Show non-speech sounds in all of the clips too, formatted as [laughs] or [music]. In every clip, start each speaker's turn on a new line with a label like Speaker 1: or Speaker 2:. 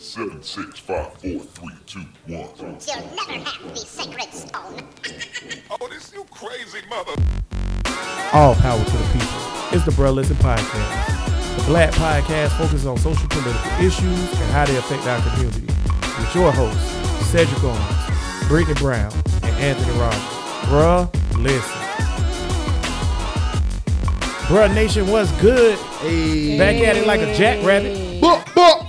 Speaker 1: Seven, six, five, four, three, two, one.
Speaker 2: You'll never have the sacred stone.
Speaker 1: Oh, this you crazy mother.
Speaker 3: All power to the people. It's the Bruh Listen Podcast. The Black Podcast focuses on social political issues and how they affect our community. With your hosts, Cedric Owens, Brittany Brown, and Anthony Rogers. Bruh, listen. Bruh Nation was good. Back at it like a jackrabbit.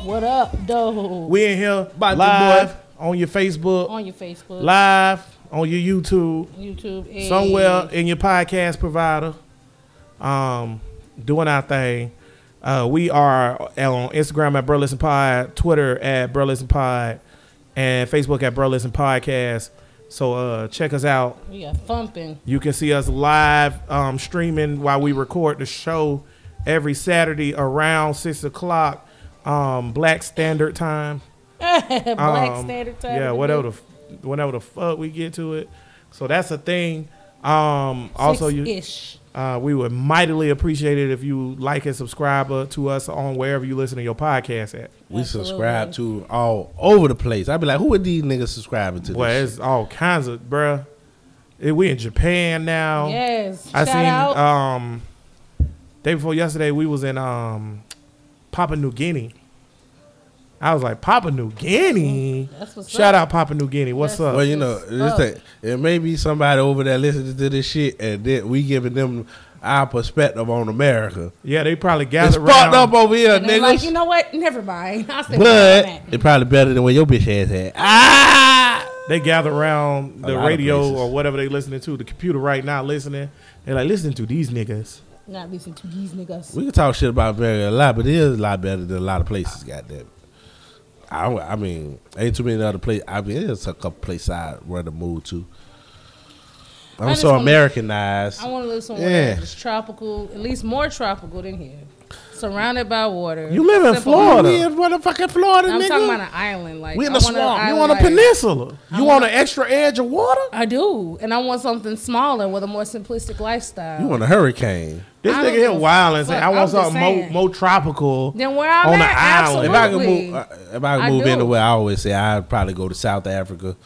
Speaker 4: What up, though?
Speaker 3: We in here
Speaker 5: About to
Speaker 3: live
Speaker 5: boy.
Speaker 3: on your Facebook,
Speaker 4: on your Facebook,
Speaker 3: live on your YouTube,
Speaker 4: YouTube, and
Speaker 3: somewhere in your podcast provider, um, doing our thing. Uh, we are on Instagram at Bro Listen Pod, Twitter at Bro Listen Pod, and Facebook at Bro Listen Podcast. So uh, check us out.
Speaker 4: We are thumping. [laughs]
Speaker 3: You can see us live um, streaming while we record the show every Saturday around six o'clock, um, Black Standard Time.
Speaker 4: Black
Speaker 3: Um,
Speaker 4: Standard Time.
Speaker 3: Yeah,
Speaker 4: to
Speaker 3: whatever the,
Speaker 4: do.
Speaker 3: f- whatever the fuck we get to it. So that's a thing. Um, also, you,
Speaker 4: Six-ish.
Speaker 3: uh, we would mightily appreciate it if you like and subscribe uh, to us on wherever you listen to your podcast at.
Speaker 5: We subscribe to all over the place. I'd be like, who are these niggas subscribing to?
Speaker 3: Well,
Speaker 5: this
Speaker 3: it's all kinds of, bruh. Eh, We in Japan now.
Speaker 4: Yes.
Speaker 3: I
Speaker 4: Shout
Speaker 3: seen
Speaker 4: out.
Speaker 3: um day before yesterday we was in um Papua New Guinea. I was like Papua New Guinea.
Speaker 4: That's what's
Speaker 3: Shout
Speaker 4: up.
Speaker 3: out Papua New Guinea. What's
Speaker 4: That's-
Speaker 3: up?
Speaker 5: Well, you know,
Speaker 4: It's
Speaker 5: it's
Speaker 4: up.
Speaker 5: like, it may be somebody over there listening to this shit, and then we giving them our perspective on America.
Speaker 3: yeah, they probably
Speaker 5: It's
Speaker 3: gathered around.
Speaker 5: fucked up over here,
Speaker 4: and they're like, you
Speaker 5: niggas.
Speaker 4: know what? Never mind. [laughs] I said,
Speaker 5: But it's probably better than what your bitch ass had. Ah!
Speaker 3: They gather around the
Speaker 5: lot of
Speaker 3: radio
Speaker 5: places.
Speaker 3: or whatever they listening to, the computer right now listening. They're like, listen to these niggas.
Speaker 4: not listen to these niggas.
Speaker 5: We can talk shit about America a lot, but it is a lot better than a lot of places. Goddamn. it. I, don't- I mean, ain't too many other places. I mean, there's a couple places I run the mood to. I'm
Speaker 4: just
Speaker 5: so
Speaker 4: wanna-
Speaker 5: Americanized.
Speaker 4: I want to live somewhere
Speaker 5: Yeah.
Speaker 4: that's tropical, at least more tropical than here. Surrounded by water.
Speaker 3: You live in
Speaker 4: Except for-
Speaker 3: Florida.
Speaker 5: We in motherfucking Florida,
Speaker 4: I'm
Speaker 5: nigga.
Speaker 4: talking about an island. Like
Speaker 5: We in
Speaker 4: I
Speaker 5: the
Speaker 4: want an
Speaker 5: swamp.
Speaker 3: You
Speaker 4: island
Speaker 3: on a
Speaker 4: like-
Speaker 3: peninsula. You
Speaker 4: want-
Speaker 3: on an extra edge of water?
Speaker 4: I do, and I want something smaller with a more simplistic lifestyle.
Speaker 5: you want a hurricane?
Speaker 3: This
Speaker 4: I
Speaker 3: nigga
Speaker 4: don't
Speaker 3: here
Speaker 4: give a
Speaker 3: wild and say,
Speaker 4: fuck.
Speaker 3: I
Speaker 4: I'm
Speaker 3: want
Speaker 4: just
Speaker 3: something more,
Speaker 4: saying.
Speaker 3: more tropical.
Speaker 4: Then where I'm
Speaker 3: On
Speaker 4: at,
Speaker 3: an island.
Speaker 5: If I could
Speaker 4: absolutely.
Speaker 3: uh,
Speaker 5: move, I- if I could
Speaker 4: I
Speaker 5: move
Speaker 4: do.
Speaker 5: anywhere, I always say I'd probably go to South Africa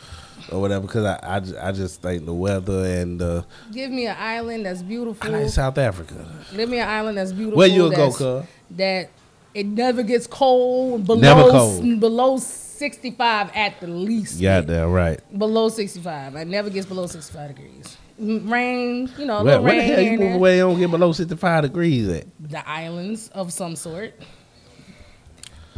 Speaker 5: or whatever because I, I, ju- I just think the weather and uh,
Speaker 4: Give me an island that's beautiful.
Speaker 5: I like South Africa.
Speaker 4: Give me an island that's beautiful.
Speaker 5: Where you'll go,
Speaker 4: that's-
Speaker 5: cuz?
Speaker 4: That it never gets cold below
Speaker 5: Never cold.
Speaker 4: below sixty five at the least.
Speaker 5: Yeah, damn right.
Speaker 4: Below sixty five. It never gets below sixty five degrees. M- Rain, you know, a
Speaker 5: Where,
Speaker 4: little
Speaker 5: where the
Speaker 4: rain.
Speaker 5: hell
Speaker 4: here
Speaker 5: you
Speaker 4: and
Speaker 5: move
Speaker 4: there.
Speaker 5: away? Don't get below sixty five degrees at.
Speaker 4: The islands of some sort.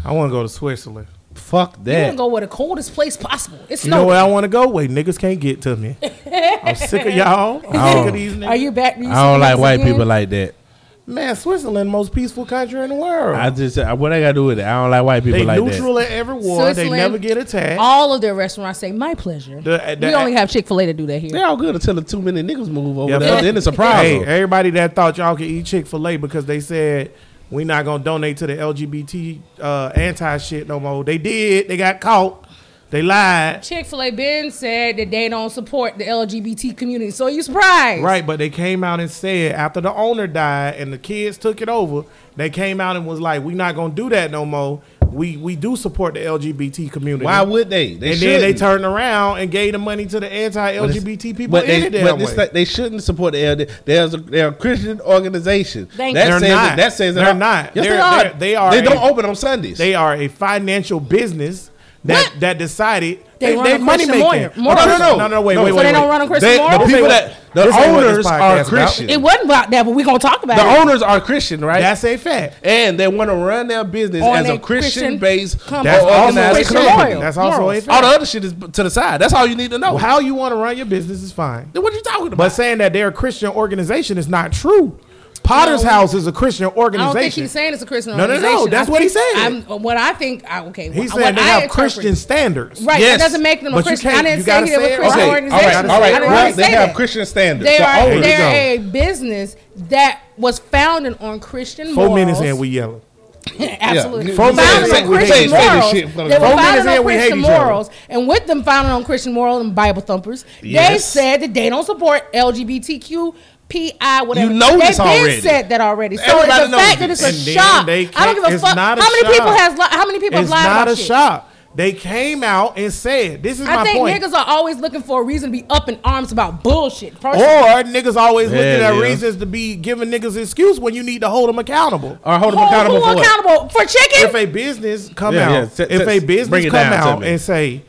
Speaker 3: I want to go to Switzerland.
Speaker 5: Fuck
Speaker 4: You
Speaker 5: that.
Speaker 4: wanna go where the coldest place possible. It's
Speaker 3: You know where I
Speaker 4: snow.
Speaker 3: want to go? Wait, niggas can't get to me. I'm sick of y'all. [laughs] I'm sick
Speaker 5: Oh.
Speaker 3: of these niggas.
Speaker 4: Are you back? Are you
Speaker 5: I don't
Speaker 4: seeing
Speaker 5: like
Speaker 4: this
Speaker 5: white
Speaker 4: again?
Speaker 5: people like that.
Speaker 3: Man, Switzerland, most peaceful country in the world.
Speaker 5: I just I- what I gotta do with it. I don't like white people
Speaker 3: they
Speaker 5: like
Speaker 3: neutral at every war. They
Speaker 4: Switzerland,
Speaker 3: never get attacked.
Speaker 4: All of their restaurants say my pleasure.
Speaker 3: The- the-
Speaker 4: we only have Chick Fil A to do that here.
Speaker 5: that. They all good until the two many niggas move over
Speaker 3: Yeah,
Speaker 5: there.
Speaker 3: fuck-
Speaker 5: Then it's a
Speaker 3: Hey,
Speaker 5: problem.
Speaker 3: everybody that thought y'all could eat Chick Fil A because they said we not gonna donate to the LGBT uh, anti shit no more. They did. They got caught. They lied.
Speaker 4: Chick Fil A Ben said that they don't support the LGBT community. So are you surprised?
Speaker 3: Right, but they came out and said after the owner died and the kids took it over, they came out and was like, "We not gonna do that no more. We we do support the LGBT community."
Speaker 5: Why would they? They
Speaker 3: and then they
Speaker 5: shouldn't.
Speaker 3: turned around and gave the money to the
Speaker 5: But it's-
Speaker 3: anti-LGBT people.
Speaker 5: But
Speaker 3: in
Speaker 5: they,
Speaker 3: it that
Speaker 5: but
Speaker 3: way.
Speaker 5: it's like they shouldn't support the LD. There's a, they're a Christian organization.
Speaker 4: Thank
Speaker 5: that
Speaker 4: you.
Speaker 3: They're
Speaker 5: says
Speaker 3: not.
Speaker 5: that says it
Speaker 3: They're
Speaker 5: all.
Speaker 3: not.
Speaker 5: Yes,
Speaker 3: They're-
Speaker 5: they are.
Speaker 3: they're- they are
Speaker 5: They
Speaker 3: a-
Speaker 5: don't open on Sundays.
Speaker 3: They are a financial business that
Speaker 4: What?
Speaker 3: that decided
Speaker 4: They run a
Speaker 3: money
Speaker 4: Christian
Speaker 3: making.
Speaker 4: lawyer-
Speaker 3: No,
Speaker 4: moral-
Speaker 3: no, no, no, no, wait,
Speaker 5: No,
Speaker 3: wait,
Speaker 5: so
Speaker 3: wait.
Speaker 4: they don't
Speaker 3: wait.
Speaker 4: run a Christian
Speaker 5: They- the
Speaker 4: moral?
Speaker 5: people that the
Speaker 3: This ain't what this
Speaker 5: owners
Speaker 3: podcast
Speaker 5: are
Speaker 3: about.
Speaker 5: Christian.
Speaker 4: It wasn't about that, but we're gonna talk about
Speaker 5: the
Speaker 4: it.
Speaker 5: owners are Christian, right?
Speaker 3: That's a fact.
Speaker 5: and they want to run their business
Speaker 4: On
Speaker 5: as a
Speaker 4: a Christian
Speaker 5: Christian based
Speaker 4: company.
Speaker 3: That's
Speaker 4: Or
Speaker 3: also a
Speaker 5: organized
Speaker 4: Christian
Speaker 5: company.
Speaker 4: lawyer.
Speaker 3: That's also a
Speaker 4: Morals.
Speaker 5: All the
Speaker 3: fact.
Speaker 5: other shit is b- to the side. That's all you need to know.
Speaker 3: How you want to run your business is fine,
Speaker 5: Then what you talking about?
Speaker 3: but saying that they're a Christian organization is not true. Potter's
Speaker 4: No.
Speaker 3: House is a Christian
Speaker 4: I don't think
Speaker 3: organization.
Speaker 4: he's saying it's a Christian
Speaker 3: No, no, no.
Speaker 4: organization.
Speaker 3: That's
Speaker 4: I
Speaker 3: what he
Speaker 4: think-
Speaker 3: said.
Speaker 4: I'm, what I think, I, okay.
Speaker 3: He's
Speaker 4: what
Speaker 3: saying they
Speaker 4: I
Speaker 3: have
Speaker 4: interpret-
Speaker 3: Christian standards.
Speaker 4: Right,
Speaker 5: Yes.
Speaker 4: that doesn't make them
Speaker 3: But
Speaker 4: a
Speaker 3: you
Speaker 4: Christian.
Speaker 3: can't-
Speaker 4: I
Speaker 3: you
Speaker 4: didn't
Speaker 3: gotta
Speaker 4: say they were
Speaker 3: say
Speaker 4: a
Speaker 3: it.
Speaker 4: Christian
Speaker 3: Okay,
Speaker 5: all
Speaker 4: organization.
Speaker 5: right, all right.
Speaker 4: I didn't
Speaker 5: Well,
Speaker 4: really
Speaker 5: they
Speaker 4: say
Speaker 5: have
Speaker 4: that.
Speaker 5: Christian standards. oh,
Speaker 4: They
Speaker 5: The
Speaker 3: oh,
Speaker 4: are
Speaker 5: owners-
Speaker 3: There
Speaker 4: they're a business that was founded on Christian
Speaker 3: Four
Speaker 4: morals.
Speaker 3: minutes in, we yelling.
Speaker 4: [laughs] Absolutely.
Speaker 5: Yeah. Four
Speaker 4: Founded
Speaker 3: minutes
Speaker 4: on
Speaker 3: in, we
Speaker 4: Christian
Speaker 3: hate- say this
Speaker 4: morals. They
Speaker 5: shit.
Speaker 4: were
Speaker 5: Four
Speaker 3: minutes
Speaker 4: founded
Speaker 3: in,
Speaker 4: on
Speaker 3: we hate
Speaker 4: Christian
Speaker 3: each other.
Speaker 4: morals. And with them founded on Christian morals and Bible thumpers, they
Speaker 5: Yes.
Speaker 4: said that they don't support LGBTQ PI, whatever.
Speaker 5: You know
Speaker 4: They've
Speaker 5: this
Speaker 4: been
Speaker 5: already.
Speaker 4: said that already. So
Speaker 5: Everybody
Speaker 4: it's a
Speaker 5: knows
Speaker 4: fact that
Speaker 5: this.
Speaker 4: it's
Speaker 3: And
Speaker 4: a
Speaker 3: then
Speaker 4: shock.
Speaker 3: they
Speaker 4: I don't
Speaker 3: can't-
Speaker 4: give a
Speaker 3: it's
Speaker 4: fuck. How
Speaker 3: not a
Speaker 4: many people
Speaker 3: shock.
Speaker 4: has li- how many people have
Speaker 3: It's
Speaker 4: lied
Speaker 3: not
Speaker 4: about
Speaker 3: a
Speaker 4: shit?
Speaker 3: shock. They came out and said, "This is
Speaker 4: I
Speaker 3: my
Speaker 4: think
Speaker 3: point."
Speaker 4: niggas are always looking for a reason to be up in arms about bullshit.
Speaker 3: or
Speaker 4: personally.
Speaker 3: niggas always looking at
Speaker 5: Hell yeah.
Speaker 3: reasons to be giving niggas excuse when you need to hold them accountable.
Speaker 5: Or hold them
Speaker 4: Hold
Speaker 5: accountable
Speaker 4: who
Speaker 5: for what?
Speaker 4: accountable for chicken?
Speaker 3: if a business come
Speaker 5: Yeah,
Speaker 3: out,
Speaker 5: yeah, t- t-
Speaker 3: if a
Speaker 5: bring
Speaker 3: business
Speaker 5: it
Speaker 3: come
Speaker 5: down to
Speaker 3: out
Speaker 5: me.
Speaker 3: and say,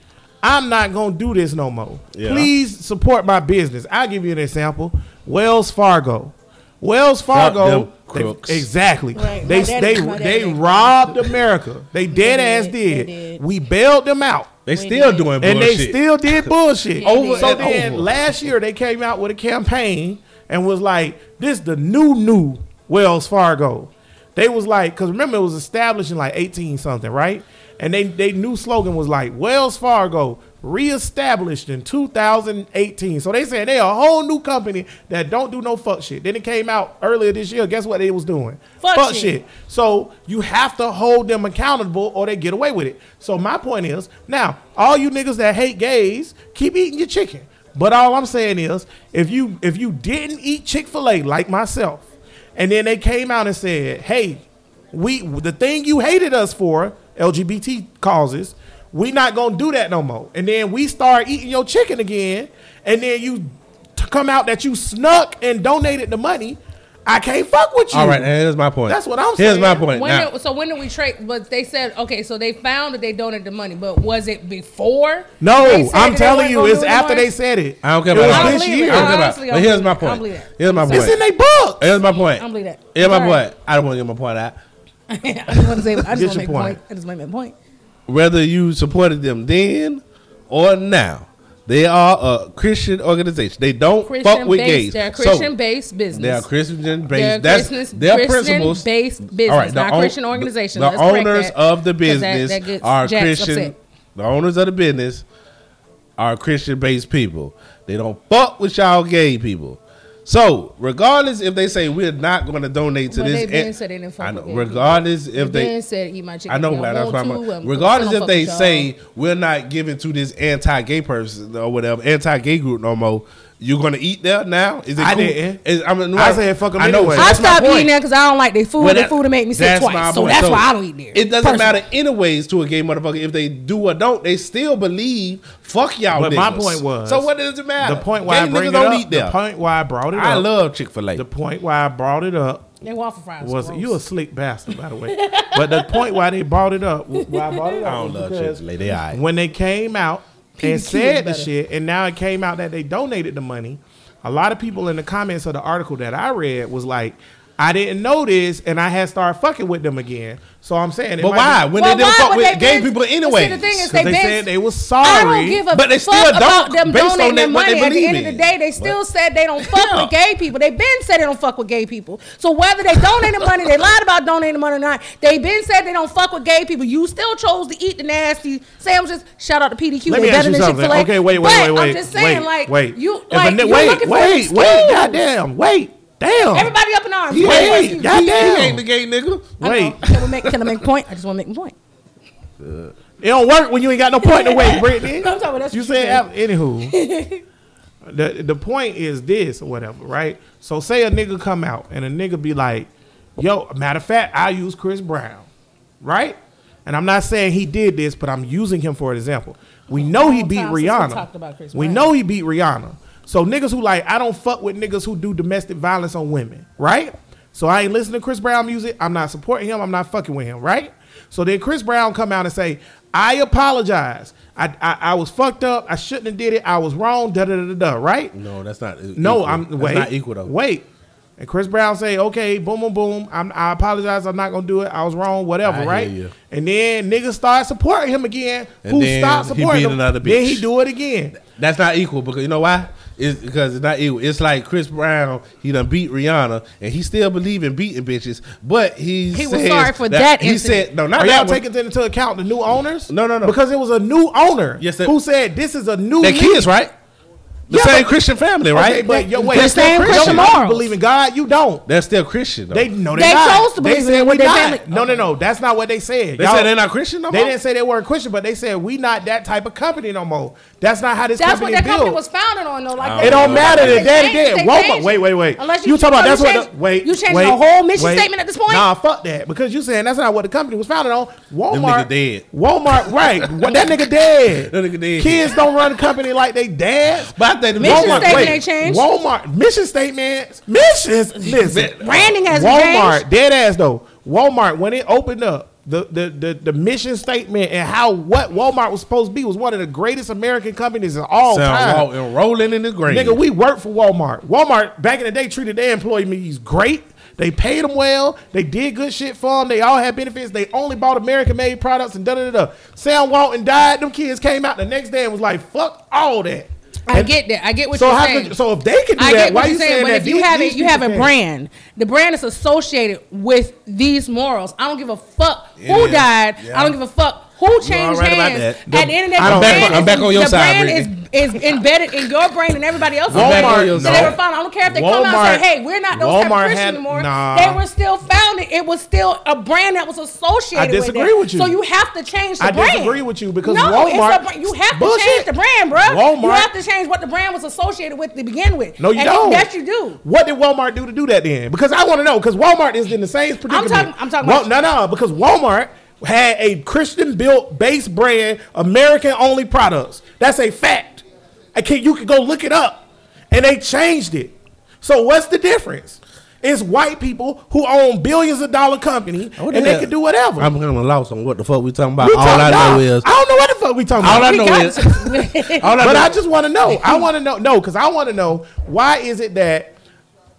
Speaker 3: "I'm not gonna do this no more,"
Speaker 5: Yeah.
Speaker 3: please support my business. I'll give you an example: Wells Fargo. Wells
Speaker 5: them
Speaker 3: Fargo,
Speaker 5: crooks.
Speaker 3: exactly.
Speaker 4: Right,
Speaker 3: They
Speaker 4: my daddy-
Speaker 3: they
Speaker 4: my daddy
Speaker 3: they
Speaker 4: did.
Speaker 3: robbed America. They dead ass
Speaker 4: did, they
Speaker 3: did.
Speaker 4: did.
Speaker 3: We bailed them out,
Speaker 5: They still doing bullshit.
Speaker 3: and they still did bullshit.
Speaker 4: Over
Speaker 3: so
Speaker 5: and
Speaker 3: then
Speaker 5: over.
Speaker 3: last year they came out with a campaign and was like, "This the new new Wells Fargo." They was like, because remember it was established in like eighteen something, right? And they they new slogan was like Wells Fargo reestablished in 2018. So they said they a whole new company that don't do no fuck shit. Then it came out earlier this year. Guess what they was doing?
Speaker 4: Fuck shit.
Speaker 3: So you have to hold them accountable or they get away with it. So my point is now, all you niggas that hate gays, keep eating your chicken. But all I'm saying is, if you if you didn't eat Chick-fil-A like myself, and then they came out and said, Hey, we the thing you hated us for, LGBT causes, we not gonna do that no more. And then we start eating your chicken again, and then you t- come out that you snuck and donated the money. I can't fuck with you.
Speaker 5: All right, and here's my point.
Speaker 3: That's what I'm
Speaker 5: Here's my
Speaker 3: saying.
Speaker 5: point.
Speaker 4: When
Speaker 5: Now,
Speaker 4: did- so when did we trade? But they said okay. So they found that they donated the money, but was it before? they
Speaker 3: No,
Speaker 4: said that
Speaker 3: I'm
Speaker 4: they
Speaker 3: telling
Speaker 4: weren't
Speaker 3: you,
Speaker 4: gonna
Speaker 3: it's
Speaker 4: do it
Speaker 3: after
Speaker 4: anymore?
Speaker 3: they said it.
Speaker 5: I don't care
Speaker 3: It
Speaker 5: about
Speaker 3: was
Speaker 5: all
Speaker 4: I
Speaker 5: that.
Speaker 4: don't
Speaker 3: this
Speaker 4: believe it.
Speaker 3: year.
Speaker 5: I don't care about.
Speaker 4: Honestly,
Speaker 5: But here's my
Speaker 4: I don't believe
Speaker 5: point.
Speaker 4: it.
Speaker 5: Here's my
Speaker 3: It's in
Speaker 5: point.
Speaker 3: their book.
Speaker 5: Here's my point.
Speaker 4: I don't believe that.
Speaker 5: Here's my
Speaker 4: All right.
Speaker 5: point. I don't want to get my point out.
Speaker 4: I just want to say. I
Speaker 3: Get
Speaker 4: just want to
Speaker 3: your
Speaker 4: make a point.
Speaker 3: point.
Speaker 4: I just want to make a point.
Speaker 5: whether you supported them then or now. They are a Christian organization. They don't fuck with
Speaker 4: based,
Speaker 5: gays.
Speaker 4: They're
Speaker 5: So,
Speaker 4: Christian based business.
Speaker 5: They are Christian
Speaker 4: They're
Speaker 5: based. That's
Speaker 4: Christian-
Speaker 5: their
Speaker 4: Christian
Speaker 5: principles.
Speaker 4: based business, not
Speaker 5: own-
Speaker 4: Christian organization.
Speaker 5: The
Speaker 4: Let's correct
Speaker 5: owners
Speaker 4: that,
Speaker 5: of the
Speaker 4: 'cause that-
Speaker 5: business
Speaker 4: that gets
Speaker 5: are
Speaker 4: Jax
Speaker 5: Christian.
Speaker 4: upset.
Speaker 5: The owners of the business are Christian based people. They don't fuck with y'all gay people. So, regardless if they say we're not going to donate to
Speaker 4: But
Speaker 5: this,
Speaker 4: they didn't
Speaker 5: and-
Speaker 4: say they didn't fuck
Speaker 5: I
Speaker 4: with
Speaker 5: know,
Speaker 4: gay people.
Speaker 5: regardless if they
Speaker 4: Ben said eat my chicken.
Speaker 5: I know,
Speaker 4: if you
Speaker 5: but that's
Speaker 4: don't
Speaker 5: why
Speaker 4: want to, I'm-
Speaker 5: I'm. Regardless
Speaker 4: I'm
Speaker 5: if they
Speaker 4: fuck with
Speaker 5: say
Speaker 4: y'all.
Speaker 5: we're not giving to this anti-gay person or whatever, anti-gay group no more, you're gonna eat there now? Is it?
Speaker 3: I
Speaker 5: cool?
Speaker 3: didn't.
Speaker 5: Is, I, mean,
Speaker 3: I said fuck 'em
Speaker 5: I know,
Speaker 3: anyway.
Speaker 5: so
Speaker 4: I
Speaker 5: that's my
Speaker 4: stopped
Speaker 5: point.
Speaker 4: eating there because I don't like their food.
Speaker 5: But
Speaker 4: their
Speaker 5: that-
Speaker 4: food to make me sick
Speaker 5: that's my
Speaker 4: twice. So
Speaker 5: point.
Speaker 4: that's why I don't eat there.
Speaker 5: It doesn't
Speaker 4: Personally.
Speaker 5: matter anyways to a gay motherfucker if they do or don't. They still believe fuck y'all.
Speaker 3: But my
Speaker 5: niggas.
Speaker 3: point was-
Speaker 5: So what does it matter?
Speaker 3: The point why
Speaker 5: gay
Speaker 3: I bring
Speaker 5: niggas
Speaker 3: it
Speaker 5: don't
Speaker 3: up,
Speaker 5: eat there.
Speaker 3: the point why I brought it
Speaker 5: I
Speaker 3: up,
Speaker 5: love Chick Fil A.
Speaker 3: the point why I brought it up
Speaker 4: They waffle fries.
Speaker 3: was
Speaker 4: gross.
Speaker 3: you a slick bastard, by the way. but the point why they brought it up, why I brought it
Speaker 5: I
Speaker 3: up, was
Speaker 5: don't love Chick
Speaker 3: because
Speaker 5: Fil A. They alright.
Speaker 3: when they came out and
Speaker 4: is
Speaker 3: said the
Speaker 4: better.
Speaker 3: shit, and now it came out that they donated the money. A lot of people in the comments of the article that I read was like, "I didn't know this, and I had started fucking with them again." So I'm saying, it
Speaker 5: But
Speaker 3: might
Speaker 5: why?
Speaker 3: be-
Speaker 4: Well,
Speaker 5: When they didn't
Speaker 4: why
Speaker 5: fuck
Speaker 4: would
Speaker 5: with
Speaker 4: they
Speaker 5: gay
Speaker 4: been-
Speaker 5: people
Speaker 4: see, the
Speaker 5: anyway.
Speaker 4: thing is,
Speaker 3: Because
Speaker 4: they
Speaker 3: they
Speaker 4: been-
Speaker 3: said they was
Speaker 4: I
Speaker 3: sorry.
Speaker 4: don't give a
Speaker 5: But they
Speaker 4: fuck
Speaker 5: still don't
Speaker 4: about them
Speaker 5: based on
Speaker 4: donating
Speaker 5: that
Speaker 4: their
Speaker 5: what they
Speaker 4: money. At the
Speaker 5: believe
Speaker 4: end of the
Speaker 5: in.
Speaker 4: day, they still said they don't fuck with gay people. They've been said they don't fuck with gay people. So whether they donated money, they lied about donating money or not. They've been said they don't fuck with gay people. You still chose to eat the nasty sandwiches. Shout out to PDQ.
Speaker 3: Let
Speaker 4: they
Speaker 3: me ask
Speaker 4: better
Speaker 3: you
Speaker 4: than
Speaker 3: something.
Speaker 4: Chick-fil-A.
Speaker 3: Okay, wait, wait,
Speaker 4: But
Speaker 3: wait, wait.
Speaker 4: I'm just saying,
Speaker 3: wait,
Speaker 4: like,
Speaker 3: wait.
Speaker 4: you,
Speaker 3: If a
Speaker 4: like,
Speaker 3: ni-
Speaker 4: you're
Speaker 3: wait,
Speaker 4: looking for
Speaker 3: wait,
Speaker 4: an
Speaker 3: wait,
Speaker 4: excuse.
Speaker 3: goddamn, wait, damn.
Speaker 4: Everybody up in arms.
Speaker 3: Yeah,
Speaker 4: Wait, wait,
Speaker 3: wait,
Speaker 4: excuse-
Speaker 5: He
Speaker 3: goddamn.
Speaker 5: ain't the gay nigga.
Speaker 4: I know.
Speaker 3: Wait,
Speaker 4: Can, we make, can I make a point? I just want to make a point.
Speaker 3: it don't work when you ain't got no point to
Speaker 4: [laughs]
Speaker 3: wait, Brittany.
Speaker 4: I'm talking about that's
Speaker 3: you
Speaker 4: what you
Speaker 3: said, af- anywho.
Speaker 4: [laughs]
Speaker 3: the the point is this or whatever, right? So say a nigga come out and a nigga be like, "Yo, matter of fact, I use Chris Brown, right?" And I'm not saying he did this, but I'm using him for an example. We know he
Speaker 4: Long
Speaker 3: beat
Speaker 4: time since we
Speaker 3: Rihanna.
Speaker 4: talked about Chris
Speaker 3: we
Speaker 4: Brown.
Speaker 3: know Oh, he beat Rihanna. So niggas who like, I don't fuck with niggas who do domestic violence on women, right? So I ain't listening to Chris Brown music. I'm not supporting him. I'm not fucking with him, right? So then Chris Brown come out and say, I apologize. I I, I was fucked up. I shouldn't have did it. I was wrong. Da da da da. da, Right?
Speaker 5: No, that's not. e-,
Speaker 3: No,
Speaker 5: equal.
Speaker 3: I'm
Speaker 5: That's
Speaker 3: wait.
Speaker 5: Not equal though.
Speaker 3: Wait. And Chris Brown say, okay, boom, boom, boom. I'm, I apologize. I'm not gonna do it. I was wrong. Whatever,
Speaker 5: I
Speaker 3: right?
Speaker 5: hear you.
Speaker 3: And then niggas start supporting him again.
Speaker 5: And
Speaker 3: who
Speaker 5: then
Speaker 3: stopped
Speaker 5: he
Speaker 3: supporting
Speaker 5: beat
Speaker 3: him?
Speaker 5: another
Speaker 3: Then he
Speaker 5: bitch.
Speaker 3: do it again.
Speaker 5: That's not equal because you know why? It's because it's not equal. It's like Chris Brown, he done beat Rihanna, and he still believe in beating bitches, but he
Speaker 4: He was
Speaker 5: says
Speaker 4: sorry for that
Speaker 5: He
Speaker 4: incident.
Speaker 5: said no, not
Speaker 3: Are y'all
Speaker 5: that one.
Speaker 3: taking into account the new owners?
Speaker 5: No, no, no.
Speaker 3: Because it was a new owner
Speaker 5: Yes, that-
Speaker 3: who said this is a new
Speaker 5: They
Speaker 3: league.
Speaker 5: kids, right? The
Speaker 4: Yeah,
Speaker 5: same
Speaker 4: but-
Speaker 5: Christian family, right?
Speaker 3: Okay, but yo, wait,
Speaker 4: The
Speaker 3: they're still
Speaker 4: same
Speaker 3: Christian.
Speaker 4: Christian
Speaker 3: You
Speaker 4: morals.
Speaker 3: believe in God, you don't.
Speaker 5: they're still Christian. Though.
Speaker 3: They no, they,
Speaker 4: They
Speaker 3: not.
Speaker 4: chose to believe
Speaker 3: they
Speaker 4: in
Speaker 3: said
Speaker 4: it,
Speaker 3: we
Speaker 4: but their
Speaker 3: not.
Speaker 4: family-
Speaker 3: No, no, no. That's not what they said.
Speaker 5: They
Speaker 3: Y'all-
Speaker 5: said they're not Christian no
Speaker 3: They
Speaker 5: more?
Speaker 3: didn't say they weren't Christian, but they said we not that type of company no more. That's not how this
Speaker 4: That's what
Speaker 3: company
Speaker 4: that
Speaker 3: built.
Speaker 4: company was founded on, though. Like
Speaker 3: It don't matter. The
Speaker 4: They
Speaker 3: daddy
Speaker 4: changed- they
Speaker 3: did. Woba.
Speaker 4: changed
Speaker 3: Wait,
Speaker 4: it.
Speaker 3: wait, wait.
Speaker 4: Unless
Speaker 3: you
Speaker 4: you
Speaker 3: talking about
Speaker 4: no,
Speaker 3: that's
Speaker 4: you
Speaker 3: what?
Speaker 4: changed-
Speaker 3: the, wait,
Speaker 4: you changed
Speaker 3: wait,
Speaker 4: the whole mission
Speaker 3: wait.
Speaker 4: statement at this point?
Speaker 3: Nah, fuck that. Because you saying that's not what the company was founded on. Walmart
Speaker 5: nigga dead. [laughs]
Speaker 3: Walmart, right? What that nigga dead.
Speaker 5: That nigga dead.
Speaker 3: Kids don't run a company like they dads.
Speaker 5: but I think the
Speaker 4: Mission
Speaker 5: Walmart-
Speaker 4: statement ain't changed.
Speaker 3: Walmart mission statements. Missions. Listen,
Speaker 4: [laughs] Branding hasn't
Speaker 3: Walmart
Speaker 4: changed.
Speaker 3: dead ass though. Walmart when it opened up. The, the, the, the mission statement and how what Walmart was supposed to be was one of the greatest American companies in all time.
Speaker 5: sound low and rolling in the grave.
Speaker 3: Nigga, we work for Walmart. Walmart back in the day treated their employees great. They paid them well. They did good shit for them. They all had benefits. They only bought American made products and da da da. da. Sam Walton died. Them kids came out the next day and was like, "Fuck all that."
Speaker 4: I
Speaker 3: And
Speaker 4: get that. I get what
Speaker 3: so
Speaker 4: you're
Speaker 3: how
Speaker 4: saying.
Speaker 3: could- so if they can do
Speaker 4: I
Speaker 3: that,
Speaker 4: get
Speaker 3: why
Speaker 4: what
Speaker 3: you
Speaker 4: you're saying,
Speaker 3: saying
Speaker 4: but
Speaker 3: that
Speaker 4: if you
Speaker 3: these-
Speaker 4: have
Speaker 3: these
Speaker 4: it, you
Speaker 3: people
Speaker 4: have a
Speaker 3: can't?
Speaker 4: brand. The brand is associated with these morals. I don't give a fuck who
Speaker 5: Yeah.
Speaker 4: died.
Speaker 5: Yeah.
Speaker 4: I don't give a fuck who changed
Speaker 5: alright about
Speaker 4: hands.
Speaker 5: that.
Speaker 4: At the end of the day,
Speaker 5: I'm
Speaker 4: the
Speaker 5: back
Speaker 4: brand
Speaker 5: on- I'm
Speaker 4: is-
Speaker 5: back on your
Speaker 4: the
Speaker 5: side,
Speaker 4: brand is, is embedded in your brain and everybody else's
Speaker 3: I'm back on
Speaker 4: brain.
Speaker 3: your
Speaker 4: so they
Speaker 3: side.
Speaker 4: were found. I don't care if they come out
Speaker 3: Walmart-
Speaker 4: and say, "Hey, we're not those type
Speaker 3: Walmart
Speaker 4: of Christian
Speaker 3: had-
Speaker 4: anymore."
Speaker 3: nah.
Speaker 4: They were still founded. It was still a brand that was associated.
Speaker 3: I disagree
Speaker 4: with,
Speaker 3: with
Speaker 4: it.
Speaker 3: you.
Speaker 4: So you have to change the
Speaker 3: I
Speaker 4: brand.
Speaker 3: disagree with you because
Speaker 4: no,
Speaker 3: Walmart-
Speaker 4: It's a, brand- you have to
Speaker 3: Bullshit.
Speaker 4: change the brand, bro. You
Speaker 3: Walmart-
Speaker 4: have to change what the brand was associated with to begin with.
Speaker 3: No, you
Speaker 4: And
Speaker 3: don't.
Speaker 4: Yes, you do.
Speaker 3: What did Walmart do to do that then? Because I want to know. Because Walmart is in the same predicament.
Speaker 4: talking- I'm talking
Speaker 3: Wa-
Speaker 4: about-
Speaker 3: no, no. Because Walmart had a Christian-built base brand, American-only products. That's a fact. I can You can go look it up, and they changed it. So what's the difference? It's white people who own billions of dollar company,
Speaker 5: What
Speaker 3: and
Speaker 5: the
Speaker 3: they
Speaker 5: hell?
Speaker 3: can do whatever.
Speaker 5: Oh, I'm kind of lost on what the fuck we talking about.
Speaker 3: We
Speaker 5: all
Speaker 3: talking-
Speaker 5: I
Speaker 3: nah,
Speaker 5: know is
Speaker 3: I don't know what the fuck we talking
Speaker 5: all
Speaker 3: about.
Speaker 5: I
Speaker 4: We
Speaker 5: know
Speaker 4: got
Speaker 5: is
Speaker 4: to-
Speaker 5: all
Speaker 3: [laughs]
Speaker 5: I
Speaker 3: But
Speaker 5: know-
Speaker 3: I just want to know. I want to know. No, because I want to know why is it that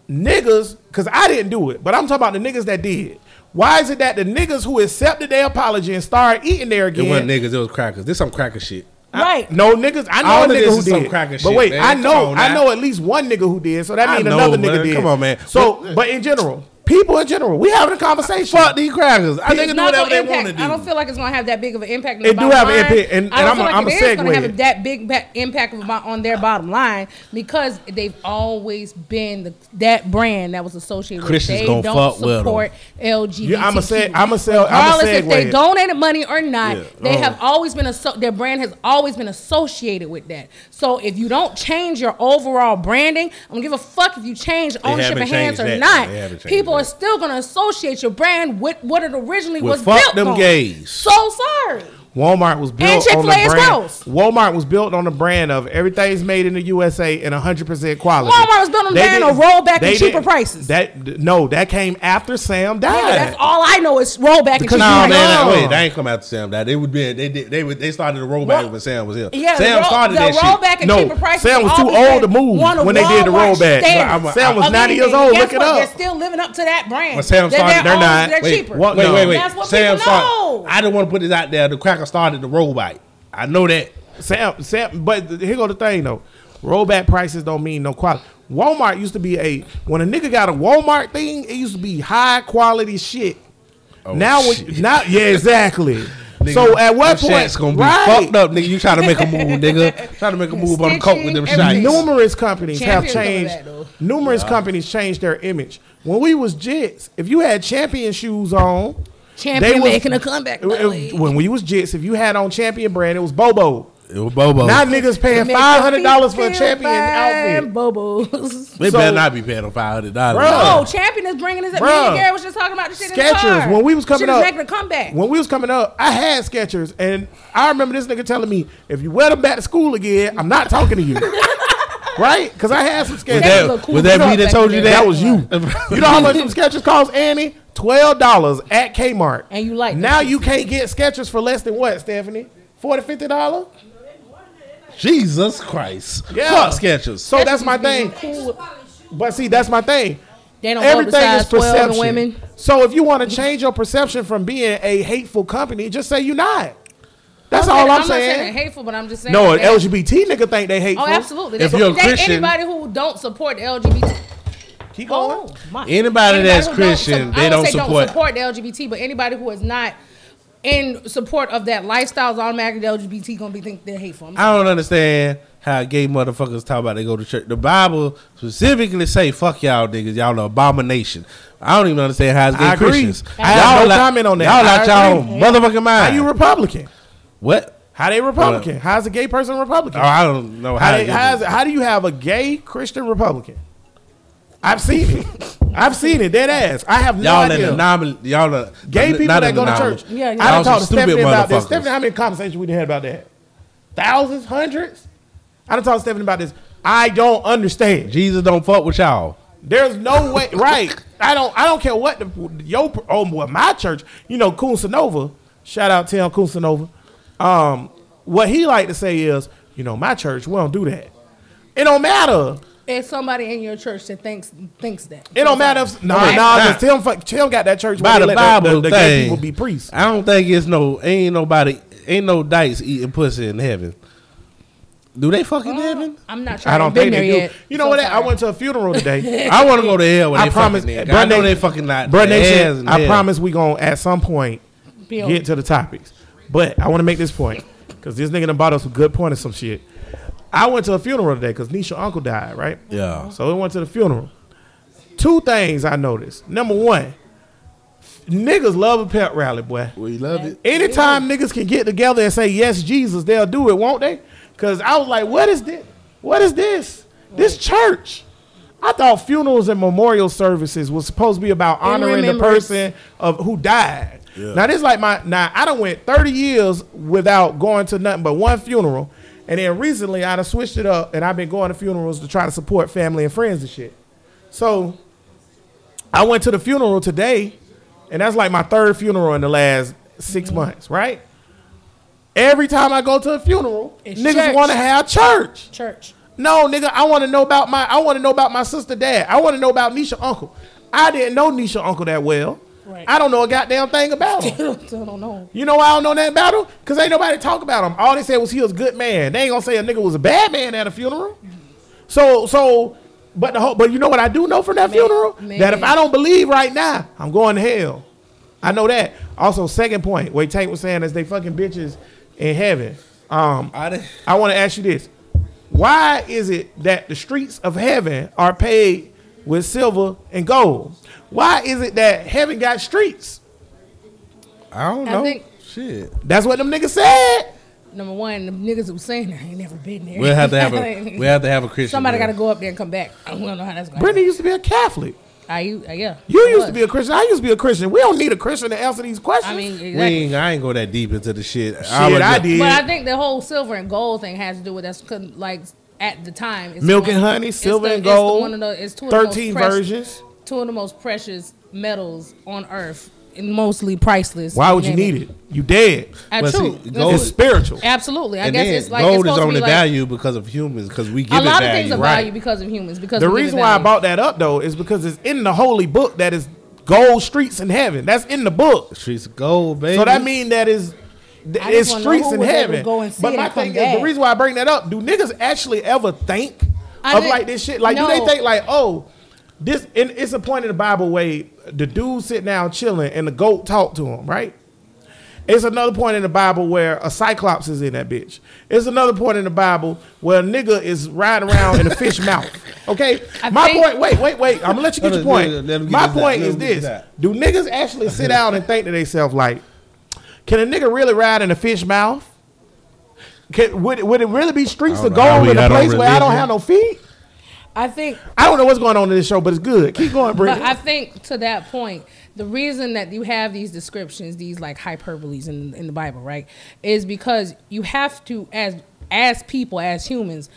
Speaker 3: niggas? Because I didn't do it, but I'm talking about the niggas that did. Why is it that the niggas who accepted their apology and started eating there
Speaker 5: it
Speaker 3: again?
Speaker 5: wasn't niggas. It was crackers. This some cracker shit.
Speaker 4: [laughs] right.
Speaker 3: No niggas. I know
Speaker 5: All
Speaker 3: a
Speaker 5: of this
Speaker 3: nigga who
Speaker 5: is some
Speaker 3: did.
Speaker 5: cracker
Speaker 3: but
Speaker 5: shit,
Speaker 3: wait,
Speaker 5: man.
Speaker 3: I
Speaker 5: Come
Speaker 3: know
Speaker 5: on
Speaker 3: I
Speaker 5: now.
Speaker 3: know at least one nigga who did. So that
Speaker 5: I
Speaker 3: means
Speaker 5: know,
Speaker 3: another
Speaker 5: man.
Speaker 3: nigga did.
Speaker 5: Come on, man.
Speaker 3: So, but in general, people in general, we having a conversation.
Speaker 5: Fuck these crackers. I
Speaker 4: It's
Speaker 5: nigga do
Speaker 4: not
Speaker 5: whatever
Speaker 4: gonna
Speaker 5: they
Speaker 4: impact-
Speaker 5: want to do.
Speaker 4: I don't feel like it's gonna have that big of an impact. On
Speaker 3: It
Speaker 4: their
Speaker 3: do
Speaker 4: bottom
Speaker 3: have an
Speaker 4: line.
Speaker 3: impact, and- and
Speaker 4: I don't
Speaker 3: I'm
Speaker 4: feel
Speaker 3: a-
Speaker 4: like
Speaker 3: I'm a
Speaker 4: it is gonna
Speaker 3: segue.
Speaker 4: have that big ba- impact on my- on their bottom line because they've always been the, that brand that was associated. with.
Speaker 5: Christians
Speaker 4: They
Speaker 5: gonna
Speaker 4: don't
Speaker 5: fuck with 'em.
Speaker 4: support LGBT.
Speaker 3: Yeah, I'ma say- I'ma say- I'ma
Speaker 4: Regardless if they
Speaker 3: segue.
Speaker 4: donated money or not,
Speaker 5: Yeah.
Speaker 4: they
Speaker 5: Oh.
Speaker 4: have always been asso- their brand has always been associated with that. So if you don't change your overall branding, I don't give a fuck if you change ownership
Speaker 5: haven't
Speaker 4: of hands
Speaker 5: changed
Speaker 4: or
Speaker 5: that.
Speaker 4: not.
Speaker 5: They haven't changed
Speaker 4: People are
Speaker 5: that.
Speaker 4: still gonna associate your brand with what it originally
Speaker 5: With
Speaker 4: was
Speaker 5: fuck
Speaker 4: built
Speaker 5: them
Speaker 4: on.
Speaker 5: gays.
Speaker 4: So sorry.
Speaker 3: Walmart was built
Speaker 4: And Chick-fil-A
Speaker 3: on the
Speaker 4: is
Speaker 3: brand.
Speaker 4: gross.
Speaker 3: Walmart was built on the brand of everything's made in the USA and 100% quality.
Speaker 4: Walmart was built on the
Speaker 3: They
Speaker 4: brand of
Speaker 3: didn't-
Speaker 4: rollback and
Speaker 3: they
Speaker 4: cheaper
Speaker 3: didn't-
Speaker 4: prices.
Speaker 3: That th- no, that came after Sam died.
Speaker 4: Nigga, that's all I know is rollback and
Speaker 3: Because
Speaker 4: cheese.
Speaker 5: Nah,
Speaker 3: Like,
Speaker 5: man, that,
Speaker 3: no.
Speaker 5: wait, they ain't come after Sam. That they would be. They did. They would. They started to roll back
Speaker 4: What?
Speaker 5: when Sam was here.
Speaker 4: Yeah,
Speaker 5: Sam
Speaker 4: the, roll,
Speaker 5: started
Speaker 4: the
Speaker 5: that
Speaker 4: rollback
Speaker 5: shit.
Speaker 4: and
Speaker 3: No,
Speaker 4: cheaper prices.
Speaker 3: Sam was too
Speaker 4: always
Speaker 3: old
Speaker 4: been
Speaker 3: to move
Speaker 4: one of
Speaker 3: when they did the
Speaker 4: Walmart's
Speaker 3: rollback.
Speaker 4: standards.
Speaker 3: Well, I'm- Sam was
Speaker 4: Of
Speaker 3: 90 years
Speaker 4: anything.
Speaker 3: old,
Speaker 4: Guess
Speaker 3: look it
Speaker 4: what?
Speaker 3: up.
Speaker 4: They're still living up to that brand.
Speaker 5: When Sam
Speaker 4: They're-
Speaker 5: started,
Speaker 4: they're,
Speaker 5: they're
Speaker 4: always-
Speaker 5: not.
Speaker 4: They're
Speaker 5: wait,
Speaker 4: cheaper.
Speaker 5: What, wait,
Speaker 3: No.
Speaker 5: wait, wait.
Speaker 4: That's what
Speaker 5: Sam
Speaker 4: people know.
Speaker 5: started. I didn't want to put this out there. The cracker started the rollback. I know that.
Speaker 3: Sam, Sam, but th- here go the thing though. Rollback prices don't mean no quality. Walmart used to be a when a nigga got a Walmart thing, it used to be high quality shit. now,
Speaker 5: Oh, shit.
Speaker 3: When, now, yeah, exactly.
Speaker 5: [laughs] Nigga,
Speaker 3: so at what
Speaker 5: them
Speaker 3: point
Speaker 5: shits gonna be
Speaker 3: Right.
Speaker 5: fucked up, nigga? You try to make a
Speaker 4: [laughs]
Speaker 5: move, nigga. Try to make a move on the coke with them
Speaker 4: Stitching,
Speaker 5: shots.
Speaker 4: everything.
Speaker 5: No,
Speaker 3: Numerous companies
Speaker 4: Champions
Speaker 3: have
Speaker 4: don't do
Speaker 3: changed.
Speaker 4: that, though.
Speaker 3: numerous companies changed their image. When we was jits, if you had champion shoes on,
Speaker 4: Champion
Speaker 3: they was-
Speaker 4: making a comeback. by the way.
Speaker 3: when we was jits, if you had on champion brand, it was Bobo.
Speaker 5: it was Bobo.
Speaker 3: Now niggas paying
Speaker 4: Make your
Speaker 3: five hundred dollars for a
Speaker 4: feet
Speaker 3: champion
Speaker 4: feel
Speaker 3: outfit.
Speaker 4: fine, Bobos.
Speaker 5: they
Speaker 3: so-
Speaker 5: better not be paying them five hundred dollars.
Speaker 3: Bruh.
Speaker 4: Oh, champion is bringing this up. Me
Speaker 3: Bruh.
Speaker 4: and Gary was just talking about the shit in the
Speaker 3: Skechers,
Speaker 4: car.
Speaker 3: when we was coming
Speaker 4: shit
Speaker 3: up-
Speaker 4: is making a comeback.
Speaker 3: When we was coming up, I had Skechers, and I remember this nigga telling me, "If you wear them back to school again, I'm not talking
Speaker 4: [laughs]
Speaker 3: to you." right? Because I had some Skechers.
Speaker 5: Was
Speaker 4: That was
Speaker 5: that,
Speaker 4: a cool
Speaker 5: was that
Speaker 4: truck
Speaker 5: me that
Speaker 4: back
Speaker 5: told you
Speaker 4: in
Speaker 5: that?
Speaker 4: the day.
Speaker 3: [laughs]
Speaker 5: [laughs]
Speaker 3: you know how much some Skechers cost, Annie? Twelve dollars at Kmart.
Speaker 4: And you like
Speaker 3: now
Speaker 4: that.
Speaker 3: you can't get Skechers for less than what, Stephanie? Forty, fifty dollars.
Speaker 5: Jesus Christ.
Speaker 3: Yeah.
Speaker 5: Fuck Sketches.
Speaker 3: So that's my thing.
Speaker 4: Cool.
Speaker 3: But see, that's my thing.
Speaker 4: They don't go
Speaker 3: Everything is
Speaker 4: besides 12
Speaker 3: perception.
Speaker 4: and women.
Speaker 3: So if you want to change your perception from being a hateful company, just say you're not. That's
Speaker 4: I'm
Speaker 3: all I'm,
Speaker 4: not- I'm not saying
Speaker 3: saying.
Speaker 4: they're hateful, but I'm just saying
Speaker 3: no, an
Speaker 4: that-
Speaker 3: LGBT nigga think they hateful.
Speaker 4: Oh, absolutely.
Speaker 5: If
Speaker 4: They-
Speaker 5: you're a
Speaker 4: they-
Speaker 5: Christian-
Speaker 4: anybody who don't support the LGBT,
Speaker 3: Keep going.
Speaker 4: oh my,
Speaker 5: Anybody that's
Speaker 4: who
Speaker 5: Christian,
Speaker 4: don't, sup-
Speaker 5: they
Speaker 4: I
Speaker 5: don't
Speaker 4: would say
Speaker 5: support-
Speaker 4: don't support the LGBT, but anybody who is not in support of that lifestyle is automatically the LGBT gonna be think they're hateful. I'm
Speaker 5: I don't understand how gay motherfuckers talk about they go to church. The Bible specifically say, "Fuck y'all niggas, y'all an abomination." I don't even understand how it's gay
Speaker 3: I agree.
Speaker 5: Christians.
Speaker 3: I have
Speaker 5: Y'all
Speaker 3: no
Speaker 5: like-
Speaker 3: comment on that.
Speaker 5: Y'all
Speaker 3: I
Speaker 5: out y'all
Speaker 3: agree.
Speaker 5: motherfucking
Speaker 3: How
Speaker 5: mind.
Speaker 3: you Republican?
Speaker 5: what?
Speaker 3: How they Republican? How's a gay person Republican?
Speaker 5: Oh, I don't know how.
Speaker 3: How,
Speaker 5: they-
Speaker 3: they, how's, how do you have a gay Christian Republican? I've seen it. I've seen it. Dead ass. I have no
Speaker 5: y'all an
Speaker 3: idea.
Speaker 5: anomaly. Y'all are
Speaker 3: gay people
Speaker 5: not
Speaker 3: that
Speaker 5: an
Speaker 3: go to
Speaker 5: anomaly.
Speaker 3: church.
Speaker 4: Yeah, yeah.
Speaker 3: I
Speaker 5: Y'all
Speaker 3: done
Speaker 5: some
Speaker 3: talked to Stephanie
Speaker 5: stupid
Speaker 3: about this.
Speaker 5: motherfuckers.
Speaker 3: Stephanie, how many conversations we done had about that? Thousands, hundreds. I done talked to Stephanie about this. I don't understand.
Speaker 5: Jesus don't fuck with y'all.
Speaker 3: There's no way, [laughs] right? I don't. I don't care what the yo. Oh boy, my church. You know, Kunsanova. Shout out Tim Kunsanova. Um, what he like to say is, you know, my church. We don't do that. It don't matter.
Speaker 4: There's somebody in your church that thinks thinks that.
Speaker 3: It don't matter if no,
Speaker 5: Right.
Speaker 3: no, because Tim, fuck- Tim got that church where
Speaker 5: By
Speaker 3: they
Speaker 5: the
Speaker 3: let
Speaker 5: Bible,
Speaker 3: the, the
Speaker 5: thing,
Speaker 3: gay people be priests.
Speaker 5: I don't think it's no. Ain't nobody. Ain't no dice eating pussy in heaven. Do they fucking heaven?
Speaker 4: I'm not sure.
Speaker 3: I don't
Speaker 4: been
Speaker 3: think they
Speaker 4: there
Speaker 3: do.
Speaker 4: yet.
Speaker 3: You know
Speaker 4: So
Speaker 3: what? I
Speaker 4: sorry.
Speaker 3: went to a funeral
Speaker 4: [laughs]
Speaker 3: today.
Speaker 5: I want to go to hell when
Speaker 3: I
Speaker 5: they
Speaker 3: promise-
Speaker 5: fucking nigga.
Speaker 3: Bruh
Speaker 5: I know
Speaker 3: Nation-
Speaker 5: they fucking not.
Speaker 3: Bruh
Speaker 5: their
Speaker 3: Nation,
Speaker 5: ass in
Speaker 3: I
Speaker 5: hell.
Speaker 3: promise we gonna at some point
Speaker 4: Bill.
Speaker 3: get to the topics. But I want to make this point because this nigga done bought us a good point of some shit. I went to a funeral today because Nisha's uncle died, right?
Speaker 5: Yeah.
Speaker 3: So we went to the funeral. Two things I noticed. Number one, niggas love a pep rally, boy.
Speaker 5: We love it.
Speaker 3: Anytime niggas can get together and say yes, Jesus, they'll do it, won't they? Cause I was like, what is this? What is this? This church. I thought funerals and memorial services was supposed to be about honoring the
Speaker 4: remembrance.
Speaker 3: person of who died.
Speaker 5: Yeah.
Speaker 3: Now this like my now I done went 30 years without going to nothing but one funeral. And then recently I done switched it up and I've been going to funerals to try to support family and friends and shit. So I went to the funeral today, and that's like my third funeral in the last 6
Speaker 4: Mm-hmm.
Speaker 3: months, right? Every time I go to a funeral,
Speaker 4: It's
Speaker 3: niggas
Speaker 4: church.
Speaker 3: want to have church.
Speaker 4: church.
Speaker 3: No, nigga, I want to know about my I want to know about my sister dad. I want to know about Nisha uncle. I didn't know Nisha uncle that well.
Speaker 4: Right.
Speaker 3: I don't know a goddamn thing about
Speaker 4: [laughs]
Speaker 3: him.
Speaker 4: I don't know.
Speaker 3: You know why I don't know that about him? Cause ain't nobody talk about him. All they said was he was a good man. They ain't gonna say a nigga was a bad man at a funeral. So so, but the whole, but you know what I do know from that funeral? That if
Speaker 4: man.
Speaker 3: I don't believe right now, I'm going to hell. I know that. Also, second point, wait, Tank was saying is they fucking bitches in heaven. Um,
Speaker 5: I didn't-
Speaker 3: I want to ask you this: Why is it that the streets of heaven are paved with silver and gold? Why is it that heaven got streets?
Speaker 5: I don't
Speaker 4: I
Speaker 5: know.
Speaker 4: think-
Speaker 5: Shit.
Speaker 3: That's what them niggas said.
Speaker 4: Number one, the niggas that was saying that ain't never been there.
Speaker 5: We'll have to have
Speaker 4: [laughs]
Speaker 5: a we will have to have a Christian.
Speaker 4: Somebody got
Speaker 5: there.
Speaker 4: to go up there and come back. I don't know how that's going.
Speaker 3: Brittany used to be a Catholic.
Speaker 4: I, you- uh, yeah.
Speaker 3: You
Speaker 4: I
Speaker 3: used
Speaker 4: was.
Speaker 3: to be a Christian. I used to be a Christian. We don't need a Christian to answer these questions.
Speaker 4: I mean,
Speaker 5: We
Speaker 4: exactly.
Speaker 5: ain't, I ain't go that deep into the shit. Shit,
Speaker 3: Shit, I did.
Speaker 4: But I think the whole silver and gold thing has to do with that's 'cause, like at the time. It's
Speaker 3: Milk
Speaker 4: one-
Speaker 3: and honey,
Speaker 4: it's
Speaker 3: silver
Speaker 4: the-
Speaker 3: and
Speaker 4: it's the
Speaker 3: gold,
Speaker 4: one of the, it's two of the most
Speaker 3: 13
Speaker 4: precious-
Speaker 3: versions.
Speaker 4: Two of the most precious metals on earth, and mostly priceless.
Speaker 3: Why would you
Speaker 4: Name
Speaker 3: need it? You dead.
Speaker 4: Uh,
Speaker 5: Well,
Speaker 4: true.
Speaker 5: see,
Speaker 4: That's
Speaker 5: gold-
Speaker 3: It's spiritual.
Speaker 4: Absolutely. I
Speaker 5: and
Speaker 4: guess
Speaker 5: then
Speaker 4: it's like it's
Speaker 5: gold is
Speaker 4: supposed
Speaker 5: only
Speaker 4: to be like
Speaker 5: valued because of humans because we give
Speaker 4: a
Speaker 5: it
Speaker 4: lot of
Speaker 5: value.
Speaker 4: things are
Speaker 5: right.
Speaker 4: valued because of humans. Because
Speaker 3: The
Speaker 4: we give it
Speaker 3: reason why I
Speaker 4: value.
Speaker 3: brought that up though is because it's in the holy book that is gold streets in heaven. That's in the book.
Speaker 5: Streets of gold, baby.
Speaker 3: So that mean that is th-
Speaker 4: I just
Speaker 3: it's
Speaker 4: wanna know
Speaker 3: streets
Speaker 4: who
Speaker 3: in
Speaker 4: was able to
Speaker 3: heaven.
Speaker 4: go and see
Speaker 3: but
Speaker 4: it
Speaker 3: my
Speaker 4: and come
Speaker 3: thing is the
Speaker 4: back.
Speaker 3: reason why I bring that up, do niggas actually ever think
Speaker 4: I
Speaker 3: of
Speaker 4: think-
Speaker 3: like this shit? Like do
Speaker 4: no.
Speaker 3: they think like, oh, this and it's a point in the Bible where the dude sit down chilling and the goat talk to him, right? It's another point in the Bible where a cyclops is in that bitch. It's another point in the Bible where a nigga is riding around in a fish
Speaker 4: [laughs]
Speaker 3: mouth. Okay,
Speaker 4: I
Speaker 3: my
Speaker 4: think-
Speaker 3: point. Wait, wait, wait. I'm gonna let you get
Speaker 5: Hold
Speaker 3: your
Speaker 5: on, let
Speaker 3: point.
Speaker 5: him- let him get
Speaker 3: My
Speaker 5: his out,
Speaker 3: point
Speaker 5: let
Speaker 3: is
Speaker 5: him get his
Speaker 3: this:
Speaker 5: out.
Speaker 3: Do niggas actually sit down and think to themselves like, can a nigga really ride in a fish mouth? Can, would, it- would it really be streets
Speaker 5: I
Speaker 3: of
Speaker 5: don't know how
Speaker 3: gold
Speaker 5: we
Speaker 3: in a
Speaker 5: got on
Speaker 3: place where I don't
Speaker 5: religion.
Speaker 3: have no feet?
Speaker 4: I think
Speaker 3: I don't know what's going on in this show, but it's good. Keep going,
Speaker 4: But I
Speaker 3: Brittany.
Speaker 4: think to that point, the reason that you have these descriptions, these like hyperboles in in the Bible, right, is because you have to as as people, as humans,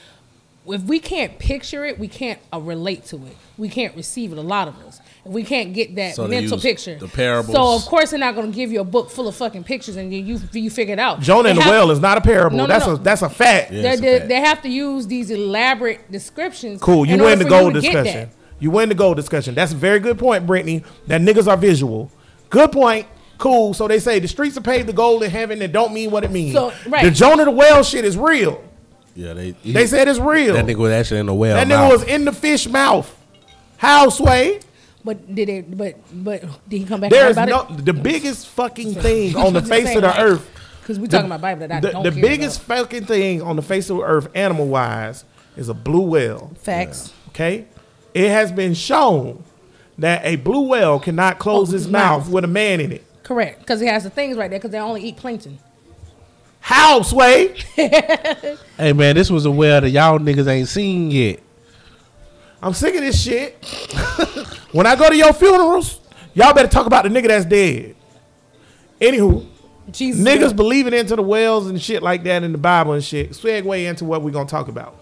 Speaker 4: if we can't picture it, we can't uh, relate to it. We can't receive it. A lot of us, if we can't get that
Speaker 5: So they
Speaker 4: mental
Speaker 5: use
Speaker 4: picture,
Speaker 5: the parables.
Speaker 4: So of course they're not going to give you a book full of fucking pictures and you you, you figure it out.
Speaker 3: Jonah
Speaker 4: They
Speaker 3: and the
Speaker 4: have-
Speaker 3: well is not a parable.
Speaker 4: No, no,
Speaker 3: that's
Speaker 4: no.
Speaker 3: a that's a fact.
Speaker 5: That's
Speaker 4: They,
Speaker 5: a
Speaker 4: they,
Speaker 5: fact.
Speaker 4: they have to use these elaborate descriptions.
Speaker 3: Cool. You
Speaker 4: in
Speaker 3: win
Speaker 4: order
Speaker 3: the
Speaker 4: for you
Speaker 3: goal
Speaker 4: to get
Speaker 3: discussion.
Speaker 4: that.
Speaker 3: You win the goal discussion. That's a very good point, Brittany. That niggas are visual. Good point. Cool. So they say the streets are paved the gold in heaven. That don't mean what it means.
Speaker 4: So, right.
Speaker 3: The Jonah the whale shit is real.
Speaker 5: yeah, they
Speaker 3: They said it's real.
Speaker 5: that nigga was actually in the well.
Speaker 3: That nigga
Speaker 5: mouth.
Speaker 3: was in the fish mouth. How sway?
Speaker 4: But did it? But but did he come back?
Speaker 3: There is no the
Speaker 4: [laughs]
Speaker 3: biggest fucking thing on the face of the earth.
Speaker 4: Because we talking about Bible that I
Speaker 3: the,
Speaker 4: don't
Speaker 3: the
Speaker 4: care
Speaker 3: biggest
Speaker 4: about.
Speaker 3: fucking thing on the face of the earth, animal wise, is a blue whale.
Speaker 4: facts.
Speaker 3: Okay, it has been shown that a blue whale cannot close
Speaker 4: Oh,
Speaker 3: his
Speaker 4: his
Speaker 3: mouth
Speaker 4: mouth.
Speaker 3: with a man in it.
Speaker 4: Correct, because it has the things right there. Because they only eat plankton.
Speaker 3: How, Sway?
Speaker 5: Hey man, this was a well that y'all niggas ain't seen yet.
Speaker 3: I'm sick of this shit. [laughs] when I go to your funerals, y'all better talk about the nigga that's dead. Anywho,
Speaker 4: Jesus,
Speaker 3: niggas believing into the whales and shit like that in the Bible and shit. Segue into what we're gonna talk about.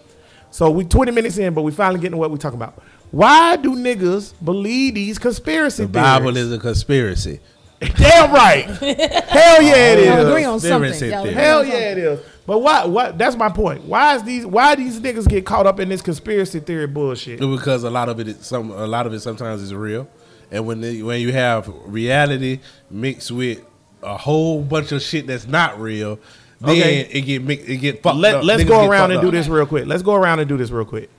Speaker 3: So we 20 minutes in, but we finally getting to what we talking about. Why do niggas believe these conspiracy
Speaker 5: The Bible
Speaker 3: theories?
Speaker 5: is a conspiracy.
Speaker 3: [laughs] damn right. Hell yeah, it
Speaker 4: Y'all
Speaker 5: Oh,
Speaker 3: is.
Speaker 4: agree on something.
Speaker 5: Conspiracy
Speaker 4: Y'all agree
Speaker 5: theory.
Speaker 3: Hell
Speaker 4: on something.
Speaker 3: yeah, it is. But why? What? That's my point. Why is these? Why these niggas get caught up in this conspiracy theory bullshit?
Speaker 5: because a lot of it is some a lot of it sometimes is real and when the, when you have reality mixed with a whole bunch of shit that's not real then
Speaker 3: Okay.
Speaker 5: it get mix, it get fucked
Speaker 3: Let,
Speaker 5: up.
Speaker 3: let's
Speaker 5: Niggas
Speaker 3: go
Speaker 5: get
Speaker 3: around and
Speaker 5: fucked
Speaker 3: do
Speaker 5: up.
Speaker 3: this real quick. Let's go around and do this real quick.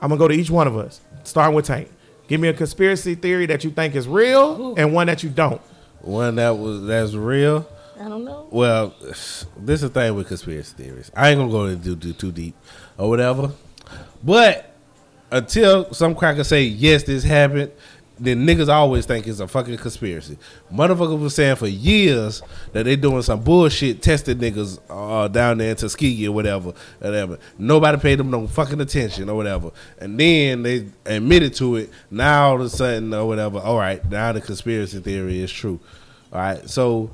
Speaker 3: I'm gonna go to each one of us, starting with Tank. Give me a conspiracy theory that you think is real and one that you don't.
Speaker 5: one that was that's real
Speaker 4: I don't know.
Speaker 5: well this is the thing with conspiracy theories i ain't gonna go into do too deep or whatever but until some cracker say yes this happened then niggas always think it's a fucking conspiracy. Motherfuckers was saying for years that they doing some bullshit testing niggas uh, down there in Tuskegee or whatever, whatever. Nobody paid them no fucking attention or whatever. And then they admitted to it. Now all of a sudden or whatever, all right, now the conspiracy theory is true. All right, so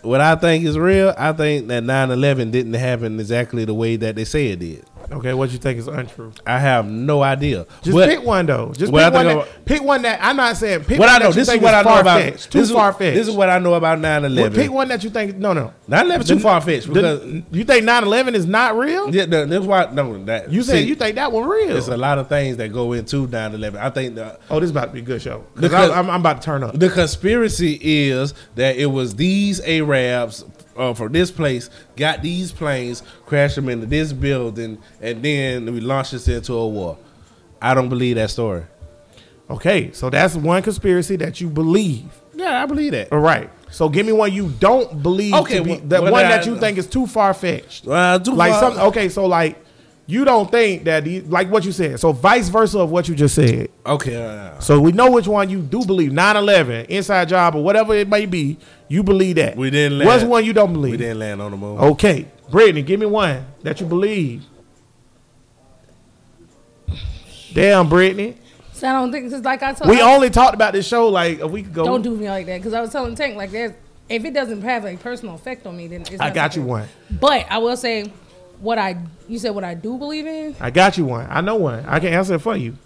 Speaker 5: what I think is real, I think that 9-11 didn't happen exactly the way that they say it did.
Speaker 3: Okay, what you think is untrue?
Speaker 5: I have no idea.
Speaker 3: Just
Speaker 5: But-
Speaker 3: pick one though. Just
Speaker 5: Well,
Speaker 3: pick
Speaker 5: I
Speaker 3: one,
Speaker 5: think
Speaker 3: that,
Speaker 5: I'm-
Speaker 3: pick one that I'm not saying. Pick
Speaker 5: What
Speaker 3: one
Speaker 5: I know,
Speaker 3: that you
Speaker 5: this is
Speaker 3: think
Speaker 5: what I know about
Speaker 3: far-fetched. Too
Speaker 5: this is-
Speaker 3: far fetched.
Speaker 5: This is what I know about 9-11.
Speaker 3: Pick one that you think. No, no.
Speaker 5: 9-11 too
Speaker 3: The-
Speaker 5: far fetched
Speaker 3: the-
Speaker 5: because
Speaker 3: you think 9/11 is not real?
Speaker 5: yeah, no, that's why no that
Speaker 3: You said
Speaker 5: see,
Speaker 3: you think that one real.
Speaker 5: There's a lot of things that go into 9-11. I think the
Speaker 3: oh, this is about to be a good show.
Speaker 5: Because-
Speaker 3: Because I'm, I'm about to turn up.
Speaker 5: the conspiracy is that it was these Arabs uh, from this place got these planes, crashed them into this building, and then we launched this into a war. I don't believe that story.
Speaker 3: Okay, so that's one conspiracy that you believe.
Speaker 5: Yeah, I believe that.
Speaker 3: All right. So give me one you don't believe.
Speaker 5: Okay,
Speaker 3: to be,
Speaker 5: well,
Speaker 3: that
Speaker 5: well,
Speaker 3: one
Speaker 5: I-
Speaker 3: that you think is too far fetched.
Speaker 5: Uh, too
Speaker 3: Like
Speaker 5: far-
Speaker 3: something. Okay, so like you don't think that the, like what you said. So vice versa of what you just said.
Speaker 5: Okay, uh,
Speaker 3: So we know which one you do believe. 9-11, inside job, or whatever it may be. You believe that.
Speaker 5: we didn't. Land,
Speaker 3: What's one you don't believe?
Speaker 5: We didn't land on the moon.
Speaker 3: Okay, Brittany, give me one that you believe. Damn, Brittany.
Speaker 4: So I don't think because like I told
Speaker 3: We
Speaker 4: I-
Speaker 3: only talked about this show like a week ago.
Speaker 4: don't do me like that because I was telling Tank like there's if it doesn't have a personal effect on me then it's
Speaker 3: I
Speaker 4: not
Speaker 3: got you
Speaker 4: something-
Speaker 3: one.
Speaker 4: But I will say what I you said what I do believe in
Speaker 3: I got you one. I know one. I can answer it for you.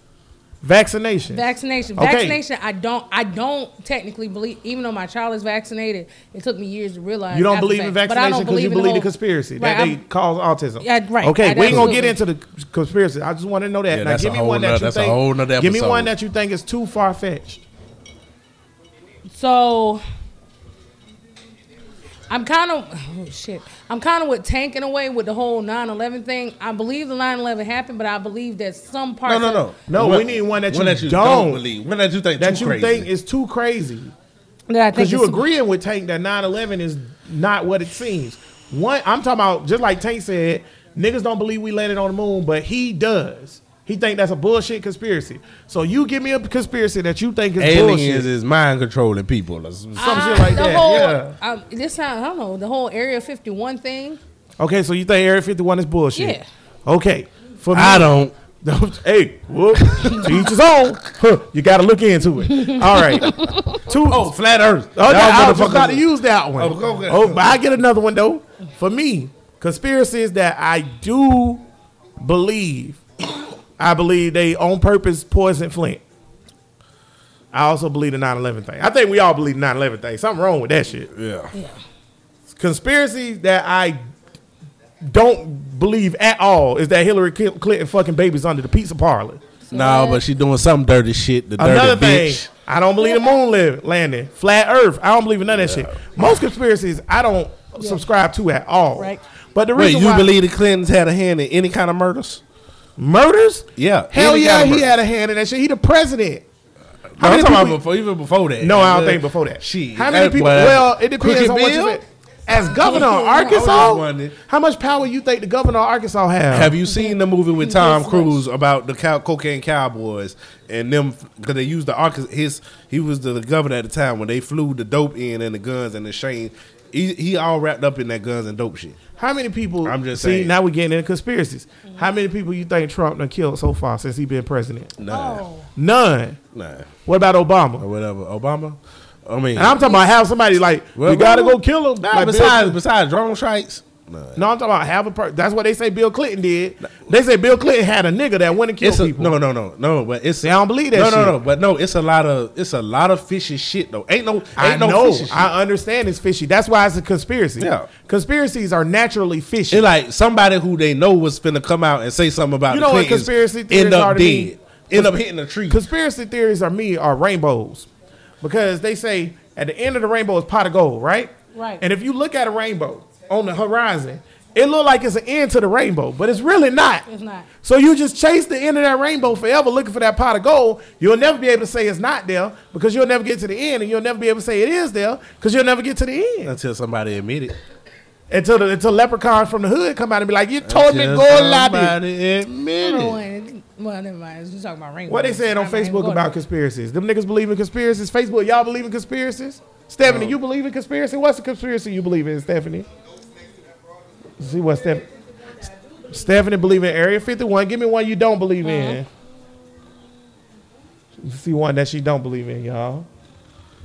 Speaker 3: Vaccination.
Speaker 4: vaccination.
Speaker 3: Okay.
Speaker 4: Vaccination I don't I don't technically believe even though my child is vaccinated it took me years to realize
Speaker 3: you don't
Speaker 4: after
Speaker 3: believe
Speaker 4: fact.
Speaker 3: in
Speaker 4: But I don't
Speaker 3: vaccination because you
Speaker 4: in
Speaker 3: believe the
Speaker 4: whole-
Speaker 3: conspiracy
Speaker 4: Right,
Speaker 3: that they
Speaker 4: I'm-
Speaker 3: cause autism.
Speaker 4: Yeah, right.
Speaker 3: Okay,
Speaker 4: I-
Speaker 3: we ain't gonna
Speaker 4: absolutely.
Speaker 3: get into the conspiracy. I just want to know that.
Speaker 5: Yeah,
Speaker 3: now
Speaker 5: that's
Speaker 3: give
Speaker 5: a
Speaker 3: me
Speaker 5: whole
Speaker 3: one that
Speaker 5: nother-
Speaker 3: you
Speaker 5: that's a
Speaker 3: think.
Speaker 5: whole nother
Speaker 3: give me
Speaker 5: episode.
Speaker 3: one that you think is too far fetched.
Speaker 4: So I'm kind of oh shit. I'm kind of with Tank in a way with the whole 9/11 thing. I believe the 9/11 happened, but I believe that some parts.
Speaker 5: No, no,
Speaker 4: of-
Speaker 5: no,
Speaker 3: No,
Speaker 5: One-
Speaker 3: we need one that you don't.
Speaker 5: believe. One that you think
Speaker 3: That
Speaker 5: too
Speaker 3: you
Speaker 5: crazy.
Speaker 3: think is too crazy.
Speaker 4: That I think
Speaker 3: Because you
Speaker 4: is-
Speaker 3: agreeing with Tank that 9-11 is not what it seems. One, I'm talking about just like Tank said, niggas don't believe we landed on the moon, but he does. He think that's a bullshit conspiracy. So you give me a conspiracy that you think is
Speaker 5: aliens
Speaker 3: bullshit.
Speaker 5: is mind controlling people. or some-
Speaker 3: some
Speaker 4: I-
Speaker 3: shit like
Speaker 4: Ah, the
Speaker 3: that.
Speaker 4: Whole,
Speaker 3: yeah.
Speaker 4: um, this time, I don't know the whole Area 51 thing.
Speaker 3: Okay, so you think Area 51 is bullshit?
Speaker 4: Yeah.
Speaker 3: Okay. For me,
Speaker 5: I don't.
Speaker 3: [laughs] hey, whoop, to each his own. Huh, you got to look into it. All
Speaker 4: [laughs]
Speaker 3: right. Two,
Speaker 5: Oh, flat Earth.
Speaker 3: Oh, no, I was
Speaker 5: Y'all
Speaker 3: just about to
Speaker 5: motherfuckers-
Speaker 3: use that one.
Speaker 5: Oh, go ahead.
Speaker 3: Oh, but I get another one though. For me, conspiracies that I do believe, I believe they on purpose poisoned Flint. I also believe the 9-11 thing. I think we all believe the 9-11 thing. Something wrong with that shit.
Speaker 5: Yeah.
Speaker 3: Conspiracies that I don't believe at all is that Hillary Cl- Clinton fucking babies under the pizza parlor.
Speaker 5: No, but she doing some dirty shit. The
Speaker 3: Another
Speaker 5: dirty
Speaker 3: thing,
Speaker 5: bitch.
Speaker 3: I don't believe the moon live, landing, flat Earth. I don't believe in none of that shit. Most conspiracies I don't subscribe to at all.
Speaker 4: Right.
Speaker 3: But the
Speaker 5: Wait,
Speaker 3: reason
Speaker 5: you
Speaker 3: why
Speaker 5: believe the Clintons had a hand in any kind of murders?
Speaker 3: murders?
Speaker 5: Yeah,
Speaker 3: Hell
Speaker 5: any
Speaker 3: yeah,
Speaker 5: kind of
Speaker 3: he
Speaker 5: murder.
Speaker 3: had a hand in that shit. He the president.
Speaker 5: No, I'm
Speaker 3: many
Speaker 5: talking about
Speaker 3: people-
Speaker 5: before, even before that.
Speaker 3: No, I don't
Speaker 5: Uh,
Speaker 3: think before that.
Speaker 5: Shit.
Speaker 3: How many
Speaker 5: that
Speaker 3: people?
Speaker 5: boy-
Speaker 3: Well, it depends
Speaker 5: Crooked
Speaker 3: on what
Speaker 5: Bill?
Speaker 3: you say. As governor of
Speaker 5: I was just
Speaker 3: Arkansas,
Speaker 5: wondering.
Speaker 3: how much power you think the governor of Arkansas have?
Speaker 5: Have you seen the movie with Tom Cruise about the cow, cocaine cowboys and them? Because they used the Arkansas. His he was the governor at the time when they flew the dope in and the guns and the chain. He, he all wrapped up in that guns and dope shit.
Speaker 3: how many people?
Speaker 5: I'm just
Speaker 3: see,
Speaker 5: saying.
Speaker 3: Now we're getting into conspiracies. How many people you think Trump done killed so far since he been president?
Speaker 5: Nah,
Speaker 3: Oh. None.
Speaker 5: nah,
Speaker 3: What about Obama?
Speaker 5: or whatever. Obama. I mean,
Speaker 3: And I'm talking about have somebody like
Speaker 5: Well,
Speaker 3: we gotta
Speaker 5: Obama-
Speaker 3: go kill him.
Speaker 5: nah,
Speaker 3: like Bill
Speaker 5: besides
Speaker 3: Clinton.
Speaker 5: besides drone strikes. Nah.
Speaker 3: no, I'm talking about have a person. That's what they say Bill Clinton did. They say Bill Clinton had a nigga that went and killed
Speaker 5: It's a,
Speaker 3: people.
Speaker 5: no, no, no, no, but it's
Speaker 3: See, I don't believe that
Speaker 5: no, no,
Speaker 3: shit.
Speaker 5: no, but no, it's a lot of it's a lot of fishy shit though. Ain't no, ain't
Speaker 3: I
Speaker 5: no
Speaker 3: know.
Speaker 5: fishy shit.
Speaker 3: I understand it's fishy. That's why it's a conspiracy.
Speaker 5: Yeah.
Speaker 3: Conspiracies are naturally fishy.
Speaker 5: It's like somebody who they know was finna come out and say something about
Speaker 3: You
Speaker 5: the
Speaker 3: know what
Speaker 5: Clintons
Speaker 3: conspiracy theories
Speaker 5: end
Speaker 3: are
Speaker 5: up
Speaker 3: to me?
Speaker 5: dead, end up hitting a tree.
Speaker 3: Conspiracy theories are me are rainbows because they say at the end of the rainbow is pot of gold, right?
Speaker 4: Right.
Speaker 3: And if you look at a rainbow on the horizon, it look like it's an end to the rainbow, but it's really not.
Speaker 4: It's not.
Speaker 3: So you just chase the end of that rainbow forever looking for that pot of gold. You'll never be able to say it's not there because you'll never get to the end, and you'll never be able to say it is there because you'll never get to the end.
Speaker 5: Until somebody admit it.
Speaker 3: Until the, until leprechauns from the hood come out and be like, you told me to
Speaker 5: Until
Speaker 3: go lobby.
Speaker 5: somebody admit
Speaker 4: Oh,
Speaker 5: it.
Speaker 4: and- Well, never mind. You talking about rainbow?
Speaker 3: What they saying on Facebook about conspiracies? Them niggas believe in conspiracies. Facebook, y'all believe in conspiracies? Stephanie, you believe in conspiracy? What's the conspiracy you believe in, Stephanie? See what Steph- Stephanie believe in Area 51. Give me one you don't believe in. See one that she don't believe in, y'all.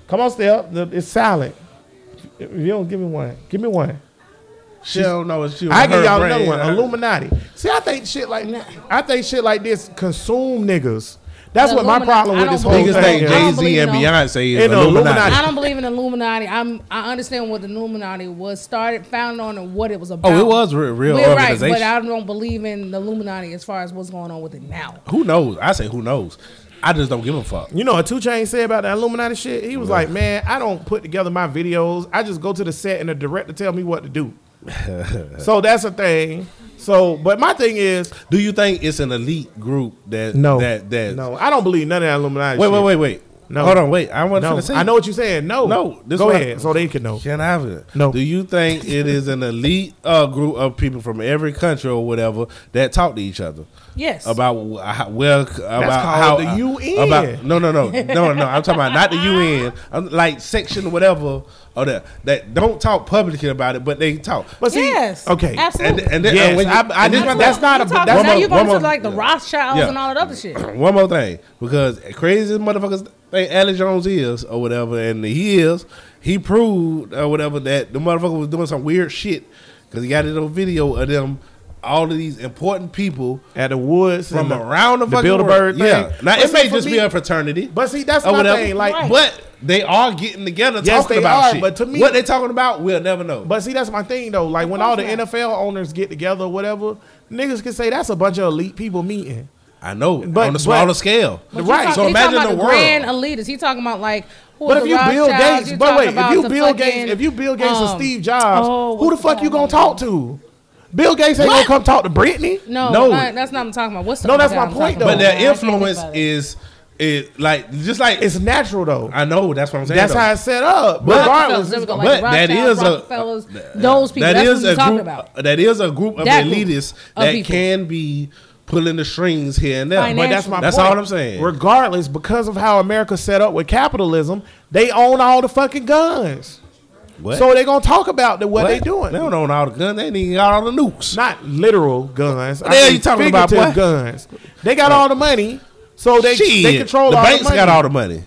Speaker 3: Come on, Steph. The- It's silent. If you don't give me one, give me one.
Speaker 5: She don't know what she
Speaker 3: I give
Speaker 5: her
Speaker 3: y'all
Speaker 5: brain,
Speaker 3: another one.
Speaker 5: her-
Speaker 3: Illuminati. See, I think shit like I think shit like this consume niggas. That's what my
Speaker 4: Illumina-
Speaker 3: problem
Speaker 4: I
Speaker 3: with
Speaker 4: don't
Speaker 3: this whole thing.
Speaker 4: believe
Speaker 5: Niggas think
Speaker 4: I don't
Speaker 5: Jay
Speaker 3: is.
Speaker 5: Z
Speaker 4: believe
Speaker 5: and
Speaker 4: no-
Speaker 5: Beyonce is
Speaker 3: In the
Speaker 5: Illuminati.
Speaker 3: Illuminati.
Speaker 4: I don't believe in Illuminati. I'm I understand what the Illuminati was started, founded on, and what it was about.
Speaker 5: Oh, it was a real, real
Speaker 4: We're
Speaker 5: organization.
Speaker 4: Right, but I don't believe in the Illuminati as far as what's going on with it now.
Speaker 5: who knows? I say who knows. I just don't give a fuck.
Speaker 3: You know what Two Chain said about that Illuminati shit? He was like, "Man, I don't put together my videos. I just go to the set and the director tell me what to do." so that's a thing. So, but my thing is,
Speaker 5: Do you think it's an elite group that
Speaker 3: no,
Speaker 5: that that
Speaker 3: no, I don't believe none of that Illuminati.
Speaker 5: Wait,
Speaker 3: shit.
Speaker 5: wait, wait, wait.
Speaker 3: No.
Speaker 5: Hold on, wait. I want
Speaker 3: No,
Speaker 5: to say
Speaker 3: I know what you're saying. No,
Speaker 5: No, this
Speaker 3: go
Speaker 5: one-
Speaker 3: ahead, so they can know.
Speaker 5: Can I have it?
Speaker 3: No.
Speaker 5: Do you think it is an elite uh, group of people from every country or whatever that talk to each other?
Speaker 4: Yes.
Speaker 5: About wh- how, well, c- about how uh,
Speaker 3: called the UN.
Speaker 5: About
Speaker 3: [laughs]
Speaker 5: no, no, no, no, no. I'm talking about not the UN. I'm like section whatever or that that don't talk publicly about it, but they talk.
Speaker 3: But see,
Speaker 4: yes.
Speaker 3: okay,
Speaker 5: And,
Speaker 4: Absolutely.
Speaker 5: and then,
Speaker 3: Yes,
Speaker 5: and when you-
Speaker 3: I- I
Speaker 5: and
Speaker 3: didn't- Absolutely.
Speaker 5: this- that's not
Speaker 4: you
Speaker 3: a-
Speaker 4: Talking,
Speaker 3: that's
Speaker 4: now
Speaker 5: one
Speaker 4: you're
Speaker 5: more-
Speaker 4: going
Speaker 5: one
Speaker 4: to
Speaker 5: more-
Speaker 4: like the
Speaker 5: yeah.
Speaker 4: Rothschilds
Speaker 5: Yeah.
Speaker 4: and all that other shit.
Speaker 5: one more thing because crazy as motherfuckers think Alex Jones is or whatever, and he is. He proved or whatever that the motherfucker was doing some weird shit because he got it on video of them. All of these important people
Speaker 3: at the woods and
Speaker 5: from
Speaker 3: the-
Speaker 5: around the, fucking
Speaker 3: Bilderberg
Speaker 5: world. Yeah,
Speaker 3: thing.
Speaker 5: now
Speaker 3: But
Speaker 5: it may
Speaker 3: see, for
Speaker 5: just
Speaker 3: me-
Speaker 5: be a fraternity,
Speaker 3: But see, that's
Speaker 5: or
Speaker 3: my
Speaker 5: whatever.
Speaker 3: thing, like- Right.
Speaker 5: but they are getting together
Speaker 3: Yes,
Speaker 5: talking
Speaker 3: they
Speaker 5: about
Speaker 3: are,
Speaker 5: shit.
Speaker 3: but to me-
Speaker 5: what they talking about, we'll never know.
Speaker 3: But see, that's my thing though. Like when all the NFL owners get together, or whatever, niggas can say that's a bunch of elite people meeting.
Speaker 5: I know
Speaker 3: But-
Speaker 5: on a
Speaker 3: but-
Speaker 5: smaller scale,
Speaker 4: But you
Speaker 3: Right.
Speaker 4: talk-
Speaker 5: So
Speaker 4: he
Speaker 5: imagine
Speaker 4: talking about
Speaker 5: the world.
Speaker 4: grand elites. He's talking about like. Who
Speaker 3: But
Speaker 4: are
Speaker 3: if
Speaker 4: the
Speaker 3: you Bill
Speaker 4: Rothschilds,
Speaker 3: Gates,
Speaker 4: you
Speaker 3: but
Speaker 4: talking
Speaker 3: wait, if
Speaker 4: about
Speaker 3: you
Speaker 4: the
Speaker 3: Bill
Speaker 4: fucking,
Speaker 3: Gates, if you Bill Gates or
Speaker 4: um,
Speaker 3: Steve Jobs,
Speaker 4: oh,
Speaker 3: who the
Speaker 4: what's
Speaker 3: fuck you gonna
Speaker 4: going
Speaker 3: talk
Speaker 4: on?
Speaker 3: to? Bill Gates ain't gonna come talk to Britney.
Speaker 4: No,
Speaker 5: No.
Speaker 4: not- that's not what I'm talking about. What's the
Speaker 3: No, that's
Speaker 4: other
Speaker 3: my
Speaker 4: guy I'm
Speaker 3: point,
Speaker 4: talking
Speaker 3: though.
Speaker 4: about?
Speaker 5: but their
Speaker 4: I can't think
Speaker 5: influence
Speaker 4: about it.
Speaker 5: is is like just like
Speaker 3: It's natural though.
Speaker 5: I know that's what I'm saying.
Speaker 3: that's
Speaker 5: though.
Speaker 3: how it's set up.
Speaker 5: But-
Speaker 3: Regardless,
Speaker 4: There we go,
Speaker 3: it's-
Speaker 4: like
Speaker 5: but
Speaker 4: Rothschild,
Speaker 5: that is a-
Speaker 4: Rockefellers, those people.
Speaker 5: That
Speaker 4: that's
Speaker 5: is
Speaker 4: what you're
Speaker 5: a
Speaker 4: talking
Speaker 5: group. uh,
Speaker 4: about.
Speaker 5: That is a group of
Speaker 4: That group
Speaker 5: elitists
Speaker 4: of
Speaker 5: that
Speaker 4: people.
Speaker 5: can be pulling the strings here and there.
Speaker 3: but that's my
Speaker 5: That's
Speaker 3: point.
Speaker 5: all I'm saying.
Speaker 3: Regardless, because of how America's set up with capitalism, they own all the fucking guns.
Speaker 5: What?
Speaker 3: So they gonna talk about the, what, they doing.
Speaker 5: They don't own all the guns. They ain't even got all the nukes.
Speaker 3: not literal guns.
Speaker 5: the hell
Speaker 3: mean
Speaker 5: you talking about,
Speaker 3: figurative
Speaker 5: boy?
Speaker 3: guns? They got all the money, so they
Speaker 5: Shit.
Speaker 3: they control
Speaker 5: the
Speaker 3: all
Speaker 5: banks
Speaker 3: the money.
Speaker 5: got all the money.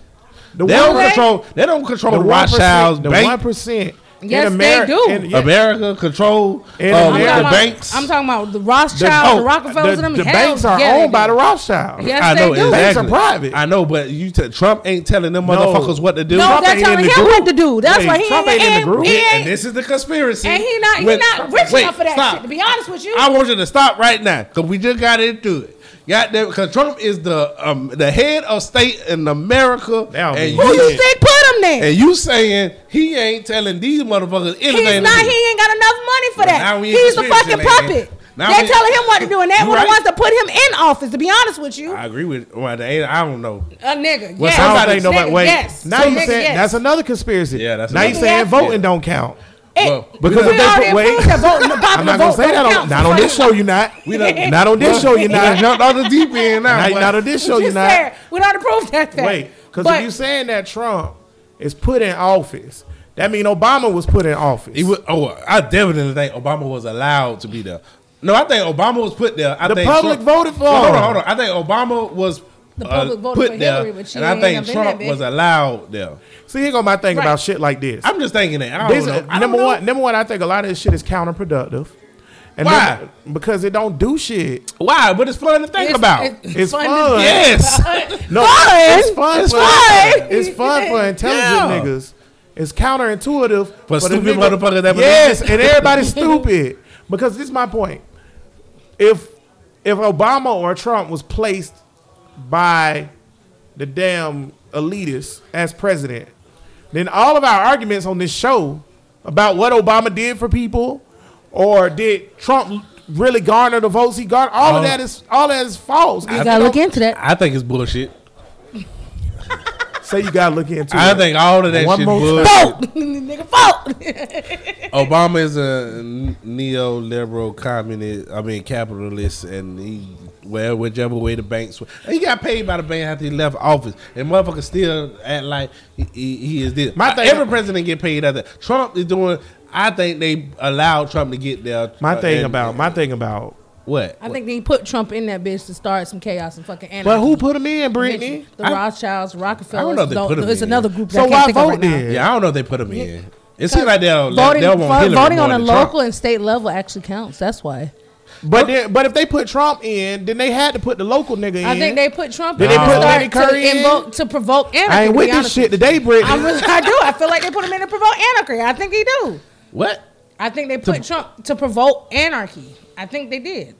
Speaker 3: the
Speaker 5: They
Speaker 3: one-
Speaker 5: don't control. They don't control the, Rothschilds.
Speaker 3: the
Speaker 5: bank.
Speaker 3: one percent.
Speaker 4: Yes, they do.
Speaker 5: America control
Speaker 3: In
Speaker 5: uh,
Speaker 3: America.
Speaker 4: I'm
Speaker 5: the
Speaker 4: talking about-
Speaker 5: banks.
Speaker 4: I'm talking about the Rothschilds,
Speaker 5: oh,
Speaker 4: the, Rockefellers,
Speaker 3: the,
Speaker 4: and them.
Speaker 3: the
Speaker 4: Hell,
Speaker 3: banks are
Speaker 4: yeah, they
Speaker 3: owned by
Speaker 4: do.
Speaker 3: the Rothschilds.
Speaker 4: Yes,
Speaker 5: I know
Speaker 4: they do.
Speaker 5: exactly.
Speaker 3: Banks are private.
Speaker 5: I know, but you t- Trump ain't telling them motherfuckers what to do.
Speaker 4: No,
Speaker 3: Trump
Speaker 4: they're
Speaker 3: ain't in
Speaker 4: telling him
Speaker 3: the
Speaker 4: what
Speaker 3: group.
Speaker 4: to do. That's
Speaker 3: Wait,
Speaker 4: why he
Speaker 3: Trump ain't
Speaker 4: ain't,
Speaker 3: in the
Speaker 4: and-
Speaker 3: group?
Speaker 4: He
Speaker 5: and
Speaker 4: ain't,
Speaker 5: this is the conspiracy.
Speaker 4: and he not he
Speaker 5: When-
Speaker 4: not rich
Speaker 5: Wait,
Speaker 4: enough for that
Speaker 5: stop.
Speaker 4: shit. To be honest with you,
Speaker 5: I want you to stop right now because we just got into it. Got there because Trump is the um, the head of state in America,
Speaker 3: Now,
Speaker 5: and
Speaker 3: man.
Speaker 4: who
Speaker 5: you,
Speaker 4: you think put him there?
Speaker 5: and you saying he ain't telling these motherfuckers anything.
Speaker 4: He's
Speaker 5: to
Speaker 4: not.
Speaker 5: do.
Speaker 4: He ain't got enough money for
Speaker 5: Well, now
Speaker 4: that.
Speaker 5: we in
Speaker 4: He's a
Speaker 5: conspiracy
Speaker 4: fucking
Speaker 5: land.
Speaker 4: puppet.
Speaker 5: Now
Speaker 4: They're
Speaker 5: we-
Speaker 4: telling him what to do, and they
Speaker 5: You
Speaker 4: were the
Speaker 5: right.
Speaker 4: ones that put him in office. To be honest with you,
Speaker 5: I agree with well, they, I don't know.
Speaker 4: a nigga.
Speaker 5: Well,
Speaker 4: yes.
Speaker 5: somebody
Speaker 4: Nigga,
Speaker 5: ain't nobody- wait,
Speaker 4: Yes.
Speaker 3: Now
Speaker 4: So
Speaker 3: you
Speaker 4: nigga,
Speaker 3: saying
Speaker 4: yes.
Speaker 3: that's another conspiracy.
Speaker 5: Yeah, that's
Speaker 3: now you
Speaker 5: another-
Speaker 3: saying
Speaker 4: Yeah.
Speaker 3: voting don't count.
Speaker 4: It-
Speaker 5: Well,
Speaker 3: Because
Speaker 4: we
Speaker 3: if they
Speaker 4: already
Speaker 3: put wait,
Speaker 4: proved that
Speaker 3: [laughs]
Speaker 4: voting, the
Speaker 3: I'm not gonna say that. On, not on this show, you not.
Speaker 5: We done-
Speaker 3: not on
Speaker 5: [laughs]
Speaker 3: this show, you not.
Speaker 5: jumped on the deep end
Speaker 3: Not,
Speaker 5: now.
Speaker 3: not on this show, you not.
Speaker 4: We don't approve that fact.
Speaker 3: Wait, because
Speaker 4: But
Speaker 3: if you saying that Trump is put in office, that mean Obama was put in office.
Speaker 5: He was, oh, I definitely think Obama was allowed to be there. No, I think Obama was put there. I
Speaker 3: The
Speaker 5: think
Speaker 3: public voted for
Speaker 5: No, hold on,
Speaker 3: him.
Speaker 5: hold on. I think Obama was
Speaker 4: The
Speaker 5: uh,
Speaker 4: public voted
Speaker 5: put
Speaker 4: for
Speaker 5: there,
Speaker 4: Hillary, but she
Speaker 5: and I
Speaker 4: ain't
Speaker 5: think
Speaker 4: never been
Speaker 5: Trump
Speaker 4: that bitch.
Speaker 5: was allowed there.
Speaker 3: See, here go my thing
Speaker 4: Right.
Speaker 3: about shit like this.
Speaker 5: I'm just thinking that. I don't
Speaker 3: This-
Speaker 5: know. I don't
Speaker 3: number
Speaker 5: know.
Speaker 3: one, number one, I think a lot of this shit is counterproductive. And
Speaker 5: Why?
Speaker 3: number- because it don't do shit.
Speaker 5: Why? But it's fun to think
Speaker 4: It's-
Speaker 5: about.
Speaker 4: it's-
Speaker 3: It's
Speaker 4: fun
Speaker 3: fun.
Speaker 4: to- [laughs]
Speaker 5: yes.
Speaker 3: No,
Speaker 4: Fun?
Speaker 3: it's fun.
Speaker 4: It's
Speaker 3: for,
Speaker 4: fun.
Speaker 3: It's fun
Speaker 4: [laughs]
Speaker 3: for intelligent
Speaker 5: Yeah.
Speaker 3: niggas. It's counterintuitive
Speaker 5: For
Speaker 3: the
Speaker 5: stupid
Speaker 3: nigga-
Speaker 5: motherfuckers that believe
Speaker 3: Yes,
Speaker 5: it.
Speaker 3: and
Speaker 5: [laughs]
Speaker 3: everybody's stupid because this is my point. If if Obama or Trump was placed by the damn elitists as president, then all of our arguments on this show about what Obama did for people or did Trump really garner the votes he garnered, all
Speaker 5: Oh.
Speaker 3: of that is all that is false.
Speaker 4: you gotta look into that.
Speaker 5: I think it's bullshit.
Speaker 3: Say you gotta look into
Speaker 5: I
Speaker 3: it.
Speaker 5: think all of that
Speaker 3: One
Speaker 5: shit
Speaker 3: more
Speaker 5: bullshit.
Speaker 4: Vote, [laughs] nigga, vote.
Speaker 5: Obama is a n- neoliberal communist. I mean capitalist, and he well whichever way the banks. were- He got paid by the bank after he left office, and motherfuckers still act like he, he, he is this.
Speaker 3: My
Speaker 5: My
Speaker 3: thing-
Speaker 5: every president get paid after Trump is doing. I think they allowed Trump to get there.
Speaker 3: My
Speaker 5: uh,
Speaker 3: thing
Speaker 5: and-
Speaker 3: about my thing about.
Speaker 5: what?
Speaker 4: I think they put Trump in that bitch to start some chaos and fucking anarchy.
Speaker 3: But who put him in,
Speaker 4: The
Speaker 3: Brittany?
Speaker 5: I-
Speaker 4: Rothschilds, Rockefellers.
Speaker 5: I don't know if they put 'em
Speaker 4: it's
Speaker 5: in.
Speaker 4: another group.
Speaker 3: So
Speaker 4: that
Speaker 3: why
Speaker 4: I can't think of
Speaker 3: vote
Speaker 4: right now.
Speaker 3: then?
Speaker 5: Yeah, I don't know if they put him in. It seems like they'll
Speaker 4: voting,
Speaker 5: they'll want
Speaker 4: vo-
Speaker 5: Hillary
Speaker 4: voting
Speaker 5: more
Speaker 4: on a
Speaker 5: than
Speaker 4: local
Speaker 5: Trump.
Speaker 4: and state level actually counts. That's why.
Speaker 3: But then, but if they put Trump in, then they had to put the local nigga in.
Speaker 4: I think they put Trump
Speaker 3: Did
Speaker 4: in
Speaker 3: they
Speaker 4: to
Speaker 3: put
Speaker 4: start
Speaker 3: Lenny Curry
Speaker 4: to,
Speaker 3: in?
Speaker 4: invoke, to provoke anarchy.
Speaker 3: I ain't
Speaker 4: to
Speaker 3: with
Speaker 4: be
Speaker 3: this
Speaker 4: honest
Speaker 3: shit
Speaker 4: with you.
Speaker 3: today, Brittany.
Speaker 4: I, really, I do. I feel like they put him in to provoke anarchy. I think they do.
Speaker 5: What
Speaker 4: I think they put Trump to provoke anarchy. I think they did.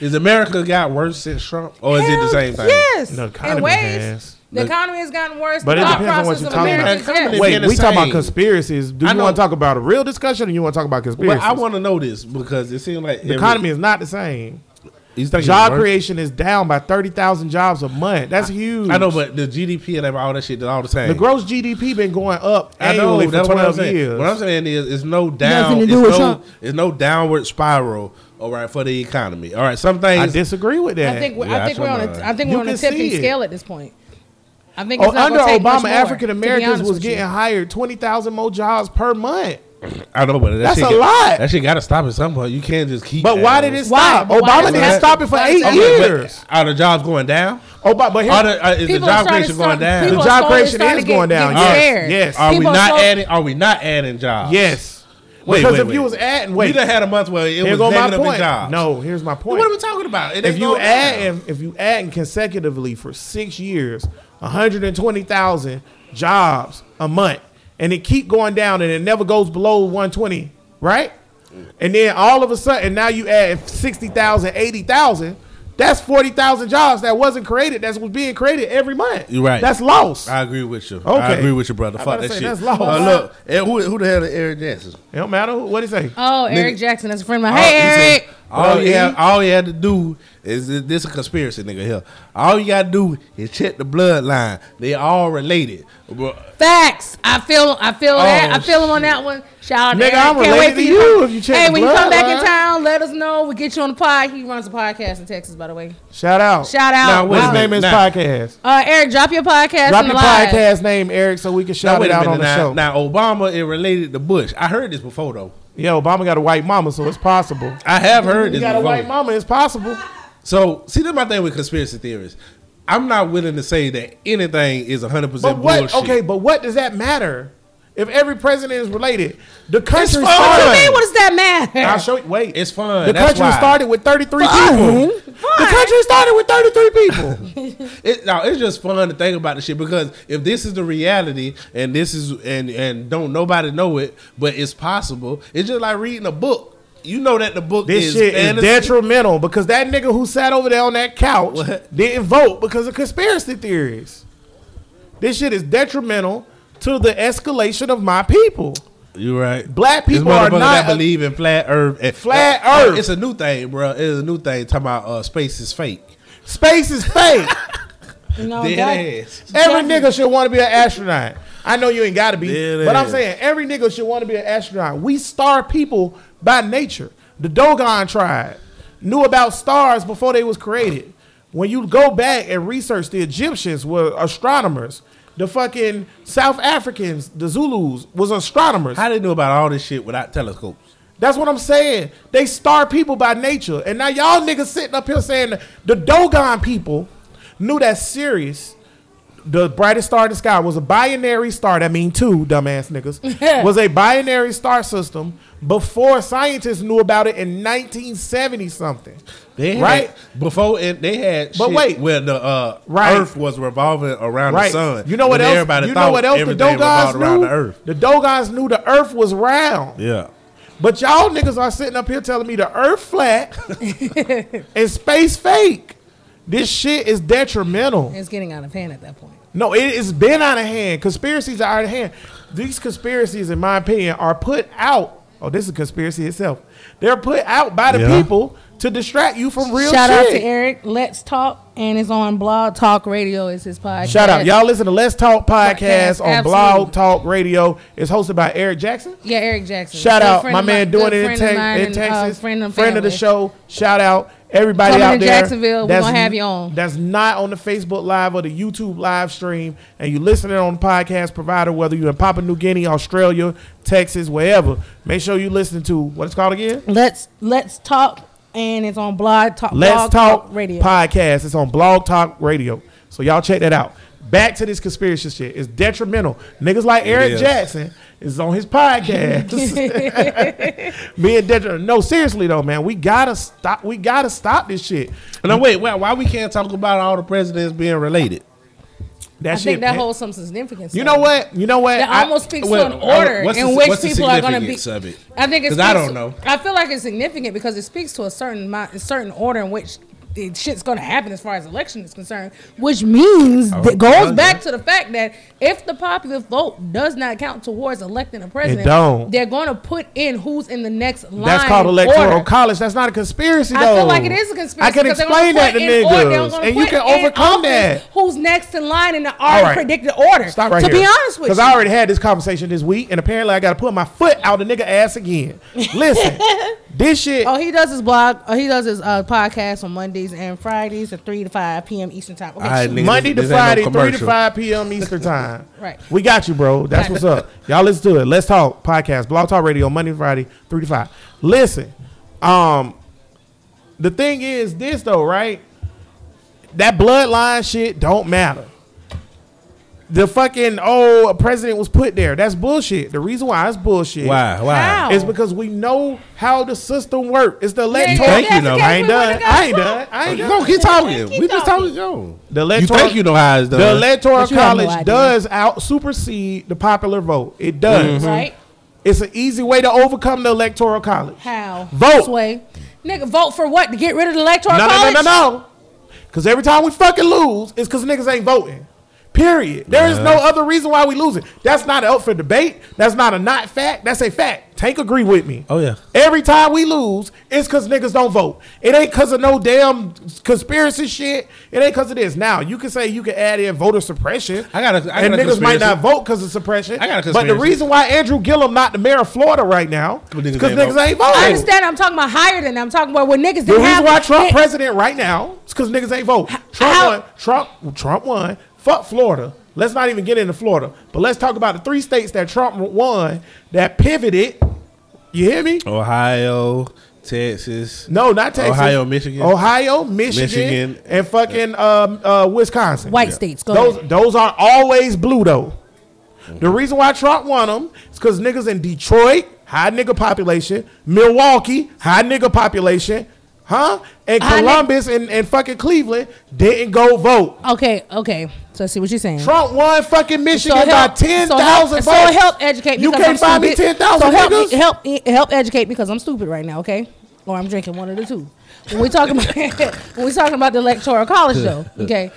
Speaker 5: is America got worse since Trump, or is it the
Speaker 4: Hell,
Speaker 5: same thing?
Speaker 4: Yes.
Speaker 3: No, the
Speaker 4: In
Speaker 3: economy
Speaker 4: ways,
Speaker 3: has.
Speaker 4: The
Speaker 5: Look-
Speaker 4: economy has gotten worse.
Speaker 3: But
Speaker 4: the
Speaker 3: it
Speaker 4: thought
Speaker 3: depends on what
Speaker 4: process
Speaker 3: you're
Speaker 4: of
Speaker 3: talking
Speaker 4: America is
Speaker 5: about.
Speaker 4: yes.
Speaker 3: [laughs]
Speaker 5: They
Speaker 3: Wait,
Speaker 5: being the
Speaker 3: we talking about
Speaker 5: same.
Speaker 3: conspiracies. Do
Speaker 5: I
Speaker 3: you want
Speaker 5: know.
Speaker 3: to talk about a real discussion, or you want to talk about
Speaker 5: Well,
Speaker 3: conspiracies?
Speaker 5: I want to know this because it seems like
Speaker 3: the economy is not the same.
Speaker 5: He's thinking
Speaker 3: Job
Speaker 5: worse.
Speaker 3: creation is down by thirty thousand jobs a month. That's huge.
Speaker 5: I know, but the GDP and all that shit, they're all the same.
Speaker 3: the gross GDP been going up
Speaker 5: I know
Speaker 3: annually for
Speaker 5: that's what I'm
Speaker 3: twelve
Speaker 5: saying.
Speaker 3: years.
Speaker 5: What I'm saying is, it's no down,
Speaker 4: Nothing to
Speaker 5: it's
Speaker 4: do with
Speaker 5: no,
Speaker 4: Trump.
Speaker 5: it's no downward spiral. All right, for the economy. All right, some things.
Speaker 3: I disagree with that.
Speaker 4: I think we're,
Speaker 5: Yeah,
Speaker 4: I
Speaker 5: I
Speaker 4: think we're on
Speaker 5: should've-
Speaker 4: a I think
Speaker 3: You
Speaker 4: we're on a
Speaker 3: can
Speaker 4: tipping
Speaker 3: see it.
Speaker 4: scale at this point. I think it's
Speaker 3: Oh,
Speaker 4: not
Speaker 3: under
Speaker 4: gonna take much
Speaker 3: Obama,
Speaker 4: more,
Speaker 3: African
Speaker 4: to be
Speaker 3: Americans
Speaker 4: honest
Speaker 3: was
Speaker 4: with you.
Speaker 3: getting hired twenty thousand more jobs per month.
Speaker 5: I know, but that
Speaker 3: That's
Speaker 5: shit
Speaker 3: a
Speaker 5: got-
Speaker 3: lot.
Speaker 5: That shit got to stop at some point. You can't just keep.
Speaker 3: But why
Speaker 5: adding.
Speaker 3: did it
Speaker 4: Why?
Speaker 3: stop?
Speaker 4: But why
Speaker 3: Obama
Speaker 4: did
Speaker 3: didn't
Speaker 5: it
Speaker 3: stop it for
Speaker 4: stop?
Speaker 3: eight
Speaker 4: Okay,
Speaker 5: but
Speaker 3: years.
Speaker 5: Are the jobs going down?
Speaker 3: Obama, but here,
Speaker 5: Are the, uh, is the
Speaker 4: People
Speaker 5: job
Speaker 4: are starting
Speaker 5: creation
Speaker 4: to
Speaker 5: going
Speaker 4: start-
Speaker 5: down?
Speaker 4: people
Speaker 3: The
Speaker 4: are
Speaker 3: job
Speaker 4: slowly
Speaker 3: creation
Speaker 4: starting
Speaker 3: is
Speaker 4: to get-
Speaker 3: going down.
Speaker 4: get
Speaker 3: Yes,
Speaker 4: scared.
Speaker 3: yes.
Speaker 5: Are we
Speaker 4: People
Speaker 5: not
Speaker 4: slow-
Speaker 5: adding? Are we not adding jobs?
Speaker 3: yes.
Speaker 5: Wait,
Speaker 3: because
Speaker 5: wait,
Speaker 3: if
Speaker 5: wait.
Speaker 3: you was adding,
Speaker 5: We
Speaker 3: wait,
Speaker 5: done had a month where it
Speaker 3: here
Speaker 5: was
Speaker 3: go my
Speaker 5: negative in
Speaker 3: point.
Speaker 5: jobs.
Speaker 3: No, here's my point.
Speaker 5: What are we talking about? It
Speaker 3: if
Speaker 5: ain't
Speaker 3: you
Speaker 5: going
Speaker 3: add
Speaker 5: down.
Speaker 3: if, if you add consecutively for six years, one hundred and twenty thousand jobs a month, and it keep going down, and it never goes below one twenty, right? And then all of a sudden, now you add 60,000, 80,000. That's forty thousand jobs that wasn't created. That was being created every month.
Speaker 5: You're right.
Speaker 3: That's lost.
Speaker 5: I agree with you. I
Speaker 3: Okay.
Speaker 5: agree with you, brother.
Speaker 3: I
Speaker 5: Fuck
Speaker 3: about
Speaker 5: that
Speaker 3: to say,
Speaker 5: shit.
Speaker 3: that's low.
Speaker 5: Uh, look, eh, who, who the hell is Eric Johnson?
Speaker 3: it don't matter who- what he say.
Speaker 4: Oh, Eric
Speaker 5: Nigga.
Speaker 4: Jackson, that's a friend of
Speaker 3: Oh,
Speaker 5: All-
Speaker 4: mine. Hey,
Speaker 5: he said,
Speaker 4: Eric.
Speaker 5: All
Speaker 3: What
Speaker 5: you
Speaker 3: up,
Speaker 5: have,
Speaker 3: E?
Speaker 5: all you had to do is this, this a conspiracy, nigga. Here, all you gotta do is check the bloodline. They all related. Bro,
Speaker 4: Facts. I feel. I feel that. I
Speaker 5: Oh,
Speaker 4: feel him on that one. Shout out
Speaker 3: Nigga,
Speaker 4: to Eric.
Speaker 3: I'm
Speaker 4: Can't
Speaker 3: related
Speaker 4: wait for
Speaker 3: to
Speaker 4: you.
Speaker 3: you if you check
Speaker 4: hey,
Speaker 3: the
Speaker 4: when you come back in
Speaker 3: bloodline.
Speaker 4: town, let us know. We will get you on the pod. He runs a podcast in Texas, by the way.
Speaker 3: Shout out.
Speaker 4: Shout
Speaker 5: Now,
Speaker 4: out.
Speaker 5: wait a
Speaker 3: His
Speaker 4: Wow.
Speaker 5: minute.
Speaker 3: name is
Speaker 5: Now.
Speaker 3: podcast.
Speaker 4: Uh, Eric, drop your podcast.
Speaker 3: Drop
Speaker 4: in
Speaker 3: your
Speaker 4: the live.
Speaker 3: podcast name, Eric, so we can
Speaker 5: now
Speaker 3: shout
Speaker 5: wait
Speaker 3: it
Speaker 5: a
Speaker 3: out on
Speaker 5: minute.
Speaker 3: the
Speaker 5: Now,
Speaker 3: show.
Speaker 5: now Obama it related to Bush. I heard this before though.
Speaker 3: Yeah, Obama got a white mama, so it's possible.
Speaker 5: I have heard
Speaker 3: He
Speaker 5: this
Speaker 3: got a
Speaker 5: before.
Speaker 3: white mama, it's possible.
Speaker 5: So see, that's my thing with conspiracy theorists. I'm not willing to say that anything is 100
Speaker 3: But
Speaker 5: percent
Speaker 3: what?
Speaker 5: bullshit.
Speaker 3: Okay, but what does that matter? If every president is related, the country
Speaker 5: fun. What
Speaker 4: What do
Speaker 3: started.
Speaker 4: you mean? What does that matter?
Speaker 3: I'll show you. Wait,
Speaker 5: it's fun.
Speaker 3: the
Speaker 5: That's
Speaker 3: country
Speaker 5: why.
Speaker 3: started with thirty-three
Speaker 4: Fun.
Speaker 3: people. The
Speaker 4: Fun.
Speaker 3: country started with
Speaker 5: [laughs]
Speaker 3: thirty-three people.
Speaker 5: It, no, it's just fun to think about the shit because if this is the reality and this is and and don't nobody know it, but it's possible. It's just like reading a book. You know that the book
Speaker 3: This
Speaker 5: is
Speaker 3: shit
Speaker 5: fantasy.
Speaker 3: is detrimental because that nigga who sat over there on that couch
Speaker 5: What?
Speaker 3: didn't vote because of conspiracy theories. This shit is detrimental to the escalation of my people.
Speaker 5: You right.
Speaker 3: Black people
Speaker 5: It's
Speaker 3: are
Speaker 5: motherfuckers
Speaker 3: not-
Speaker 5: that believe in flat Earth. and-
Speaker 3: Flat
Speaker 5: Uh,
Speaker 3: Earth.
Speaker 5: It's a new thing, bro. It's a new thing. Talking about uh, space is fake.
Speaker 3: Space is fake.
Speaker 4: No,
Speaker 5: Dead
Speaker 4: that,
Speaker 5: ass.
Speaker 3: Every
Speaker 4: Definitely.
Speaker 3: nigga should want to be an astronaut. I know you ain't got to be,
Speaker 5: Yeah,
Speaker 3: but I'm
Speaker 5: yeah.
Speaker 3: saying every nigga should want to be an astronaut. We star people by nature. The Dogon tribe knew about stars before they was created. When you go back and research, the Egyptians were astronomers. The fucking South Africans, the Zulus, was astronomers.
Speaker 5: How they know about all this shit without telescopes?
Speaker 3: That's what I'm saying. They star people by nature. And now y'all niggas sitting up here saying the Dogon people knew that Sirius, the brightest star in the sky, was a binary star. That mean two, dumbass niggas. was a binary star system before scientists knew about it in 1970 something.
Speaker 5: They had,
Speaker 3: Right.
Speaker 5: before and they had.
Speaker 3: But
Speaker 5: shit
Speaker 3: wait.
Speaker 5: where the uh,
Speaker 3: Right.
Speaker 5: Earth was revolving around
Speaker 3: Right.
Speaker 5: the sun.
Speaker 3: You know what
Speaker 5: when
Speaker 3: else?
Speaker 5: Everybody
Speaker 3: you
Speaker 5: thought
Speaker 3: know what else the
Speaker 5: everything
Speaker 3: Dogons
Speaker 5: revolved around
Speaker 3: knew?
Speaker 5: the Earth.
Speaker 3: The Dogons knew the Earth was round.
Speaker 5: Yeah.
Speaker 3: But y'all niggas are sitting up here telling me the earth
Speaker 4: [laughs]
Speaker 3: flat and space fake. This shit is detrimental.
Speaker 4: it's getting out of hand at that point.
Speaker 3: No, it, it's been out of hand. Conspiracies are out of hand. These conspiracies, in my opinion, are put out. Oh, this is a conspiracy itself. They're put out by the
Speaker 5: Yeah.
Speaker 3: people to distract you from real
Speaker 4: Shout
Speaker 3: shit.
Speaker 4: out to Eric. Let's talk, and it's on Blog Talk Radio. Is his podcast?
Speaker 3: Shout out. Y'all listen to Let's Talk Podcast
Speaker 4: Podcast,
Speaker 3: on
Speaker 4: absolutely.
Speaker 3: Blog Talk Radio. It's hosted by Eric Jackson.
Speaker 4: Yeah, Eric Jackson.
Speaker 3: Shout
Speaker 4: Good
Speaker 3: out
Speaker 4: friend
Speaker 3: my
Speaker 4: of
Speaker 3: man
Speaker 4: mine-
Speaker 3: doing
Speaker 4: good
Speaker 3: it in,
Speaker 4: friend of
Speaker 3: Tex-
Speaker 4: mine
Speaker 3: in
Speaker 4: and, uh,
Speaker 3: Texas.
Speaker 4: friend and
Speaker 3: friend of the
Speaker 4: family.
Speaker 3: show. Shout out everybody
Speaker 4: Coming
Speaker 3: out
Speaker 4: to
Speaker 3: there.
Speaker 4: Jacksonville, we gonna have you on.
Speaker 3: That's not on the Facebook Live or the YouTube live stream, and you listening on the podcast provider, whether you're in Papua New Guinea, Australia, Texas, wherever. Make sure you listen to what it's called again.
Speaker 4: Let's let's talk, and it's on Blog Talk.
Speaker 3: Let's
Speaker 4: Blog
Speaker 3: Talk,
Speaker 4: Radio.
Speaker 3: podcast. It's on Blog Talk Radio. So y'all check that out. Back to this conspiracy shit. It's detrimental. Niggas like Eric
Speaker 5: is.
Speaker 3: Jackson is on his
Speaker 4: [laughs]
Speaker 3: podcast. [laughs] Being detrimental. No, seriously though, man, we gotta stop. We gotta stop this shit.
Speaker 5: And then wait, why, why we can't talk about all the presidents being related?
Speaker 3: That
Speaker 4: I
Speaker 3: shit.
Speaker 4: think that
Speaker 3: man.
Speaker 4: holds some significance.
Speaker 3: you
Speaker 4: to
Speaker 3: know
Speaker 4: it.
Speaker 3: what? You know what?
Speaker 4: That
Speaker 3: I-
Speaker 4: almost speaks
Speaker 5: well,
Speaker 4: to an order
Speaker 5: what's
Speaker 4: in
Speaker 5: the-
Speaker 4: which
Speaker 5: what's the
Speaker 4: people are going to be.
Speaker 5: significance of it?
Speaker 4: I think it's.
Speaker 5: 'Cause I don't know.
Speaker 4: I feel like it's significant because it speaks to a certain amount, a certain order in which the shit's going to happen as far as election is concerned, which means that goes
Speaker 5: Oh, okay.
Speaker 4: back to the fact that if the popular vote does not count towards electing a president,
Speaker 3: don't.
Speaker 4: they're going to put in who's in the next line.
Speaker 3: That's called
Speaker 4: in
Speaker 3: electoral
Speaker 4: order.
Speaker 3: college. That's not a conspiracy, though.
Speaker 4: I feel like it is a conspiracy.
Speaker 3: I can
Speaker 4: 'cause they're gonna
Speaker 3: explain that to
Speaker 4: put in order- they're
Speaker 3: niggas,
Speaker 4: gonna
Speaker 3: and you
Speaker 4: put
Speaker 3: can
Speaker 4: in
Speaker 3: overcome
Speaker 4: office
Speaker 3: that.
Speaker 4: Who's next in line in the
Speaker 3: All
Speaker 4: already
Speaker 3: right.
Speaker 4: predicted order?
Speaker 3: Stop right
Speaker 4: to
Speaker 3: here.
Speaker 4: be honest with you,
Speaker 3: Because I already had this conversation this week, and apparently I got to put my foot out the nigga ass again.
Speaker 4: [laughs]
Speaker 3: Listen, this shit.
Speaker 4: Oh, he does his blog. Uh, he does his uh, podcast on Mondays and Fridays at three to five p.m. Eastern time. Okay,
Speaker 5: All right,
Speaker 4: shoot.
Speaker 5: nigga.
Speaker 3: Monday to
Speaker 5: This ain't no
Speaker 3: Friday, 3 to
Speaker 5: commercial.
Speaker 3: 5 p.m.
Speaker 4: [laughs]
Speaker 3: Eastern Time.
Speaker 4: Right.
Speaker 3: We got you, bro. That's what's up. Y'all listen to it. Let's talk podcast, Blog Talk Radio, Monday to Friday, 3 to 5. Listen, um, the thing is this, though, right? That bloodline shit don't matter. The fucking, oh, a president was put there. That's bullshit. The reason why it's bullshit.
Speaker 5: Why? Why?
Speaker 4: How?
Speaker 3: It's because we know how the system works. It's the
Speaker 4: Nigga,
Speaker 3: electoral.
Speaker 5: you think
Speaker 4: that's
Speaker 5: you
Speaker 4: the
Speaker 5: know.
Speaker 4: case
Speaker 5: I
Speaker 3: ain't
Speaker 4: we wouldn't
Speaker 3: done.
Speaker 4: have got
Speaker 3: I ain't
Speaker 4: fucked.
Speaker 3: done. I ain't done.
Speaker 5: No, keep talking.
Speaker 4: Keep
Speaker 5: we just
Speaker 4: talking.
Speaker 5: talking. Yo.
Speaker 3: The
Speaker 5: you
Speaker 3: electoral-
Speaker 5: think you know how it's done?
Speaker 3: The electoral
Speaker 4: But you have no
Speaker 3: college
Speaker 4: idea.
Speaker 3: does out supersede the popular vote. It does.
Speaker 5: Mm-hmm.
Speaker 4: Right?
Speaker 3: It's an easy way to overcome the electoral college.
Speaker 4: How?
Speaker 3: Vote.
Speaker 4: This way, nigga. Vote for what? To get rid of the electoral
Speaker 3: No, no, no,
Speaker 4: college?
Speaker 3: no, no. Because every time we fucking lose, it's because niggas ain't voting. Period. There is no other reason why we lose it. That's not up for debate. That's not a not fact. That's a fact. Tank agree with me.
Speaker 5: Oh, yeah.
Speaker 3: Every time we lose, it's because niggas don't vote. It ain't because of no damn conspiracy shit. It ain't because of this. Now you can say you can add in voter suppression.
Speaker 5: I got a- I
Speaker 3: and
Speaker 5: got a
Speaker 3: niggas might
Speaker 5: conspiracy.
Speaker 3: not vote because of suppression.
Speaker 5: I got a
Speaker 3: But the
Speaker 5: conspiracy.
Speaker 3: reason why Andrew Gillum not the mayor of Florida right now
Speaker 5: Because
Speaker 3: because
Speaker 5: niggas
Speaker 3: niggas,
Speaker 5: ain't vote.
Speaker 3: ain't voting.
Speaker 4: I understand. I'm talking about higher than that. I'm talking about when niggas
Speaker 3: The reason
Speaker 4: didn't have.
Speaker 3: why Trump
Speaker 4: they-
Speaker 3: president right now is because niggas ain't vote. Trump
Speaker 4: how-
Speaker 3: won. Trump Trump won. Fuck Florida. Let's not even get into Florida, but let's talk about the three states that Trump won that pivoted. You hear me?
Speaker 5: Ohio, Texas.
Speaker 3: No, not Texas.
Speaker 5: Ohio, Michigan.
Speaker 3: Ohio, Michigan,
Speaker 5: Michigan.
Speaker 3: and fucking um, uh, Wisconsin.
Speaker 4: White states, go
Speaker 3: those
Speaker 4: ahead.
Speaker 3: those are always blue though. The reason why Trump won them is because niggas in Detroit high nigga population, Milwaukee high nigga population, huh? And
Speaker 4: High ni-
Speaker 3: Columbus and, and fucking Cleveland didn't go vote.
Speaker 4: Okay, okay. So I see what you're saying.
Speaker 3: Trump won fucking Michigan by ten thousand
Speaker 4: so
Speaker 3: votes.
Speaker 4: help, So help educate me.
Speaker 3: You
Speaker 4: 'cause
Speaker 3: can't
Speaker 4: I'm
Speaker 3: find me
Speaker 4: stupid.
Speaker 3: ten thousand
Speaker 4: So help,
Speaker 3: niggas.
Speaker 4: me- help, me- help educate because I'm stupid right now, okay? Or
Speaker 3: [laughs]
Speaker 4: I'm [laughs] drinking one of the two. When we talking about when we talking about the electoral college though, okay?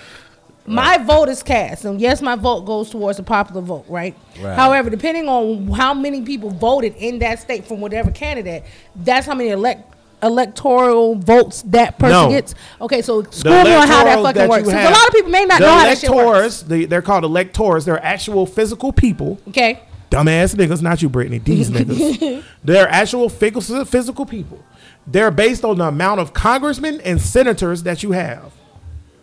Speaker 4: My vote is cast, and yes, my vote goes towards the popular vote, right?
Speaker 5: Right.
Speaker 4: However, depending on how many people voted in that state from whatever candidate, that's how many elect electoral votes that person
Speaker 3: No.
Speaker 4: gets. Okay, so school me on how that
Speaker 3: electorals
Speaker 4: fucking
Speaker 3: you
Speaker 4: works. 'Cause
Speaker 3: have-
Speaker 4: a lot of people may not
Speaker 3: the
Speaker 4: know how that shit works.
Speaker 3: electors, the- they're called electors. They're actual physical people.
Speaker 4: Okay,
Speaker 3: Dumbass niggas, not you, Brittany.
Speaker 4: [laughs]
Speaker 3: These niggas. They're actual physical, physical people. They're based on the amount of congressmen and senators that you have.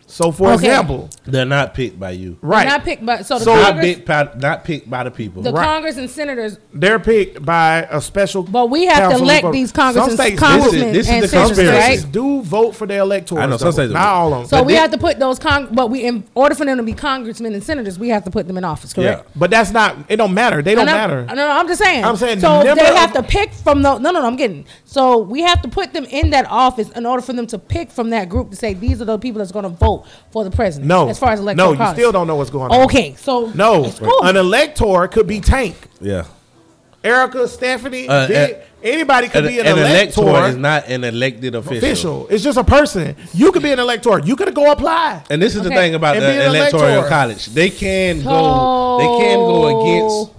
Speaker 3: So, for
Speaker 4: Okay.
Speaker 3: example,
Speaker 5: They're not picked by you.
Speaker 3: right,
Speaker 4: Not picked by so the
Speaker 3: So-
Speaker 5: Not,
Speaker 4: Congress,
Speaker 5: picked by, not picked by the people.
Speaker 4: the
Speaker 3: right.
Speaker 4: Congress and senators
Speaker 3: they're picked by a special.
Speaker 4: But we have to
Speaker 3: council
Speaker 4: elect
Speaker 3: vote.
Speaker 4: these congressmen-
Speaker 3: Some states,
Speaker 4: congressmen
Speaker 3: this is-
Speaker 5: this is
Speaker 4: and
Speaker 5: the
Speaker 4: senators,
Speaker 3: some
Speaker 5: conspiracy.
Speaker 4: right?
Speaker 3: states do vote for their electors.
Speaker 5: I know, some
Speaker 3: though.
Speaker 5: states do.
Speaker 3: Not all of them.
Speaker 4: So
Speaker 5: But
Speaker 4: we
Speaker 5: thi-
Speaker 4: have to put those con, but we in order for them to be congressmen and senators, we have to put them in office, correct?
Speaker 5: Yeah.
Speaker 3: But that's not. It don't matter. They don't
Speaker 4: And I'm-
Speaker 3: matter.
Speaker 4: No, no, I'm just saying.
Speaker 3: I'm saying the
Speaker 4: so they
Speaker 3: number
Speaker 4: have
Speaker 3: of-
Speaker 4: to pick from the. No, no, no. I'm getting. So we have to put them in that office in order for them to pick from that group to say these are the people that's going to vote for the president.
Speaker 3: No.
Speaker 4: as far as
Speaker 3: No,
Speaker 4: electoral
Speaker 3: you
Speaker 4: college.
Speaker 3: still don't know what's going on.
Speaker 4: Okay, so
Speaker 3: No,
Speaker 4: it's cool.
Speaker 3: an elector could be Tank,
Speaker 5: yeah.
Speaker 3: Erica, Stephanie,
Speaker 5: Uh,
Speaker 3: Vic,
Speaker 5: uh,
Speaker 3: anybody could
Speaker 5: An,
Speaker 3: be an,
Speaker 5: an
Speaker 3: elector,
Speaker 5: elector is not an elected official.
Speaker 3: official. It's just a person. You could be an elector. You could go apply.
Speaker 5: And this is the
Speaker 4: Okay.
Speaker 5: thing about
Speaker 3: And be
Speaker 5: the
Speaker 3: an
Speaker 5: electoral
Speaker 3: elector.
Speaker 5: college. They can go. They can go against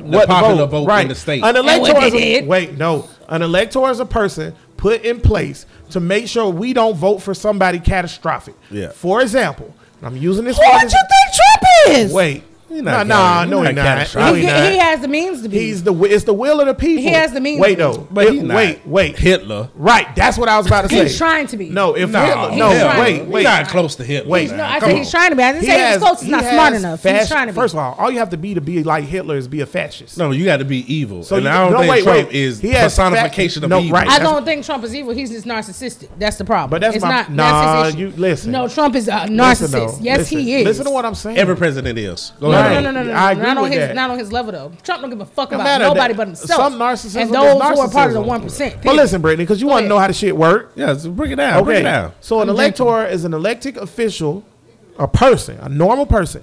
Speaker 5: the
Speaker 3: What
Speaker 5: popular vote, in the state.
Speaker 3: An elector
Speaker 4: what
Speaker 3: is
Speaker 4: they
Speaker 3: a,
Speaker 4: did.
Speaker 3: wait, no. An elector is a person put in place to make sure we don't vote for somebody catastrophic.
Speaker 5: Yeah.
Speaker 3: For example, I'm using this.
Speaker 4: Who
Speaker 3: for
Speaker 4: would you
Speaker 3: this-
Speaker 4: think Trump is?
Speaker 3: Wait.
Speaker 5: not
Speaker 3: nah, nah, no,
Speaker 5: catastrophic. He
Speaker 3: he not.
Speaker 5: not
Speaker 3: No,
Speaker 5: catastrophic.
Speaker 4: he,
Speaker 3: he not.
Speaker 4: he has the means to be.
Speaker 3: He's the wi- it's the will of the people.
Speaker 4: He has the means
Speaker 3: Wait
Speaker 4: to be.
Speaker 3: though.
Speaker 5: But he
Speaker 3: If-
Speaker 5: not.
Speaker 3: wait, wait.
Speaker 5: Hitler.
Speaker 3: Right. That's what I was about to say.
Speaker 4: He's trying to be.
Speaker 3: No, if
Speaker 5: Nah,
Speaker 3: Hitler. No,
Speaker 4: He's trying to
Speaker 3: wait,
Speaker 4: be.
Speaker 5: He
Speaker 3: wait.
Speaker 5: not close to Hitler.
Speaker 3: Wait.
Speaker 4: no,
Speaker 5: man.
Speaker 4: I
Speaker 5: Come
Speaker 4: said
Speaker 5: on.
Speaker 4: he's trying to be. I didn't
Speaker 3: He
Speaker 4: say he was
Speaker 3: has-
Speaker 4: close. He's
Speaker 3: he
Speaker 4: not
Speaker 3: has
Speaker 4: smart enough. He's
Speaker 3: fasc-
Speaker 4: trying to be.
Speaker 3: First of all, all you have to be to be like Hitler is be a fascist.
Speaker 5: No, you got to be evil.
Speaker 3: So
Speaker 5: and
Speaker 3: you-
Speaker 5: I don't
Speaker 3: no,
Speaker 5: think
Speaker 3: wait,
Speaker 5: Trump
Speaker 3: wait.
Speaker 5: is
Speaker 3: He has
Speaker 5: personification
Speaker 3: fact-
Speaker 5: of
Speaker 3: no,
Speaker 5: evil.
Speaker 3: right.
Speaker 4: I
Speaker 3: That's-
Speaker 4: don't think Trump is evil. He's just narcissistic. That's the problem.
Speaker 3: But that's
Speaker 4: it's
Speaker 3: my-
Speaker 4: not.
Speaker 3: Nah,
Speaker 4: that's his issue.
Speaker 3: you- listen.
Speaker 4: No, Trump is a
Speaker 3: Listen,
Speaker 4: narcissist.
Speaker 3: though.
Speaker 4: yes,
Speaker 3: Listen.
Speaker 4: he is.
Speaker 3: Listen to what I'm saying.
Speaker 5: Every president is. Go
Speaker 4: No,
Speaker 5: ahead.
Speaker 4: no, no, no, no, no.
Speaker 3: I agree
Speaker 4: not on
Speaker 3: with
Speaker 4: his,
Speaker 3: that.
Speaker 4: not on his level though. Trump don't give a fuck about
Speaker 3: matter
Speaker 4: nobody
Speaker 3: that-
Speaker 4: but himself.
Speaker 3: Some narcissism
Speaker 4: and
Speaker 3: is
Speaker 4: those who are part of the
Speaker 3: narcissism.
Speaker 4: one percent.
Speaker 3: But listen, Brittany, because you want to
Speaker 4: ahead.
Speaker 3: know how the shit work.
Speaker 5: Yeah, so bring it down. Bring it
Speaker 3: Okay.
Speaker 5: down.
Speaker 3: So an elector is an elected official, a person, a normal person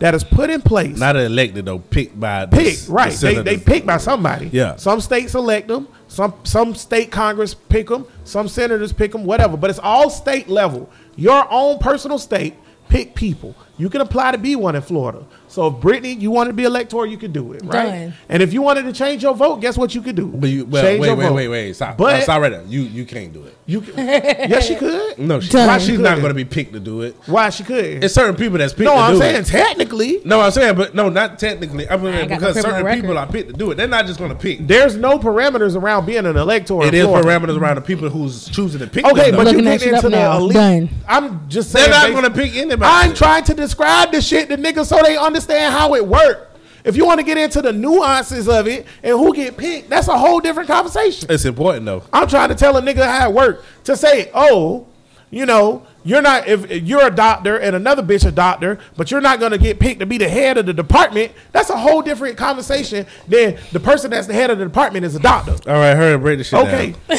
Speaker 3: that is put in place.
Speaker 5: Not elected though, picked by the
Speaker 3: picked,
Speaker 5: s- the
Speaker 3: right? They, they
Speaker 5: senators.
Speaker 3: picked by somebody.
Speaker 5: Yeah.
Speaker 3: Some states elect them. Some some state Congress pick them. Some senators pick them. Whatever. But it's all state level. Your own personal state pick people. You can apply to be one in Florida. So if Brittany, you wanted to be elector, you could do it, right?
Speaker 4: Done.
Speaker 3: And if you wanted to change your vote, guess what you could do?
Speaker 5: But you, well,
Speaker 3: Change
Speaker 5: wait,
Speaker 3: your
Speaker 5: wait,
Speaker 3: vote.
Speaker 5: wait, uh, wait, Stop.
Speaker 3: But
Speaker 5: But stop right there. You you can't do it.
Speaker 3: you, can- yes, she could.
Speaker 5: No, she,
Speaker 4: Done.
Speaker 5: why she's not
Speaker 3: Good.
Speaker 5: going to be picked to do it.
Speaker 3: Why she could?
Speaker 5: It's certain people that's picked
Speaker 3: no,
Speaker 5: to
Speaker 3: I'm
Speaker 5: do
Speaker 3: saying
Speaker 5: it.
Speaker 3: technically.
Speaker 5: No, I'm saying, but no, not technically. I mean,
Speaker 4: ain't got no
Speaker 5: because certain
Speaker 4: criminal
Speaker 5: people are
Speaker 4: record.
Speaker 5: picked to do it. They're not just going to pick.
Speaker 3: There's no parameters around being an elector. in
Speaker 5: It is
Speaker 3: Florida.
Speaker 5: parameters around the people who's choosing to pick.
Speaker 3: Okay,
Speaker 5: them,
Speaker 3: but
Speaker 5: though.
Speaker 3: you
Speaker 4: Looking that
Speaker 3: get
Speaker 4: shit up
Speaker 3: into the
Speaker 4: now.
Speaker 3: elite.
Speaker 4: Done.
Speaker 3: I'm just
Speaker 5: They're
Speaker 3: saying
Speaker 5: not
Speaker 3: basi-
Speaker 5: gonna pick anybody.
Speaker 3: I'm trying to describe the shit to niggas so they understand how it works. If you want to get into the nuances of it and who get picked, that's a whole different conversation.
Speaker 5: it's important though.
Speaker 3: I'm trying to tell a nigga how it works to say, oh, you know, you're not if you're a doctor and another bitch a doctor, but you're not gonna get picked to be the head of the department. That's a whole different conversation than the person that's the head of the department is a doctor.
Speaker 5: All right, hurry, up, break the shit
Speaker 3: Okay.
Speaker 4: [laughs]
Speaker 5: down.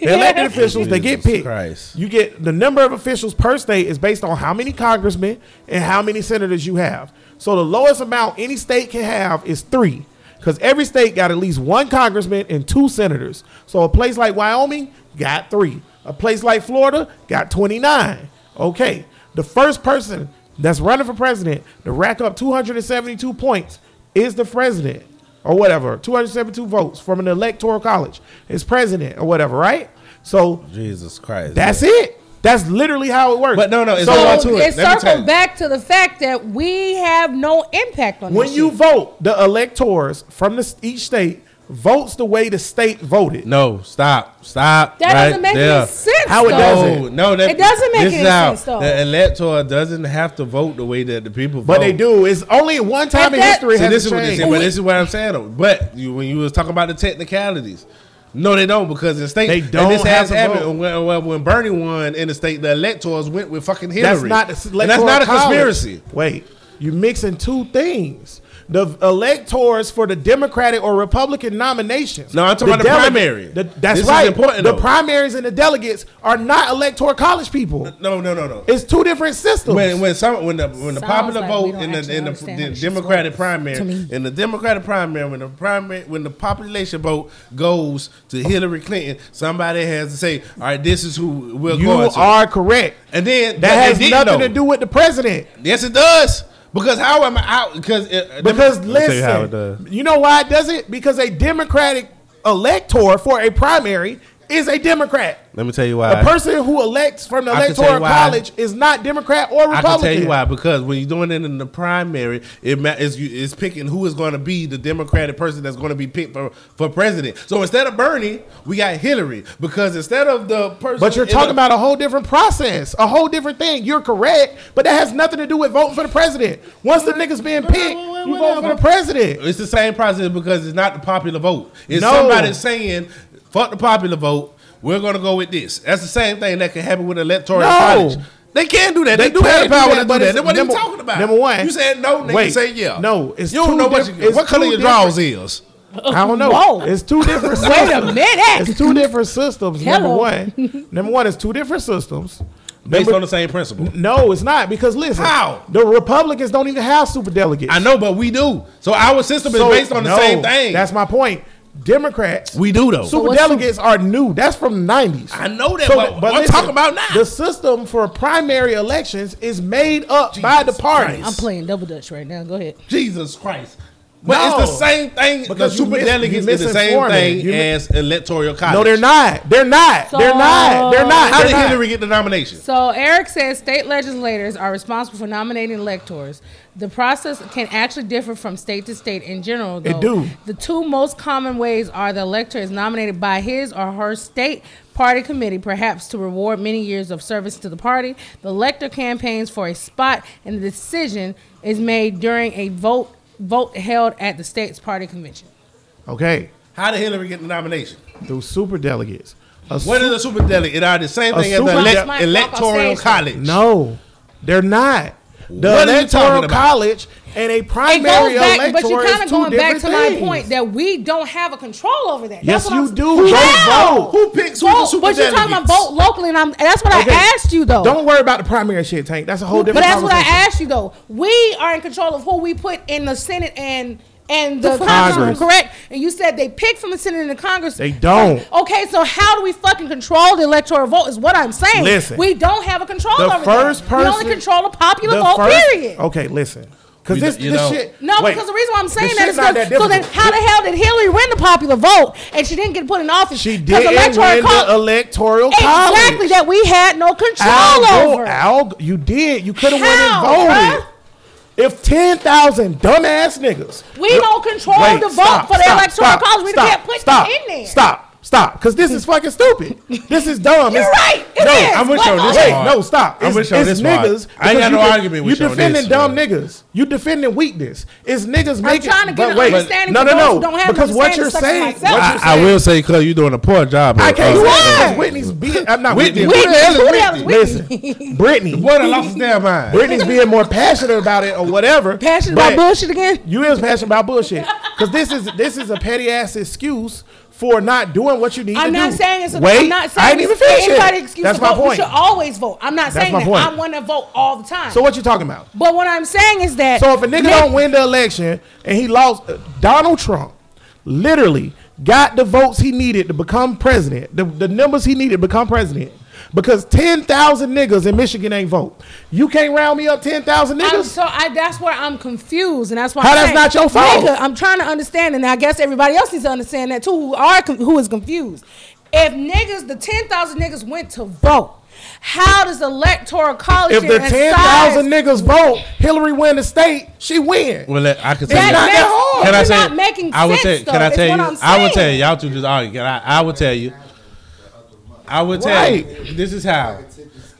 Speaker 3: The elected officials, they get
Speaker 5: Jesus
Speaker 3: picked.
Speaker 5: Christ.
Speaker 3: You get the number of officials per state is based on how many congressmen and how many senators you have. So the lowest amount any state can have is three. Because every state got at least one congressman and two senators. So a place like Wyoming got three. A place like Florida got 29. Okay. The first person that's running for president to rack up 272 points is the president or whatever. 272 votes from an electoral college is president or whatever, right? So
Speaker 5: Jesus Christ.
Speaker 3: that's it. That's literally how it works.
Speaker 5: But no, no, it's
Speaker 3: so
Speaker 5: all
Speaker 4: So
Speaker 5: about to it.
Speaker 4: it
Speaker 5: Let me tell you.
Speaker 4: circles back to the fact that we have no impact on
Speaker 3: when
Speaker 4: this
Speaker 3: you
Speaker 4: shit.
Speaker 3: vote, the electors from the, s- each state votes the way the state voted.
Speaker 5: No, stop, stop.
Speaker 4: That
Speaker 5: right
Speaker 4: doesn't make
Speaker 5: there.
Speaker 4: any sense.
Speaker 3: How it
Speaker 4: though.
Speaker 3: does
Speaker 5: No, no, that,
Speaker 4: It doesn't make
Speaker 5: this
Speaker 4: any
Speaker 5: is how
Speaker 4: sense, though.
Speaker 5: The elector doesn't have to vote the way that the people vote.
Speaker 3: But they do. It's only one time
Speaker 4: But
Speaker 3: in
Speaker 4: that-
Speaker 3: history
Speaker 5: See,
Speaker 3: has
Speaker 5: this
Speaker 3: it
Speaker 5: is what they
Speaker 3: changed.
Speaker 5: said, but this is what I'm saying. Though. But you, when you was talking about the technicalities, no, they don't because the state
Speaker 3: They
Speaker 5: and
Speaker 3: don't
Speaker 5: this
Speaker 3: have
Speaker 5: has
Speaker 3: to
Speaker 5: happened
Speaker 3: vote.
Speaker 5: when, when- when Bernie won in the state, the electors went with fucking Hillary.
Speaker 3: That's not the s-
Speaker 5: and that's
Speaker 3: electoral
Speaker 5: not a
Speaker 3: college.
Speaker 5: conspiracy.
Speaker 3: Wait, you're mixing two things. the electors for the Democratic or Republican nominations.
Speaker 5: No, I'm talking about the primary.
Speaker 3: the- that's
Speaker 5: This is
Speaker 3: right.
Speaker 5: important,
Speaker 3: the
Speaker 5: though.
Speaker 3: primaries and the delegates are not electoral college people.
Speaker 5: No, no, no, no.
Speaker 3: It's two different systems.
Speaker 5: when when some when the when the
Speaker 4: Sounds
Speaker 5: popular
Speaker 4: like we
Speaker 5: vote
Speaker 4: don't
Speaker 5: in the
Speaker 4: actually
Speaker 5: in the,
Speaker 4: understand
Speaker 5: the
Speaker 4: what she's
Speaker 5: Democratic
Speaker 4: voting
Speaker 5: primary
Speaker 4: to me.
Speaker 5: in the Democratic primary when the primary when the population vote goes to Hillary Clinton, somebody has to say, "All right, this is who we're
Speaker 3: you
Speaker 5: going to."
Speaker 3: are correct.
Speaker 5: and then but they
Speaker 3: That has
Speaker 5: didn't
Speaker 3: nothing
Speaker 5: know.
Speaker 3: to do with the president.
Speaker 5: Yes, it does. Because how am I out? Because uh,
Speaker 3: Because
Speaker 5: let me-
Speaker 3: listen, you, know why it does it? Because a Democratic elector for a primary is a Democrat.
Speaker 5: Let me tell you
Speaker 3: The
Speaker 5: why.
Speaker 3: person who elects from the
Speaker 5: I can tell you
Speaker 3: electoral
Speaker 5: why.
Speaker 3: college is not Democrat or Republican.
Speaker 5: I can tell you why because when you're doing it in the primary, it ma- is you is picking who is going to be the Democratic person that's going to be picked for, for president. So instead of Bernie, we got Hillary because instead of the person,
Speaker 3: But you're
Speaker 5: in
Speaker 3: talking
Speaker 5: the-
Speaker 3: about a whole different process, a whole different thing. You're correct, but that has nothing to do with voting for the president. Once the niggas being picked, you vote for the president.
Speaker 5: It's the same process because it's not the popular vote. It's
Speaker 3: No.
Speaker 5: somebody saying, "Fuck the popular vote. We're going to go with this." That's the same thing that can happen with electoral
Speaker 3: No.
Speaker 5: college. They can do that. They, do have
Speaker 3: can
Speaker 5: the power
Speaker 3: do
Speaker 5: to
Speaker 3: that, but
Speaker 5: do that.
Speaker 3: it's-
Speaker 5: They wasn't even
Speaker 3: number-
Speaker 5: talking about. it.
Speaker 3: number one,
Speaker 5: you said no. Nigga
Speaker 3: wait,
Speaker 5: say yeah.
Speaker 3: no, it's
Speaker 5: you don't
Speaker 3: two
Speaker 5: know what,
Speaker 3: diff-
Speaker 5: you,
Speaker 3: it's
Speaker 5: what color
Speaker 3: two
Speaker 5: your draws is.
Speaker 3: I don't know.
Speaker 4: Whoa.
Speaker 3: It's two different systems.
Speaker 4: Wait a minute.
Speaker 3: It's two different systems.
Speaker 4: Hello.
Speaker 3: Number
Speaker 4: [laughs]
Speaker 3: one. Number one is two different systems.
Speaker 5: Based
Speaker 3: Number-
Speaker 5: on the same principle.
Speaker 3: No, it's not because listen,
Speaker 5: How?
Speaker 3: the Republicans don't even have superdelegates.
Speaker 5: I know, but we do. So our system is
Speaker 3: So,
Speaker 5: based on the
Speaker 3: no,
Speaker 5: same thing.
Speaker 3: That's my point. Democrats,
Speaker 5: we do though.
Speaker 4: So what's
Speaker 3: superdelegates are new. That's from the 90s.
Speaker 5: I know that,
Speaker 3: So,
Speaker 5: but, I'm
Speaker 3: listen,
Speaker 5: talking about now.
Speaker 3: The system for primary elections is made up by the
Speaker 5: Jesus
Speaker 3: parties.
Speaker 5: Christ.
Speaker 4: I'm playing double dutch right now. Go ahead.
Speaker 5: Jesus Christ. But it's the
Speaker 3: No.
Speaker 5: same thing.
Speaker 3: Because
Speaker 5: the
Speaker 3: you mis-
Speaker 5: superdelegates
Speaker 3: you
Speaker 5: is the same
Speaker 3: misinforming.
Speaker 5: thing
Speaker 3: You mi-
Speaker 5: as electoral college.
Speaker 3: No, they're not. They're not. they're not. They're not.
Speaker 5: How
Speaker 3: They're
Speaker 5: did
Speaker 3: not.
Speaker 5: Hillary get the nomination?
Speaker 4: So Eric says state legislators are responsible for nominating electors. The process can actually differ from state to state in general. Though.
Speaker 3: It do.
Speaker 4: The two most common ways are the elector is nominated by his or her state party committee, perhaps to reward many years of service to the party. The elector campaigns for a spot, and the decision is made during a vote vote held at the state's party convention.
Speaker 3: Okay.
Speaker 5: How did Hillary get the nomination?
Speaker 3: Through superdelegates. A
Speaker 5: What
Speaker 3: su-
Speaker 5: is a superdelegate? It are the same
Speaker 3: A
Speaker 5: thing as the
Speaker 3: super-
Speaker 5: elec-
Speaker 4: That's my fuck,
Speaker 5: electoral
Speaker 4: I'm saying.
Speaker 5: college.
Speaker 3: No, they're not. The
Speaker 5: What are you talking
Speaker 3: electoral
Speaker 5: about?
Speaker 3: college and a
Speaker 4: It
Speaker 3: primary
Speaker 4: goes back, but
Speaker 3: elector
Speaker 4: you're kind
Speaker 3: is
Speaker 4: of
Speaker 3: two
Speaker 4: going back
Speaker 3: different
Speaker 4: to
Speaker 3: things.
Speaker 4: my point that we don't have a control over that.
Speaker 3: Yes,
Speaker 4: That's what
Speaker 3: you
Speaker 4: I'm-
Speaker 3: do. Go
Speaker 4: How?
Speaker 3: vote.
Speaker 5: Who picks who
Speaker 4: vote,
Speaker 5: the
Speaker 4: Oh, but you're talking about
Speaker 5: superdelegates?
Speaker 4: vote locally, and I'm, and that's what
Speaker 3: Okay.
Speaker 4: I asked you though.
Speaker 3: Don't worry about the primary shit, Tank. That's a whole
Speaker 4: but
Speaker 3: different.
Speaker 4: that's what I
Speaker 3: conversation.
Speaker 4: asked you though. We are in control of who we put in the Senate and and the,
Speaker 3: fuck?
Speaker 4: Congress,
Speaker 3: Congress.
Speaker 4: correct? And you said they pick from the Senate and the Congress. Uh,
Speaker 3: They don't.
Speaker 4: Okay, so how do we fucking control the electoral vote? Is what I'm saying.
Speaker 3: Listen.
Speaker 4: we don't have a control
Speaker 3: The
Speaker 4: over
Speaker 3: first
Speaker 4: that. We only
Speaker 3: person-
Speaker 4: control the popular
Speaker 3: The
Speaker 4: vote.
Speaker 3: first-
Speaker 4: period.
Speaker 3: Okay, listen. Because
Speaker 5: We
Speaker 3: this,
Speaker 5: don't- you
Speaker 3: this
Speaker 5: don't.
Speaker 3: shit.
Speaker 4: No,
Speaker 3: wait.
Speaker 4: because the reason why I'm saying
Speaker 3: This
Speaker 4: that
Speaker 3: shit's
Speaker 4: is
Speaker 3: not that
Speaker 4: because so then
Speaker 3: difficult.
Speaker 4: how the hell did Hillary win the popular vote and she didn't get put in office?
Speaker 3: She
Speaker 4: 'Cause
Speaker 3: didn't win
Speaker 4: col-
Speaker 3: the electoral college.
Speaker 4: exactly that we had no control
Speaker 3: Al,
Speaker 4: over.
Speaker 3: Gore- Al, Gore- you did. You could have went and
Speaker 4: How,
Speaker 3: voted.
Speaker 4: bruh?
Speaker 3: If ten thousand dumbass niggas,
Speaker 4: We don't control
Speaker 3: Wait,
Speaker 4: the vote for the electoral college. We can't put
Speaker 3: stop,
Speaker 4: them in there.
Speaker 3: Stop, stop, because this is fucking stupid. This is dumb.
Speaker 4: You're
Speaker 3: It's-
Speaker 4: right. It
Speaker 3: no,
Speaker 4: is.
Speaker 3: I'm with
Speaker 4: What
Speaker 3: you on
Speaker 4: the-
Speaker 3: this.
Speaker 4: Wait,
Speaker 3: Wait, no, stop.
Speaker 5: I'm
Speaker 3: It's-
Speaker 5: with you on
Speaker 3: it's
Speaker 5: this one.
Speaker 3: niggas.
Speaker 5: I ain't
Speaker 3: because
Speaker 5: got no
Speaker 3: you de-
Speaker 5: argument
Speaker 3: you.
Speaker 5: with you on
Speaker 3: defending
Speaker 5: this
Speaker 3: dumb
Speaker 5: one.
Speaker 3: niggas. You defending weakness. It's niggas making.
Speaker 4: trying to get
Speaker 3: but
Speaker 4: an
Speaker 3: wait,
Speaker 4: understanding
Speaker 3: No,
Speaker 4: for
Speaker 3: no,
Speaker 4: those
Speaker 3: no.
Speaker 4: who don't have an
Speaker 3: because what
Speaker 4: understanding
Speaker 3: you're
Speaker 4: such as
Speaker 3: saying,
Speaker 4: myself.
Speaker 3: what
Speaker 4: I-
Speaker 3: you're
Speaker 5: I, I
Speaker 3: saying-
Speaker 5: will say, because you're doing a poor job.
Speaker 3: I
Speaker 5: of-
Speaker 3: can't.
Speaker 5: of-
Speaker 3: You
Speaker 4: are.
Speaker 3: are. Whitney's being. I'm not
Speaker 5: Whitney.
Speaker 3: Whitney.
Speaker 5: Who the hell is
Speaker 4: Who the hell
Speaker 5: Whitney?
Speaker 4: is Whitney?
Speaker 3: Listen, Brittany.
Speaker 5: What a lost their mind.
Speaker 3: Brittany's being more passionate about it or whatever.
Speaker 4: Passionate
Speaker 3: but
Speaker 4: about bullshit again?
Speaker 3: You is passionate about bullshit because this is this is a petty ass excuse for not doing what you need
Speaker 4: I'm
Speaker 3: to
Speaker 4: not
Speaker 3: do.
Speaker 4: saying it's a,
Speaker 3: Wait,
Speaker 4: I'm not saying
Speaker 3: I ain't even
Speaker 4: it's
Speaker 3: finished.
Speaker 4: anybody's excuse
Speaker 3: That's
Speaker 4: to
Speaker 3: my
Speaker 4: vote. You
Speaker 3: point.
Speaker 4: should always vote. I'm not
Speaker 3: That's
Speaker 4: saying
Speaker 3: my
Speaker 4: that.
Speaker 3: point.
Speaker 4: I want to vote all the time.
Speaker 3: So what you talking about?
Speaker 4: but what I'm saying is that
Speaker 3: So if a nigga don't win the election and he lost, uh, Donald Trump literally got the votes he needed to become president, the, the numbers he needed to become president. Because 10,000 niggas in Michigan ain't vote. You can't round me up 10,000
Speaker 4: I'm,
Speaker 3: niggas?
Speaker 4: so I, that's where I'm confused, and that's why.
Speaker 3: How
Speaker 4: I'm
Speaker 3: that's
Speaker 4: saying,
Speaker 3: not your fault?
Speaker 4: Nigga, I'm trying to understand, and I guess everybody else needs to understand that too. Who are con- who is confused? If niggas, the ten thousand niggas went to vote, how does electoral college
Speaker 3: if the
Speaker 4: and
Speaker 3: 10,000
Speaker 4: size-
Speaker 3: niggas vote, Hillary win the state, she win.
Speaker 5: Well, let- I can
Speaker 4: That
Speaker 5: tell you.
Speaker 3: not that hard.
Speaker 5: Can I
Speaker 4: You're
Speaker 5: say?
Speaker 4: not making
Speaker 5: I would
Speaker 4: sense,
Speaker 5: tell. Can
Speaker 4: though,
Speaker 5: I
Speaker 4: is
Speaker 5: tell
Speaker 4: what
Speaker 5: you?
Speaker 4: I'm
Speaker 5: I would tell
Speaker 4: saying.
Speaker 5: you. Y'all two just argue. Can I, I would tell you. I would tell you.
Speaker 3: Right.
Speaker 5: This is how.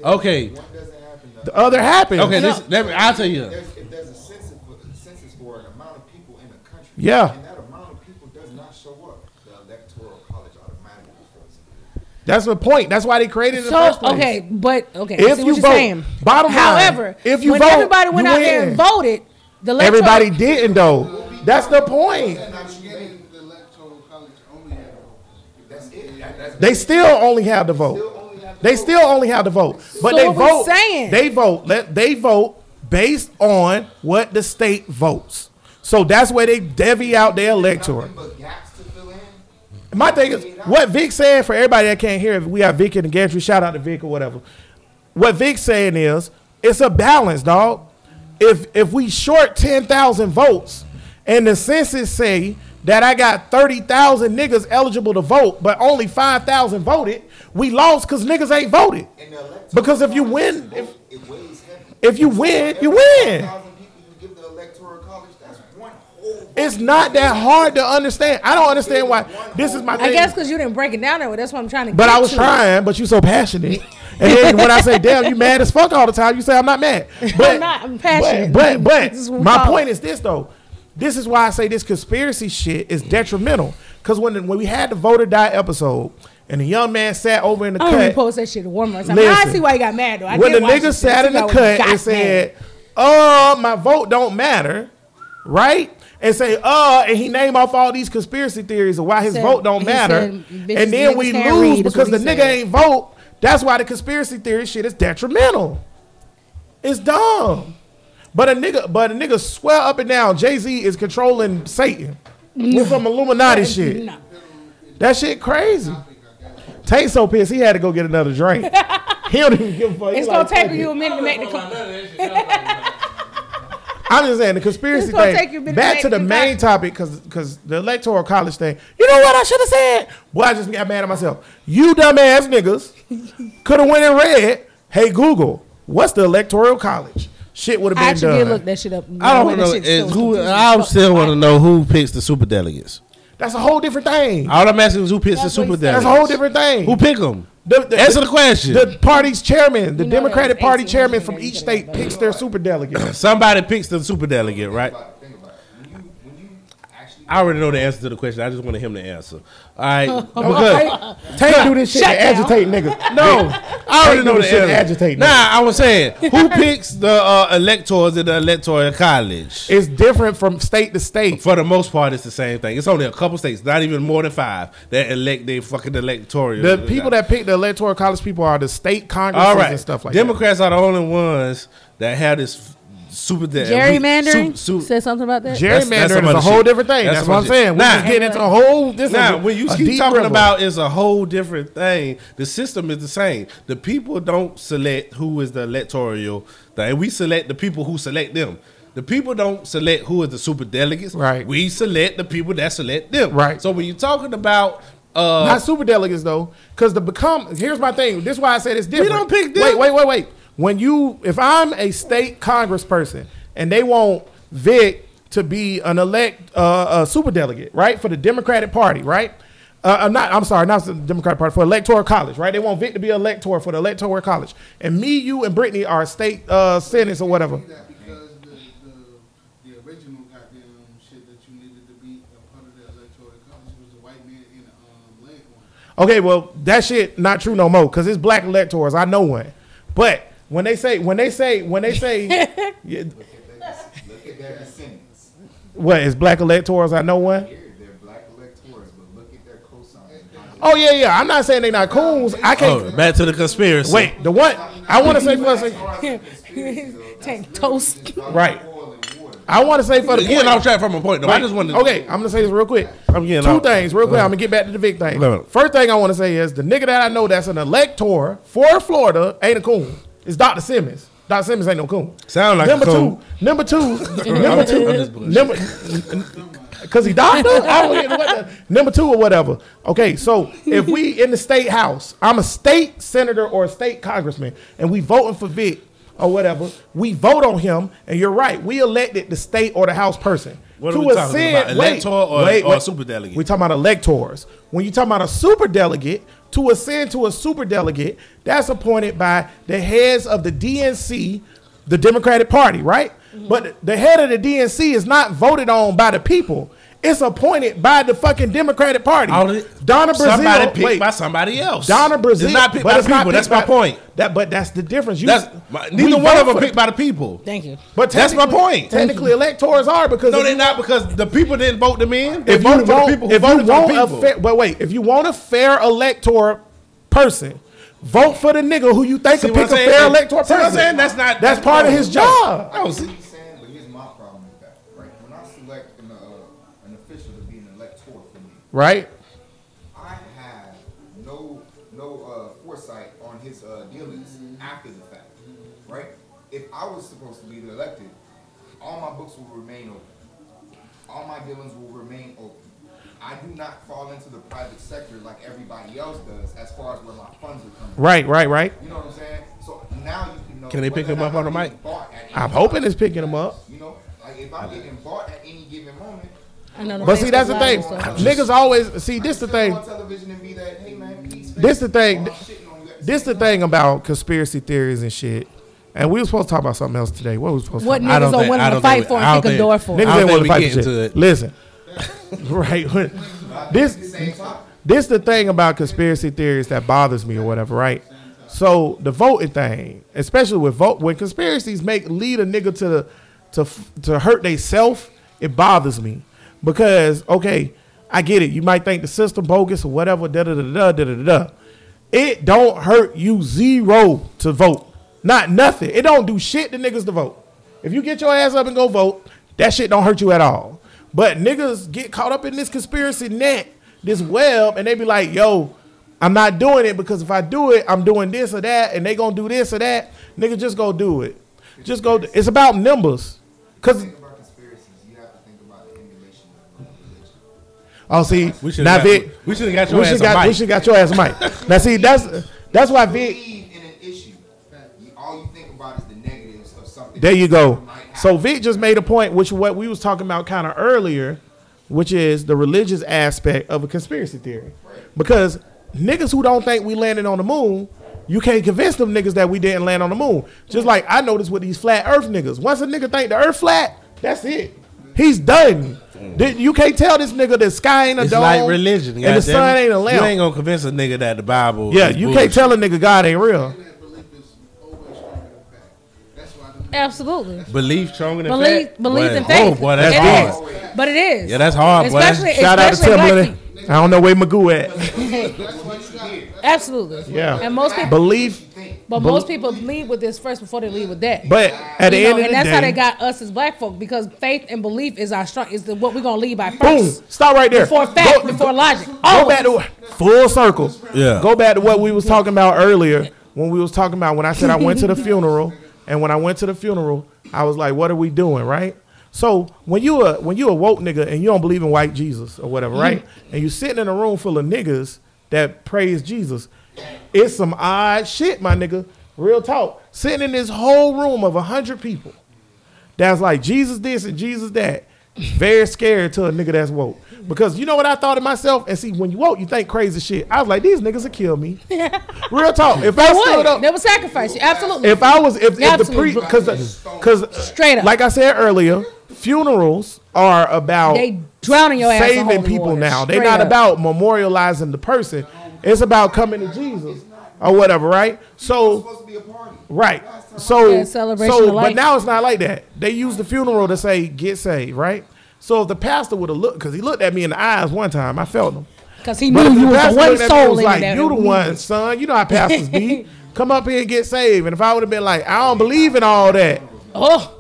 Speaker 5: Okay.
Speaker 3: The other happened.
Speaker 5: Okay. This. Let me, I'll tell you.
Speaker 6: There's, if there's a census for, census for an amount of people in a country,
Speaker 3: Yeah.
Speaker 6: and that amount of people does not show up, the electoral college automatically goes in.
Speaker 3: That's the point. That's why they created it in the
Speaker 4: So
Speaker 3: first place.
Speaker 4: okay, but okay, I
Speaker 3: If
Speaker 4: see
Speaker 3: you
Speaker 4: what you're
Speaker 3: vote,
Speaker 4: saying.
Speaker 3: bottom line,
Speaker 4: however,
Speaker 3: if you
Speaker 4: when
Speaker 3: vote,
Speaker 4: everybody went
Speaker 3: you
Speaker 4: out there
Speaker 3: win.
Speaker 4: and voted, The electro-
Speaker 3: Everybody didn't though. That's the point. They still only have the vote. They still only have the vote, but
Speaker 4: So
Speaker 3: they
Speaker 4: what we
Speaker 3: vote.
Speaker 4: saying?
Speaker 3: They vote. Let they vote based on what the state votes. So that's where they divvy out their electorate.
Speaker 6: But gaps to fill in.
Speaker 3: My thing is what Vic said for everybody that can't hear. If we have Vic in the gantry, shout out to Vic or whatever. What Vic's saying is it's a balance, dog. If if we short ten thousand votes, and the census say that I got thirty thousand niggas eligible to vote, but only five thousand voted, we lost because niggas ain't voted.
Speaker 6: And the electoral
Speaker 3: Because if you
Speaker 6: college
Speaker 3: win-
Speaker 6: vote, it weighs heavy.
Speaker 3: If you win, you
Speaker 6: Every
Speaker 3: win.
Speaker 6: 5,000 people you give the electoral college, that's one whole vote.
Speaker 3: It's not that hard to understand. I don't understand why. This is my.
Speaker 4: I
Speaker 3: thing.
Speaker 4: guess because you didn't break it down that way. That's what I'm trying to.
Speaker 3: But
Speaker 4: get
Speaker 3: I was
Speaker 4: to.
Speaker 3: trying, but you so passionate. And then when I
Speaker 4: [laughs]
Speaker 3: say, damn, you mad as fuck all the time, you say, I'm not mad. But,
Speaker 4: not, I'm passionate.
Speaker 3: But, but,
Speaker 4: This is
Speaker 3: but
Speaker 4: what we
Speaker 3: my
Speaker 4: call
Speaker 3: point
Speaker 4: it.
Speaker 3: is this, though. This is why I say this conspiracy shit is detrimental. Because when, when we had the vote or die episode, and the young man sat over in the
Speaker 4: I don't even
Speaker 3: cut,
Speaker 4: post that shit to Walmart. So I
Speaker 3: Listen.
Speaker 4: see why you got mad though. I
Speaker 3: when the
Speaker 4: did watch it,
Speaker 3: nigga sat
Speaker 4: so
Speaker 3: in the
Speaker 4: I
Speaker 3: cut
Speaker 4: got
Speaker 3: and
Speaker 4: mad.
Speaker 3: said, uh, my vote don't matter, right? And say, uh, and he named off all these conspiracy theories of why his
Speaker 4: Said-
Speaker 3: vote don't
Speaker 4: he
Speaker 3: matter.
Speaker 4: said, "Bitches,
Speaker 3: and then
Speaker 4: niggas
Speaker 3: we
Speaker 4: can't
Speaker 3: lose
Speaker 4: read," is
Speaker 3: because the
Speaker 4: what he
Speaker 3: nigga
Speaker 4: said.
Speaker 3: ain't vote. That's why the conspiracy theory shit is detrimental. It's dumb. But a nigga, but a nigga swear up and down, Jay-Z is controlling Satan. With some Illuminati shit.
Speaker 4: No.
Speaker 3: That shit crazy. Tate so pissed he had to go get another drink.
Speaker 4: [laughs]
Speaker 3: he don't even give a fuck. He
Speaker 4: It's
Speaker 3: like,
Speaker 4: gonna take
Speaker 3: "Fuck
Speaker 4: you
Speaker 3: it."
Speaker 4: a minute to make the. con-
Speaker 3: I'm just saying the conspiracy
Speaker 4: It's gonna
Speaker 3: thing.
Speaker 4: take you a minute to
Speaker 3: back
Speaker 4: make
Speaker 3: to the
Speaker 4: it
Speaker 3: main
Speaker 4: back.
Speaker 3: topic, because because the electoral college thing. You know what I should have said? Boy, I just got mad at myself. You dumbass
Speaker 4: [laughs]
Speaker 3: niggas could have went and read. Hey Google, what's the electoral college? Shit would have
Speaker 4: I
Speaker 3: been done.
Speaker 4: actually did look that shit up.
Speaker 5: I don't
Speaker 4: That
Speaker 5: want to know.
Speaker 4: shit's still
Speaker 5: Is who,
Speaker 4: confusing as
Speaker 5: I
Speaker 4: fuck.
Speaker 5: still want to know who picks the super delegates.
Speaker 3: That's a whole different thing.
Speaker 5: All I'm asking is who picks
Speaker 4: That's
Speaker 5: the
Speaker 4: what he
Speaker 5: super
Speaker 4: said.
Speaker 5: delegates.
Speaker 3: That's a whole different thing.
Speaker 5: Who pick them?
Speaker 3: The- the-
Speaker 5: Answer the question.
Speaker 3: The party's chairman, the
Speaker 4: You know
Speaker 3: Democratic
Speaker 4: that was
Speaker 3: Party
Speaker 4: 18
Speaker 3: chairman
Speaker 4: when
Speaker 3: from
Speaker 4: they
Speaker 3: each
Speaker 4: did
Speaker 3: state
Speaker 4: that,
Speaker 3: picks their superdelegates.
Speaker 5: Somebody picks the super delegate, right?
Speaker 6: Think about it. When you, when you actually
Speaker 5: I already know the answer to the question. I just wanted him to answer.
Speaker 3: [laughs]
Speaker 5: All right, because
Speaker 3: Because Tate do this shit to
Speaker 4: Uh, Shut down.
Speaker 3: agitate niggas.
Speaker 5: no, I already
Speaker 3: They
Speaker 5: know
Speaker 3: do
Speaker 5: the
Speaker 3: shit
Speaker 5: answer.
Speaker 3: agitating.
Speaker 5: Nah, I was
Speaker 3: [laughs]
Speaker 5: saying who picks the uh, electors in the electoral college.
Speaker 3: It's different from state to state.
Speaker 5: For the most part, it's the same thing. It's only a couple states, not even more than five, that elect their fucking electoral.
Speaker 3: The people that pick the electoral college people are the state congresses
Speaker 5: all right
Speaker 3: and stuff like
Speaker 5: Democrats are the only ones that have this super de-
Speaker 4: Gerrymandering
Speaker 5: su- su-
Speaker 4: said something about that.
Speaker 3: that.
Speaker 5: That's- that's some
Speaker 3: Gerrymandering is
Speaker 5: other
Speaker 3: a whole
Speaker 5: shit.
Speaker 3: different thing.
Speaker 5: That's
Speaker 3: That's,
Speaker 5: some
Speaker 3: what I'm
Speaker 5: other shit.
Speaker 3: saying. We're
Speaker 5: Nah.
Speaker 3: just getting into a whole. This
Speaker 5: Now,
Speaker 3: is a-
Speaker 5: when you
Speaker 3: a
Speaker 5: keep
Speaker 3: deep
Speaker 5: talking
Speaker 3: river.
Speaker 5: about it's a whole different thing. The system is the same. The people don't select who is the electoral thing. We select the people who select them. The people don't select who is the super delegates.
Speaker 3: Right.
Speaker 5: We select the people that select them.
Speaker 3: Right.
Speaker 5: So when you're talking about uh,
Speaker 3: not super delegates though, because the become here's my thing. This is why I said it's different.
Speaker 5: don't pick them.
Speaker 3: Wait, wait, wait, wait. When you, if I'm a state congressperson and they want Vic to be an elect uh, a super delegate, right, for the Democratic Party, right? Uh, I'm not. I'm sorry, not the Democratic Party for electoral college, right? They want Vic to be elector for the electoral college, and me, you, and Brittany are state uh, senates or whatever.
Speaker 7: that because the, the, the original goddamn shit that you needed to be a part of the electoral college was the white man in the um, leg one.
Speaker 3: Okay, well that shit not true no more because it's black electors. I know one, but when they say when they say when they say yeah,
Speaker 6: look at their descendants,
Speaker 3: what is black electors? I know one.
Speaker 6: here they're black electors, but look at their cosigns.
Speaker 3: Oh yeah, yeah. I'm not saying they not coons. I can't
Speaker 5: oh, back to the conspiracy.
Speaker 3: wait. The one I want to say for a second.
Speaker 4: Tank toast.
Speaker 3: Right.
Speaker 6: Oil and water.
Speaker 3: I want to say for the
Speaker 5: You're getting
Speaker 3: point.
Speaker 5: off track from a point. Though. I just wanted.
Speaker 3: Okay, I'm gonna say this real quick.
Speaker 5: I'm getting
Speaker 3: Two
Speaker 5: off- Uh-huh.
Speaker 3: things real quick. I'm gonna get back to the Vic
Speaker 5: Wait a
Speaker 3: thing.
Speaker 5: minute.
Speaker 3: First thing I want to say is the nigga that I know that's an elector for Florida ain't a coon. It's Dr. Simmons. Dr. Simmons ain't no coon.
Speaker 5: Sound like a
Speaker 3: number
Speaker 5: coon.
Speaker 3: two. Number two.
Speaker 5: I'm
Speaker 3: number
Speaker 5: just-
Speaker 3: two.
Speaker 5: I'm just bullshitting.
Speaker 3: number. [laughs] Cause he doctor, I don't get what the, number two or whatever. Okay, so if we in the state house, I'm a state senator or a state congressman, and we voting for Vic or whatever. We vote on him, and you're right. We elected the state or the house person.
Speaker 5: What are we talking about, elector or- or superdelegate?
Speaker 3: We're talking about electors. When you talking about a superdelegate, to ascend to a superdelegate, that's appointed by the heads of the DNC, the Democratic Party, right? But the head of the DNC is not voted on by the people. It's appointed by the fucking Democratic Party.
Speaker 5: All it-
Speaker 3: Donna Brazile.
Speaker 5: Somebody picked
Speaker 3: wait.
Speaker 5: by somebody else.
Speaker 3: Donna Brazile.
Speaker 5: It's not picked
Speaker 3: but
Speaker 5: by the
Speaker 3: it's not
Speaker 5: people. That's
Speaker 3: picked
Speaker 5: my
Speaker 3: by-
Speaker 5: point.
Speaker 3: That, but that's the difference. You,
Speaker 5: That's my, neither
Speaker 3: we
Speaker 5: one
Speaker 3: vote
Speaker 5: of them
Speaker 3: for-
Speaker 5: picked by the people.
Speaker 4: Thank you.
Speaker 3: But
Speaker 5: That's my
Speaker 3: technically-
Speaker 5: point.
Speaker 3: Technically, electors are because
Speaker 5: No,
Speaker 3: if
Speaker 5: they're
Speaker 3: you-
Speaker 5: not because the people didn't vote them in. They
Speaker 3: if you
Speaker 5: voted for
Speaker 3: want,
Speaker 5: the people who
Speaker 3: if you
Speaker 5: voted for
Speaker 3: want
Speaker 5: the
Speaker 3: a
Speaker 5: people.
Speaker 3: fair, but wait, if you want a fair elector person, vote for the nigga who you think
Speaker 5: See
Speaker 3: can pick
Speaker 5: what I'm
Speaker 3: a
Speaker 5: saying?
Speaker 3: fair elector
Speaker 5: See
Speaker 3: person.
Speaker 5: what I'm saying? That's not-
Speaker 3: That's part of his
Speaker 5: no.
Speaker 3: job.
Speaker 5: I don't
Speaker 6: what
Speaker 5: see-
Speaker 6: he's saying, but here's my problem with that, right? When I select an, uh, an official to be an elector for me,
Speaker 3: Right?
Speaker 6: I have no no uh, foresight on his uh, dealings after the fact, right? If I was supposed to be elected, all my books will remain open. All my dealings will remain open. I do not fall into the private sector like everybody else does, as far as where my funds are coming.
Speaker 3: Right, right, right.
Speaker 6: You know what I'm saying? So now you can know.
Speaker 5: Can they pick
Speaker 6: whether
Speaker 5: him
Speaker 6: or
Speaker 5: up
Speaker 6: not
Speaker 5: on the
Speaker 6: I'm
Speaker 5: mic?
Speaker 6: being bought at any
Speaker 3: I'm hoping
Speaker 6: time.
Speaker 3: it's picking him up.
Speaker 6: You know, like if I'm getting bought at any given moment.
Speaker 4: I know
Speaker 3: But see, that's the thing.
Speaker 4: Facebook's live, so-
Speaker 3: Niggas always see. This the
Speaker 6: I can sit
Speaker 3: thing.
Speaker 6: On television and be that, hey man, please
Speaker 3: This the thing.
Speaker 6: while I'm shitting on you at the
Speaker 3: This
Speaker 6: same
Speaker 3: the thing about conspiracy theories and shit. And we were supposed to talk about something else today. What were we supposed to?
Speaker 4: What
Speaker 3: talk
Speaker 4: niggas are willing to fight for and kick a door for?
Speaker 3: about? Niggas
Speaker 5: I
Speaker 3: ain't
Speaker 5: don't
Speaker 3: want to
Speaker 5: think we
Speaker 3: fight
Speaker 5: get
Speaker 3: for
Speaker 5: into
Speaker 3: shit.
Speaker 5: it.
Speaker 3: Listen, [laughs] right? when- This
Speaker 6: Same topic.
Speaker 3: this the thing about conspiracy theories that bothers me or whatever, right? So the voting thing, especially with vote, when conspiracies make lead a nigga to the to f- to hurt theyself, it bothers me because okay, I get it. You might think the system bogus or whatever, da da da da da da da. It don't hurt you zero to vote, not nothing. It don't do shit to niggas to vote. If you get your ass up and go vote, that shit don't hurt you at all. But niggas get caught up in this conspiracy net, this web, and they be like, yo, I'm not doing it because if I do it, I'm doing this or that, and they gonna do this or that. Nigga, just go do it. Just go. do- It's about numbers. Cause
Speaker 6: Think about conspiracies. You have to think about the emulation of religion.
Speaker 3: oh, see,
Speaker 5: We should
Speaker 3: now
Speaker 5: have
Speaker 3: Vic,
Speaker 5: we should have got your
Speaker 3: we should
Speaker 5: ass
Speaker 3: got
Speaker 5: a
Speaker 3: we
Speaker 5: mic.
Speaker 3: should got your ass a mic. Now see, that's that's why Vic.
Speaker 6: Believe in an issue. You- All you think about is the negatives of something.
Speaker 3: There you
Speaker 6: that
Speaker 3: go.
Speaker 6: might happen.
Speaker 3: So Vic just made a point, which what we was talking about kind of earlier, which is the religious aspect of a conspiracy theory. Because niggas who don't think we landed on the moon, you can't convince them niggas that we didn't land on the moon. Just like I noticed with these flat Earth niggas. Once a nigga think the Earth flat, that's it. He's done. Th- You can't tell this nigga the sky ain't a
Speaker 5: It's
Speaker 3: dome
Speaker 5: like religion.
Speaker 3: and
Speaker 5: goddamn
Speaker 3: the sun
Speaker 5: it.
Speaker 3: ain't a lamp.
Speaker 5: You ain't gonna convince a nigga that the Bible.
Speaker 3: yeah,
Speaker 5: is
Speaker 3: you
Speaker 5: bullshit.
Speaker 3: can't tell a nigga God ain't real.
Speaker 7: And that belief is always stronger than fact. That's why the
Speaker 4: Absolutely.
Speaker 5: Belief stronger than
Speaker 4: Believe,
Speaker 5: fact?
Speaker 4: believe
Speaker 5: Boy,
Speaker 4: in faith.
Speaker 5: Oh boy, that's
Speaker 4: It
Speaker 5: hard.
Speaker 4: is. But it is.
Speaker 5: Yeah, that's hard, boy.
Speaker 4: Especially,
Speaker 3: Shout out to
Speaker 4: especially black
Speaker 3: Timberland.
Speaker 4: people.
Speaker 3: I don't know where Magoo at. [laughs]
Speaker 4: Absolutely.
Speaker 3: Yeah.
Speaker 4: And most people,
Speaker 3: Belief
Speaker 4: but most people lead with this first before they lead with that.
Speaker 3: But at the
Speaker 4: You know,
Speaker 3: end of
Speaker 4: and
Speaker 3: the
Speaker 4: that's
Speaker 3: day,
Speaker 4: how they got us as black folk because faith and belief is our strong is the, what we're gonna lead by
Speaker 3: boom,
Speaker 4: first.
Speaker 3: stop right there.
Speaker 4: Before fact, before logic. Oh,
Speaker 3: go back to full circle.
Speaker 5: Yeah.
Speaker 3: Go back to what we was talking about earlier when we was talking about when I said I went
Speaker 4: [laughs]
Speaker 3: to the funeral, and when I went to the funeral, I was like, "What are we doing?" Right. So when you a when you a woke nigga and you don't believe in white Jesus or whatever,
Speaker 4: [laughs]
Speaker 3: right? And you sitting in a room full of niggas that praise Jesus, it's some odd shit, my nigga. Real talk. Sitting in this whole room of a hundred people, that's like Jesus this and Jesus that. Very scary to a nigga that's woke. Because you know what I thought of myself? And see, when you woke, you think crazy shit. I was like, these niggas will kill me. Real talk. If I
Speaker 4: They
Speaker 3: stood
Speaker 4: would.
Speaker 3: up,
Speaker 4: They would sacrifice you. Absolutely.
Speaker 3: if I was, if, if the
Speaker 4: Absolutely.
Speaker 3: pre, because, because,
Speaker 4: Straight up.
Speaker 3: like I said earlier, funerals are about
Speaker 4: they drowning your ass. in
Speaker 3: saving
Speaker 4: holy
Speaker 3: people
Speaker 4: water.
Speaker 3: now. They're
Speaker 4: Straight
Speaker 3: not
Speaker 4: up.
Speaker 3: about memorializing the person. It's about coming to Jesus or whatever, right? So.
Speaker 6: It's supposed to be a party.
Speaker 3: Right. So,
Speaker 4: Yeah, celebration
Speaker 3: so
Speaker 4: of life.
Speaker 3: but now it's not like that. They use the funeral to say get saved, right? So if the pastor would have looked, because he looked at me in the eyes one time, I felt him.
Speaker 4: because he
Speaker 3: But
Speaker 4: knew
Speaker 3: if
Speaker 4: you
Speaker 3: the
Speaker 4: was
Speaker 3: pastor
Speaker 4: the one
Speaker 3: looked at me and
Speaker 4: soul
Speaker 3: was
Speaker 4: in
Speaker 3: like,
Speaker 4: that.
Speaker 3: You the one, son. You know how pastors
Speaker 4: [laughs]
Speaker 3: be. Come up here and get saved. And if I would have been like, I don't believe in all that,
Speaker 4: Oh,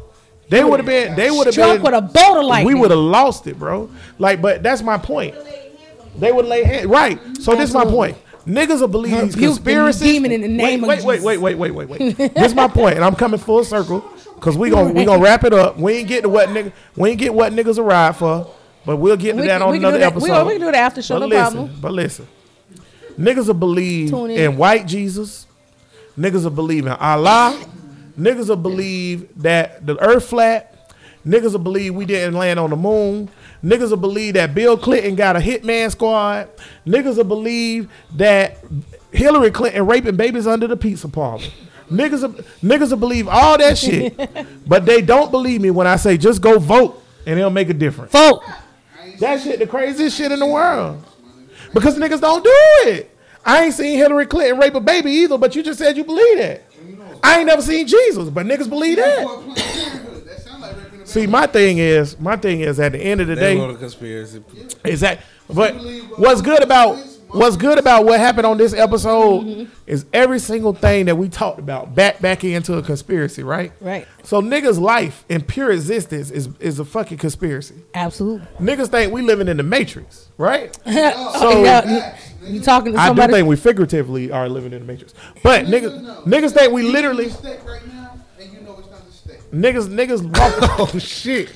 Speaker 3: they would have been. They would have
Speaker 4: struck
Speaker 3: been.
Speaker 4: with a bolt of lightning.
Speaker 3: We would have lost it, bro. Like, but that's my point. They would lay hands. Right. So this is my
Speaker 4: Absolutely.
Speaker 3: point. Niggas will believe these
Speaker 4: Rebuke the
Speaker 3: conspiracies.
Speaker 4: demon in the name of
Speaker 3: wait, wait, wait, wait, wait, wait, wait, wait. this is my point, and I'm coming full circle because we gonna we gonna wrap it up. We ain't get to what nigga we ain't get what niggas a ride for, but we'll get to
Speaker 4: We
Speaker 3: that
Speaker 4: can-
Speaker 3: on
Speaker 4: we can do
Speaker 3: another
Speaker 4: that- we-
Speaker 3: episode.
Speaker 4: we can do the after show,
Speaker 3: But
Speaker 4: no
Speaker 3: listen,
Speaker 4: problem.
Speaker 3: But listen, niggas will believe
Speaker 4: Tune in.
Speaker 3: in white Jesus. Niggas will believe in Allah. Niggas will believe that the earth flat. Niggas will believe we didn't land on the moon. Niggas will believe that Bill Clinton got a hitman squad. Niggas will believe that Hillary Clinton raping babies under the pizza parlor.
Speaker 4: [laughs]
Speaker 3: Niggas will, niggas will believe all that
Speaker 5: [laughs]
Speaker 3: shit. but they don't believe me when I say just go vote and it'll make a difference.
Speaker 4: vote.
Speaker 7: I ain't
Speaker 3: That shit, the craziest shit in the world. Because niggas don't do it. I ain't seen Hillary Clinton rape a baby either, but you just said you believe that. I ain't never seen Jesus, but niggas believe that.
Speaker 7: Planned Parenthood. That sound like raping a baby.
Speaker 3: See, my thing is, my thing is, at the end of the
Speaker 5: They
Speaker 3: day,
Speaker 5: go to conspiracy.
Speaker 3: Exactly. But what's good about what's good about what happened on this episode is every single thing that we talked about back back into a conspiracy, right?
Speaker 4: Right.
Speaker 3: So niggas' life and pure existence is is a fucking conspiracy.
Speaker 4: Absolutely.
Speaker 3: Niggas think we living in the matrix, right?
Speaker 4: [laughs] So you talking to
Speaker 3: I do
Speaker 4: somebody?
Speaker 3: think we figuratively are living in the matrix, but niggas niggas think we [laughs] literally
Speaker 7: It's a mistake right now, and you know it's not a mistake.
Speaker 3: niggas niggas walk. [laughs] oh shit!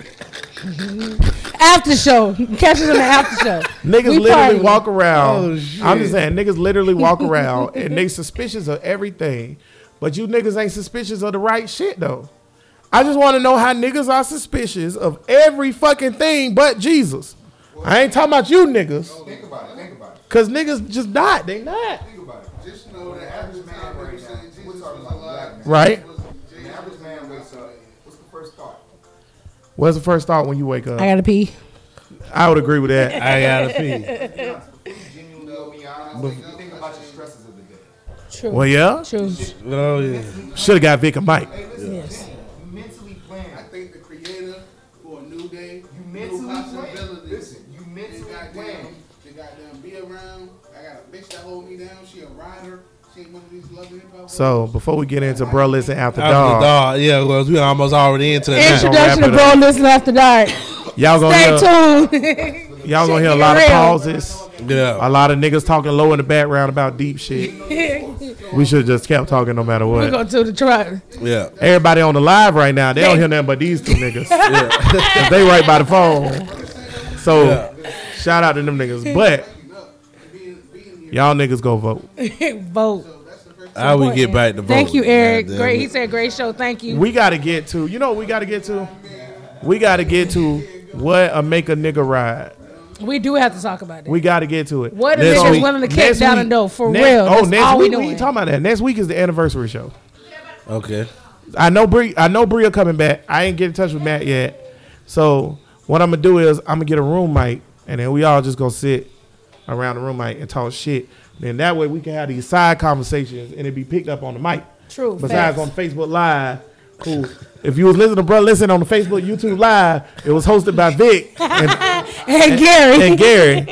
Speaker 4: after show. [laughs] Catch us in the after show.
Speaker 3: [laughs] Niggas
Speaker 4: We
Speaker 3: literally
Speaker 4: partying.
Speaker 3: walk around.
Speaker 5: Oh, shit.
Speaker 3: I'm just saying, niggas literally
Speaker 4: [laughs]
Speaker 3: walk around and they suspicious of everything. But you niggas ain't suspicious of the right shit though. I just want to know how niggas are suspicious of every fucking thing but Jesus. I ain't talking about you niggas,
Speaker 6: Think about it. Think about it.
Speaker 3: cause niggas just died. They not
Speaker 6: Think about it.
Speaker 7: Just know
Speaker 6: The
Speaker 7: that
Speaker 6: average man right now, we're talking about black men.
Speaker 3: right.
Speaker 6: The average man wakes up. What's the first thought?
Speaker 3: What's the first thought when you wake up?
Speaker 4: I gotta pee.
Speaker 3: I would agree with that.
Speaker 5: I gotta pee.
Speaker 6: Genuinely, I'll be honest. You think about your stresses of the day.
Speaker 4: True.
Speaker 3: Well, yeah,
Speaker 4: True.
Speaker 5: Oh yeah.
Speaker 3: should have got Vic and Mike.
Speaker 6: Hey, listen,
Speaker 4: Yes.
Speaker 6: you mentally
Speaker 7: I
Speaker 6: plan.
Speaker 7: think the creator for a new day,
Speaker 6: You
Speaker 7: new
Speaker 6: mentally plan.
Speaker 7: possibilities.
Speaker 6: Listen, you
Speaker 7: They
Speaker 6: mentally
Speaker 7: goddamn,
Speaker 6: plan.
Speaker 7: they goddamn be around. I got a bitch that hold me down. She a rider. She ain't one of these loving hip hop.
Speaker 3: So before we get into bro, listen after
Speaker 5: After the
Speaker 3: dog.
Speaker 5: dog. Yeah, well, we almost already into that. now.
Speaker 4: Introduction to
Speaker 3: Gonna wrap Oh,
Speaker 4: Bro Listen After Dark.
Speaker 3: Y'all gonna
Speaker 4: Stay
Speaker 3: hear,
Speaker 4: tuned. [laughs]
Speaker 3: y'all gonna hear a
Speaker 4: Shit
Speaker 3: lot of
Speaker 4: get real.
Speaker 3: pauses.
Speaker 5: Yeah.
Speaker 3: A lot of niggas talking low in the background about deep shit. We should have just kept talking no matter
Speaker 4: We're
Speaker 3: what.
Speaker 4: going to the truck. [laughs]
Speaker 5: Yeah.
Speaker 3: Everybody on the live right now, they don't hear nothing but these two niggas.
Speaker 4: [laughs]
Speaker 3: 'Cause [laughs] they right by the phone. So shout out to them niggas. But y'all niggas go vote.
Speaker 4: Vote.
Speaker 5: I would get back to vote.
Speaker 4: Thank you, Eric.
Speaker 5: Goddamn
Speaker 4: Great. He
Speaker 5: it.
Speaker 4: said great show. Thank you.
Speaker 3: We gotta get to you know what we gotta get to? We gotta get to what a make a nigga ride.
Speaker 4: We do have to talk about it.
Speaker 3: We gotta get to it.
Speaker 4: What a
Speaker 5: Next
Speaker 4: nigga's
Speaker 5: week.
Speaker 4: willing to kick
Speaker 3: Next
Speaker 4: down
Speaker 3: week-
Speaker 4: a door for
Speaker 3: next-
Speaker 4: real. That's
Speaker 3: oh, next
Speaker 4: all
Speaker 3: week we
Speaker 4: we doing.
Speaker 3: ain't talking about that. Next week is the anniversary show.
Speaker 5: Okay.
Speaker 3: I know Bree. I know Bria coming back. I ain't get in touch with Matt yet. So what I'm gonna do is I'm gonna get a room mic, and then we all just gonna sit around the room mic and talk shit. Then that way we can have these side conversations, and it be picked up on the mic.
Speaker 4: True,
Speaker 3: Besides
Speaker 4: facts.
Speaker 3: on Facebook Live, cool. If you was listening to Bro Listen on the Facebook, YouTube Live, it was hosted by Vic and,
Speaker 4: Hey, Gary.
Speaker 3: and Gary.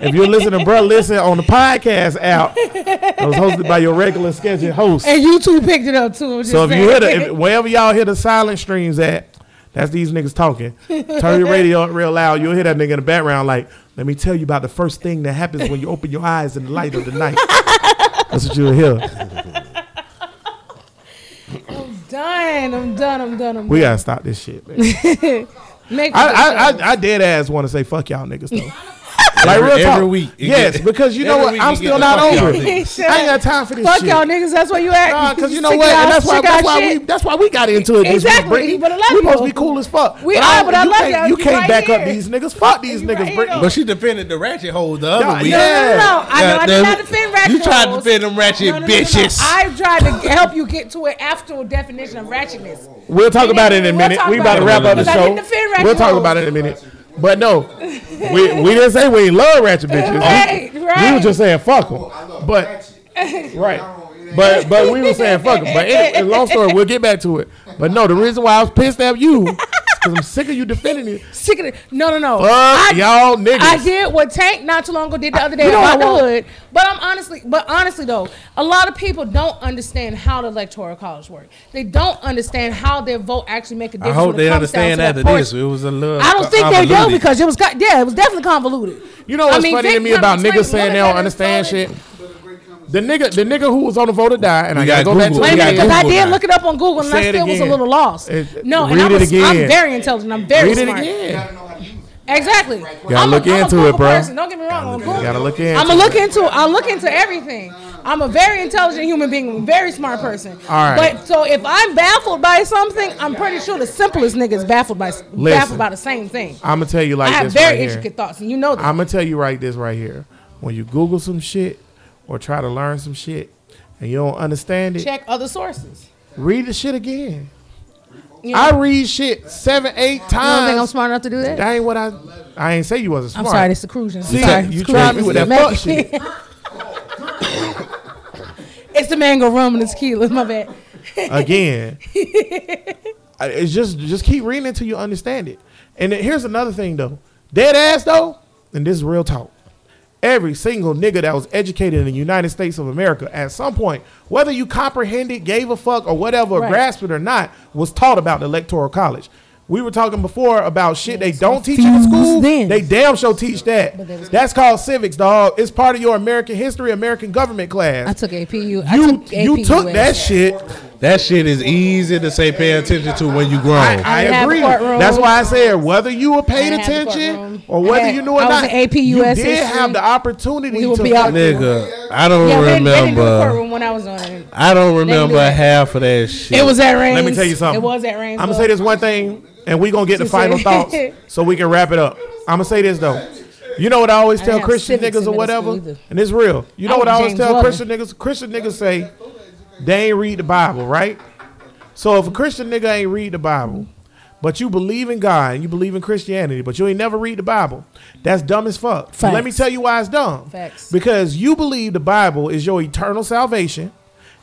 Speaker 3: If you're listening to Bro Listen on the podcast app, it was hosted by your regular scheduled host.
Speaker 4: And you two picked it up too. I'm just
Speaker 3: So if you
Speaker 4: saying.
Speaker 3: hear
Speaker 4: [laughs]
Speaker 3: the, if, wherever y'all hear the silent streams at, that's these niggas talking. Turn your radio up real loud. You'll hear that nigga in the background like, let me tell you about the first thing that happens when you open your eyes in the light of the night. That's what you'll hear.
Speaker 4: done, I'm done, I'm done, I'm
Speaker 3: We
Speaker 4: done.
Speaker 3: gotta stop this shit, man.
Speaker 4: Make
Speaker 3: I,
Speaker 4: for the
Speaker 3: I,
Speaker 4: show.
Speaker 3: I, I dead ass want to say fuck y'all niggas though. Like real
Speaker 5: Every-
Speaker 3: talk.
Speaker 5: every week it
Speaker 3: yes,
Speaker 5: get-
Speaker 3: because you know
Speaker 5: every
Speaker 3: what?
Speaker 5: week
Speaker 3: I'm
Speaker 5: it get
Speaker 3: still
Speaker 5: the
Speaker 3: not
Speaker 5: fuck y'all
Speaker 3: over it. I ain't
Speaker 5: niggas.
Speaker 3: got time for this
Speaker 4: Fuck
Speaker 3: shit.
Speaker 4: y'all niggas. That's where you at.
Speaker 3: Nah, cause you know
Speaker 4: Sick
Speaker 3: what,
Speaker 4: y'all-
Speaker 3: and that's why
Speaker 4: sick
Speaker 3: that's
Speaker 4: y'all
Speaker 3: why
Speaker 4: shit.
Speaker 3: we that's why we got into it. This
Speaker 4: Exactly,
Speaker 3: week, Brittany.
Speaker 4: but a lot of
Speaker 3: we supposed to
Speaker 4: people-
Speaker 3: be cool as fuck.
Speaker 4: We
Speaker 3: but
Speaker 4: are,
Speaker 3: I,
Speaker 4: but I
Speaker 3: you
Speaker 4: love
Speaker 3: can't,
Speaker 4: y'all.
Speaker 3: You
Speaker 4: You
Speaker 3: can't
Speaker 4: right
Speaker 3: back up
Speaker 4: here.
Speaker 3: these niggas. Fuck these
Speaker 4: You
Speaker 3: niggas,
Speaker 4: right here,
Speaker 3: Brittany.
Speaker 4: though.
Speaker 5: [laughs] But she defended the ratchet hole the other
Speaker 3: Yeah,
Speaker 5: week.
Speaker 4: No, no, no, no. I know I did
Speaker 5: Goddamn
Speaker 4: not
Speaker 5: it.
Speaker 4: defend ratchet
Speaker 5: You tried to
Speaker 4: holes.
Speaker 5: defend them ratchet
Speaker 4: No, no, no, no, no.
Speaker 5: bitches.
Speaker 4: I tried to help you get to an actual definition of ratchetness.
Speaker 3: We'll talk
Speaker 4: We
Speaker 3: about it
Speaker 4: didn't-
Speaker 3: in a
Speaker 4: we'll
Speaker 3: minute.
Speaker 4: talk
Speaker 3: We about
Speaker 4: about
Speaker 3: to
Speaker 4: it
Speaker 3: wrap up the
Speaker 4: because I
Speaker 3: show.
Speaker 4: didn't defend ratchet
Speaker 3: We'll talk
Speaker 4: hoes.
Speaker 3: about it in a minute. But no, we, we didn't say we ain't love ratchet bitches.
Speaker 4: Right,
Speaker 3: We
Speaker 4: right.
Speaker 3: were just saying fuck them.
Speaker 6: Oh, I love
Speaker 3: But [laughs]
Speaker 6: ratchet.
Speaker 3: right.
Speaker 6: Oh, it ain't-
Speaker 3: But but we were saying fuck them. But anyway, long story, we'll get back to it. But no, the reason why I was pissed at you is because I'm sick of you defending it.
Speaker 4: Sick of it. No, no, no.
Speaker 3: Fuck y'all niggas.
Speaker 4: I did what Tank not too long ago did the other day
Speaker 3: you know
Speaker 4: about
Speaker 3: I
Speaker 4: the
Speaker 3: won't-
Speaker 4: hood. But I'm honestly, but honestly though, a lot of people don't understand how the electoral college works. They don't understand how their vote actually make a
Speaker 5: I
Speaker 4: difference.
Speaker 5: hope
Speaker 4: when it
Speaker 5: they
Speaker 4: comes down
Speaker 5: understand
Speaker 4: to
Speaker 5: after
Speaker 4: that
Speaker 5: this.
Speaker 4: portion.
Speaker 5: It was a little.
Speaker 4: I don't think they do
Speaker 5: convoluted.
Speaker 4: because it was, co- yeah, it was definitely convoluted.
Speaker 3: You know
Speaker 4: I
Speaker 3: what's
Speaker 4: mean,
Speaker 3: funny
Speaker 4: Vic
Speaker 3: to me about
Speaker 4: kinda
Speaker 3: niggas saying they
Speaker 4: explained
Speaker 3: don't
Speaker 4: what it is,
Speaker 3: understand
Speaker 4: so it-
Speaker 3: shit? The nigga, the nigga who was on the vote to die, and
Speaker 5: We
Speaker 3: I gotta
Speaker 5: got
Speaker 3: go back to
Speaker 5: Google.
Speaker 4: Wait a
Speaker 5: We
Speaker 3: it.
Speaker 5: got
Speaker 4: minute, because I
Speaker 5: Google
Speaker 4: did
Speaker 5: now.
Speaker 4: look it up on Google and
Speaker 3: Say
Speaker 4: I
Speaker 3: it
Speaker 4: still was a
Speaker 3: again.
Speaker 4: little lost.
Speaker 3: It-
Speaker 4: no, and
Speaker 3: read
Speaker 4: I
Speaker 3: it
Speaker 4: was, I'm
Speaker 3: again.
Speaker 4: very intelligent. I'm very
Speaker 3: Read it
Speaker 4: smart.
Speaker 3: again.
Speaker 6: I don't know how to use it.
Speaker 4: Exactly.
Speaker 3: Gotta
Speaker 4: I'm
Speaker 3: look
Speaker 4: a, I'm
Speaker 3: into
Speaker 4: a
Speaker 3: it,
Speaker 4: Google
Speaker 3: bro.
Speaker 4: Person. Don't get me wrong. I'm
Speaker 3: You gotta
Speaker 4: Google.
Speaker 3: look into.
Speaker 4: I'm
Speaker 3: it.
Speaker 4: gonna look into. I look into everything. I'm a very intelligent human being. I'm a very smart person. All
Speaker 3: right.
Speaker 4: But so if I'm baffled by something, I'm pretty sure the simplest nigga is baffled by baffled by the same thing.
Speaker 3: I'm gonna tell you
Speaker 4: I
Speaker 3: like
Speaker 4: have
Speaker 3: this
Speaker 4: very
Speaker 3: right here.
Speaker 4: intricate thoughts, and you know that.
Speaker 3: I'm gonna tell you right this right here. When you Google some shit or try to learn some shit and you don't understand it,
Speaker 4: Check other sources.
Speaker 3: read the shit again.
Speaker 4: Yeah.
Speaker 3: I read shit seven, eight
Speaker 4: You don't
Speaker 3: times.
Speaker 4: think I'm smart enough to do that?
Speaker 3: Uh, That ain't what I. I ain't say you wasn't
Speaker 4: I'm
Speaker 3: smart.
Speaker 4: sorry, it's seclusion.
Speaker 3: See,
Speaker 4: sorry,
Speaker 3: you
Speaker 4: it's
Speaker 3: tried me
Speaker 4: seclusion.
Speaker 3: with that
Speaker 4: Mac-
Speaker 3: fuck shit.
Speaker 4: it's the mango rum and the tequila. My bad.
Speaker 3: again. [laughs] I- it's just just keep reading until you understand it. And then here's another thing though, dead ass though, and this is real talk. Every single nigga that was educated in the United States of America at some point, whether you comprehended, gave a fuck, or whatever,
Speaker 4: Right.
Speaker 3: grasped it or not, was taught about the electoral college. We were talking before about shit they don't teach in school.
Speaker 4: then.
Speaker 3: They damn sure teach that.
Speaker 4: But they was-
Speaker 3: That's called civics, dog. It's part of your American history, American government class.
Speaker 4: I took APU. I
Speaker 3: you
Speaker 4: took
Speaker 3: you
Speaker 4: APU
Speaker 3: took
Speaker 4: as-
Speaker 3: that shit.
Speaker 5: That shit is easy to say pay attention to when you grown.
Speaker 3: I
Speaker 4: didn't have
Speaker 3: agree.
Speaker 4: a courtroom.
Speaker 3: That's why I said whether you were paid
Speaker 4: didn't have a
Speaker 3: attention
Speaker 4: courtroom.
Speaker 3: or whether
Speaker 4: I had-
Speaker 3: you knew or
Speaker 4: I was
Speaker 3: not,
Speaker 4: in AP
Speaker 3: you
Speaker 4: US
Speaker 3: did
Speaker 4: history.
Speaker 3: have the opportunity
Speaker 4: We would
Speaker 3: to.
Speaker 4: be out-
Speaker 5: Nigga, I don't
Speaker 4: Yeah, they, they didn't do the
Speaker 5: remember.
Speaker 4: courtroom when I was on it.
Speaker 5: I don't
Speaker 4: do
Speaker 5: remember
Speaker 4: that.
Speaker 5: half of that shit.
Speaker 4: It was at rain.
Speaker 3: Let me tell you something.
Speaker 4: It was at rain.
Speaker 3: I'm gonna say this one thing, and we gonna get the
Speaker 4: She said- [laughs]
Speaker 3: final thoughts so we can wrap it up. I'm gonna say this though. You know what I always tell
Speaker 4: didn't have
Speaker 3: Christian
Speaker 4: civics
Speaker 3: niggas or
Speaker 4: in middle
Speaker 3: whatever,
Speaker 4: school either.
Speaker 3: and it's real. You know
Speaker 4: I
Speaker 3: what I
Speaker 4: was
Speaker 3: always
Speaker 4: James
Speaker 3: tell Christian
Speaker 4: Weldon.
Speaker 3: niggas? Christian niggas say they ain't read the Bible, right? So if a Christian nigga ain't read the Bible, but you believe in God and you believe in Christianity, but you ain't never read the Bible, that's dumb as fuck.
Speaker 4: Facts.
Speaker 3: Let me tell you why it's dumb.
Speaker 4: Facts.
Speaker 3: Because you believe the Bible is your eternal salvation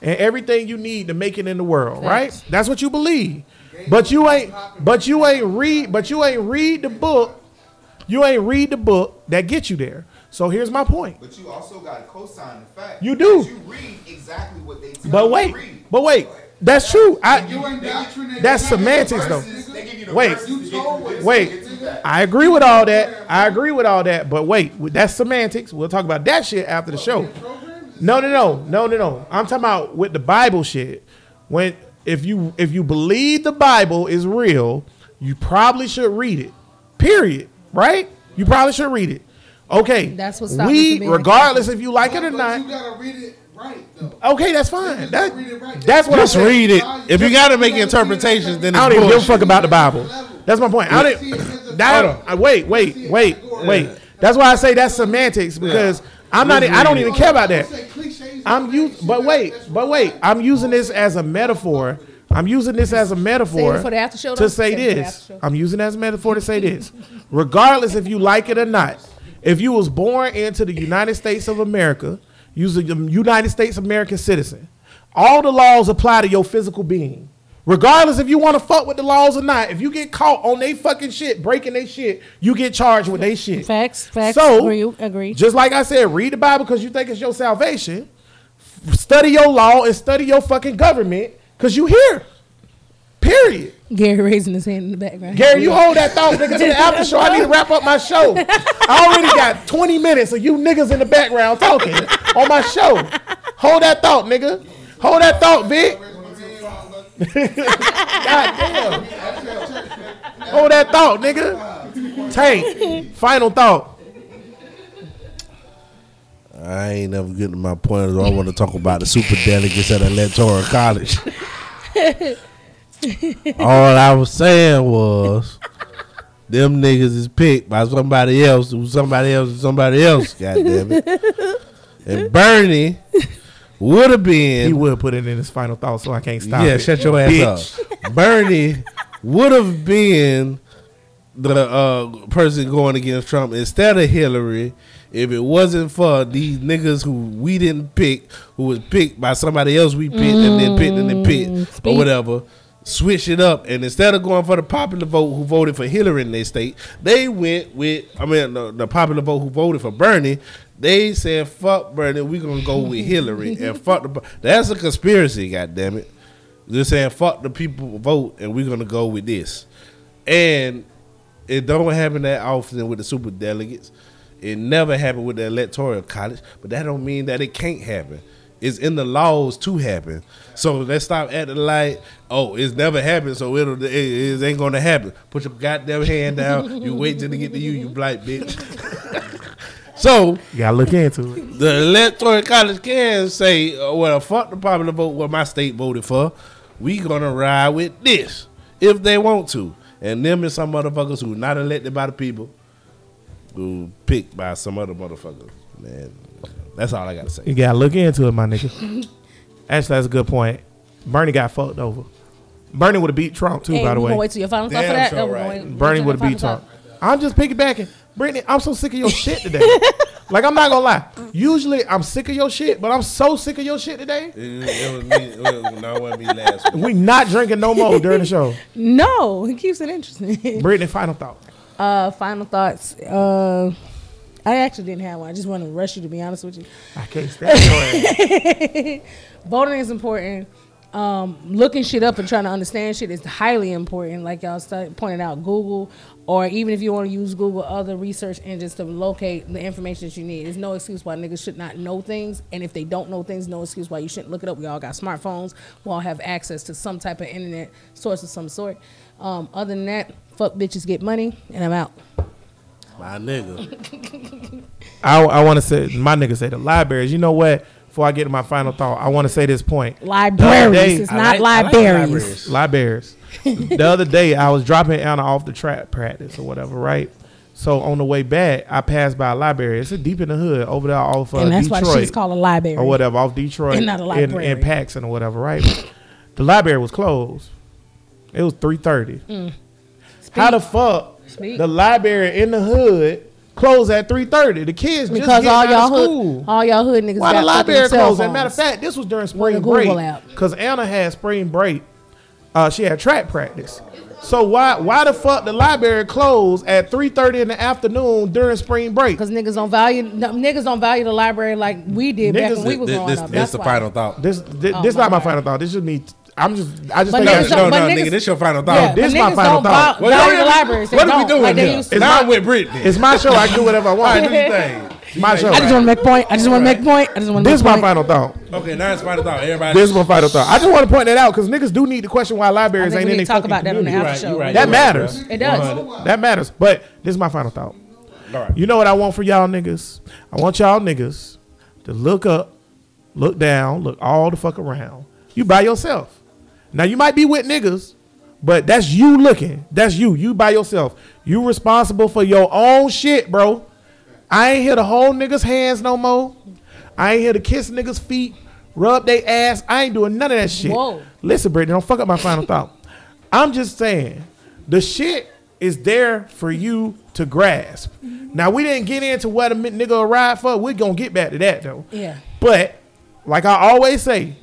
Speaker 3: and everything you need to make it in the world,
Speaker 4: Facts.
Speaker 3: right? That's what you believe. But you ain't but you ain't read but you ain't read the book. You ain't read the book that gets you there. So here's my point.
Speaker 6: But you also got to co-sign the fact.
Speaker 3: You do.
Speaker 6: that You read exactly what they tell
Speaker 3: But
Speaker 6: you
Speaker 3: wait,
Speaker 6: to read.
Speaker 3: but wait. That's true.
Speaker 7: You
Speaker 3: I
Speaker 7: indoctrinated.
Speaker 3: that's
Speaker 7: black
Speaker 3: semantics though.
Speaker 7: versus-
Speaker 6: They give you the
Speaker 3: Wait.
Speaker 6: verses to
Speaker 7: You
Speaker 6: get
Speaker 7: told
Speaker 6: through this,
Speaker 3: Wait.
Speaker 6: to get through that.
Speaker 3: I agree with all that. I agree with all that. But wait, with- that's semantics. We'll talk about that shit
Speaker 7: Oh,
Speaker 3: after the show. No, no, no, no, no, no. I'm talking about with the Bible shit. When if you if you believe the Bible is real, you probably should read it. Period. Right? You probably should read it. Okay.
Speaker 4: That's what stopped me
Speaker 3: we
Speaker 4: from being a
Speaker 3: regardless if you like it or
Speaker 7: But you
Speaker 3: not.
Speaker 7: gotta read it right though.
Speaker 3: Okay, that's fine. That,
Speaker 7: read it right.
Speaker 3: that's what
Speaker 5: Just
Speaker 3: I'm saying.
Speaker 5: read it. If you gotta make interpretations, then it's
Speaker 3: I don't even give a
Speaker 5: bullshit.
Speaker 3: fuck about the Bible. That's my point. I don't. That, I, wait, wait, wait, wait. That's why I say that's semantics because I'm not. I don't even care about that.
Speaker 7: Say cliches.
Speaker 3: I'm use, but wait, but wait. I'm using this as a metaphor. I'm using this as a metaphor
Speaker 4: Save it for the after show, though.
Speaker 3: to say
Speaker 4: Save it for the
Speaker 3: this.
Speaker 4: after show.
Speaker 3: I'm using it as a metaphor to say this. Regardless if you like it or not, if you was born into the United States of America, you's a um, United States American citizen. All the laws apply to your physical being. Regardless if you want to fuck with the laws or not, if you get caught on they fucking shit, breaking they shit, you get charged with they shit.
Speaker 4: Facts, facts. Agree, agree.
Speaker 3: Just like I said, read the Bible because you think it's your salvation. F- Study your law and study your fucking government because you here. Period.
Speaker 4: Gary raising his hand in the background.
Speaker 3: Gary, you hold that thought, nigga, to the after show. I need to wrap up my show. I already got 20 minutes of you niggas in the background talking on my show. Hold that thought, nigga. Hold that thought, Vic. [laughs] God damn. Hold that thought, nigga. Tank, final thought.
Speaker 5: I ain't never getting to my point. I want to talk about the super delegates at Electoral
Speaker 3: [laughs]
Speaker 5: College. All I was saying was, them niggas is picked by somebody else, who somebody else, who somebody else. God damn it! And Bernie would have been.
Speaker 3: He would put it in his final thought, so I can't stop
Speaker 5: yeah,
Speaker 3: it.
Speaker 5: shut your ass up. Bernie would have been the uh, person going against Trump instead of Hillary if it wasn't for these niggas who we didn't pick, who was picked by somebody else we picked and then picked and then picked or whatever. Switch it up, and instead of going for the popular vote who voted for Hillary in their state, they went with I mean the, the popular vote who voted for Bernie. They said fuck Bernie, we gonna go with Hillary and fuck the. That's a conspiracy, goddamn it. They're saying fuck the people vote and we're gonna go with this. And it don't happen that often with the super delegates. It never happened with the electoral college, but that don't mean that it can't happen. It's in the laws to happen. So let's stop acting like, oh, it's never happened, so it'll it, it ain't gonna happen. Put your goddamn hand down. You wait till it get to you, you black bitch. [laughs] so
Speaker 3: You gotta look into it.
Speaker 5: the electoral college can say, uh, "Well, fuck the popular vote. What my state voted for, we gonna ride with this if they want to." And them and some motherfuckers who not elected by the people, who picked by some other motherfuckers. Man, that's all I gotta
Speaker 3: You
Speaker 4: [laughs]
Speaker 5: say.
Speaker 3: gotta look into it, my nigga. Actually, that's a good point. Bernie got fucked over. Bernie would have beat Trump too,
Speaker 4: Hey,
Speaker 3: by the
Speaker 4: we gonna
Speaker 3: way.
Speaker 4: wait till your final thought for
Speaker 5: Damn
Speaker 4: that.
Speaker 5: sure
Speaker 4: No, we're
Speaker 5: right.
Speaker 4: gonna wait- wait
Speaker 3: Bernie
Speaker 4: till
Speaker 3: would
Speaker 4: the
Speaker 3: have beat
Speaker 4: final
Speaker 3: Trump. I'm just piggybacking. Brittany, I'm so sick of your shit [laughs] today. like I'm not gonna lie. Usually I'm sick of your shit, but I'm so sick of your shit today.
Speaker 5: It, it was me. It was, no, it wasn't me last week.
Speaker 3: We not drinking no more during the [laughs] show.
Speaker 4: thought. No, it keeps it interesting. [laughs]
Speaker 3: Brittany, final thought.
Speaker 4: Uh, final thoughts. Uh, I actually didn't have one. I just want to rush you to be honest with you.
Speaker 3: I can't stand your ass.
Speaker 4: Voting is important. Um, looking shit up and trying to understand shit is highly important. Like y'all start pointed out, Google, or even if you want to use Google, other research engines to locate the information that you need. There's no excuse why niggas should not know things, and if they don't know things, no excuse why you shouldn't look it up. We all got smartphones. We all have access to some type of internet source of some sort. Um, other than that, fuck bitches, get money, and I'm out.
Speaker 5: My nigga.
Speaker 3: I, I want to say my nigga say the libraries. You know what? Before I get to my final thought, I want to say this point.
Speaker 4: Libraries.
Speaker 3: Day,
Speaker 4: it's
Speaker 3: I
Speaker 4: not
Speaker 5: like- I like
Speaker 4: libraries.
Speaker 5: libraries.
Speaker 3: Libraries. the other day, I was dropping Anna off the trap practice or whatever, right? So on the way back, I passed by a library. It's deep in the hood over there off uh,
Speaker 4: and that's
Speaker 3: Detroit
Speaker 4: why she's called a library.
Speaker 3: or whatever off Detroit
Speaker 4: And not a
Speaker 3: in,
Speaker 4: library.
Speaker 3: in Paxson or whatever, right? the library was closed. It was three thirty. How the fuck
Speaker 4: Mm. Speak.
Speaker 3: the library in the hood closed at three thirty? The kids just
Speaker 4: Because
Speaker 3: getting
Speaker 4: all y'all
Speaker 3: out of school.
Speaker 4: hood, all y'all hood niggas
Speaker 3: Why
Speaker 4: got
Speaker 3: the library closed?
Speaker 4: closed?
Speaker 3: As a matter of fact, this was during
Speaker 4: With
Speaker 3: spring
Speaker 4: a Google
Speaker 3: break
Speaker 4: app.
Speaker 3: because Anna had spring break. Uh, she had track practice. So why why the fuck the library closed at three thirty in the afternoon during spring break?
Speaker 4: because niggas don't value no, niggas don't value the library like we did back
Speaker 3: Niggas-
Speaker 4: when we was
Speaker 5: This-
Speaker 4: growing
Speaker 5: this,
Speaker 4: up.
Speaker 5: this
Speaker 4: That's
Speaker 5: the
Speaker 4: why.
Speaker 5: final thought.
Speaker 3: This this,
Speaker 4: Oh,
Speaker 3: this
Speaker 4: my
Speaker 3: not my
Speaker 4: God.
Speaker 3: final thought. This is me. I'm just I just
Speaker 4: But
Speaker 3: think
Speaker 5: No,
Speaker 4: niggas
Speaker 3: I,
Speaker 5: no,
Speaker 4: show-
Speaker 5: no,
Speaker 4: but niggas-
Speaker 5: nigga. This your final
Speaker 4: Yeah, but
Speaker 5: thought.
Speaker 3: This is my
Speaker 4: niggas
Speaker 3: final
Speaker 4: don't
Speaker 3: thought.
Speaker 4: val- value the libraries. They
Speaker 5: what are we
Speaker 4: don't,
Speaker 5: doing
Speaker 4: like they
Speaker 5: here?
Speaker 4: used to.
Speaker 5: It's not with Britney.
Speaker 3: it's my show. I can do whatever I
Speaker 4: [laughs]
Speaker 5: All right, do
Speaker 3: want.
Speaker 5: your thing. Do
Speaker 3: My
Speaker 5: your
Speaker 3: show.
Speaker 5: thing.
Speaker 4: I just want to make point. I just want to make point. I just want to
Speaker 3: this is
Speaker 4: make
Speaker 3: my
Speaker 4: point.
Speaker 3: final thought.
Speaker 5: Okay, now it's final thought. Everybody.
Speaker 3: This is my final thought. I just want to point that out because niggas do need to question why
Speaker 4: I
Speaker 3: libraries
Speaker 4: think
Speaker 3: ain't
Speaker 4: we
Speaker 3: in
Speaker 4: need
Speaker 3: their
Speaker 4: to
Speaker 3: fucking
Speaker 4: talk about that on the
Speaker 3: community.
Speaker 4: after
Speaker 5: right,
Speaker 4: show.
Speaker 5: you right.
Speaker 3: That matters.
Speaker 4: It does.
Speaker 3: That matters. But this is my final thought.
Speaker 5: All right.
Speaker 3: You know what I want for y'all niggas? I want y'all niggas to look up, look down, look all the fuck around. You by yourself. Now you might be with niggas, but that's you looking. That's you. You by yourself. You responsible for your own shit, bro. I ain't here to hold niggas' hands no more. I ain't here to kiss niggas' feet, rub they ass. I ain't doing none of that shit.
Speaker 4: Whoa.
Speaker 3: Listen, Brittany, don't fuck up my final thought. I'm just saying, the shit is there for you to grasp. Now we didn't get into what a mi- nigga a ride for. We're gonna get back to that though.
Speaker 4: Yeah.
Speaker 3: But like I always say,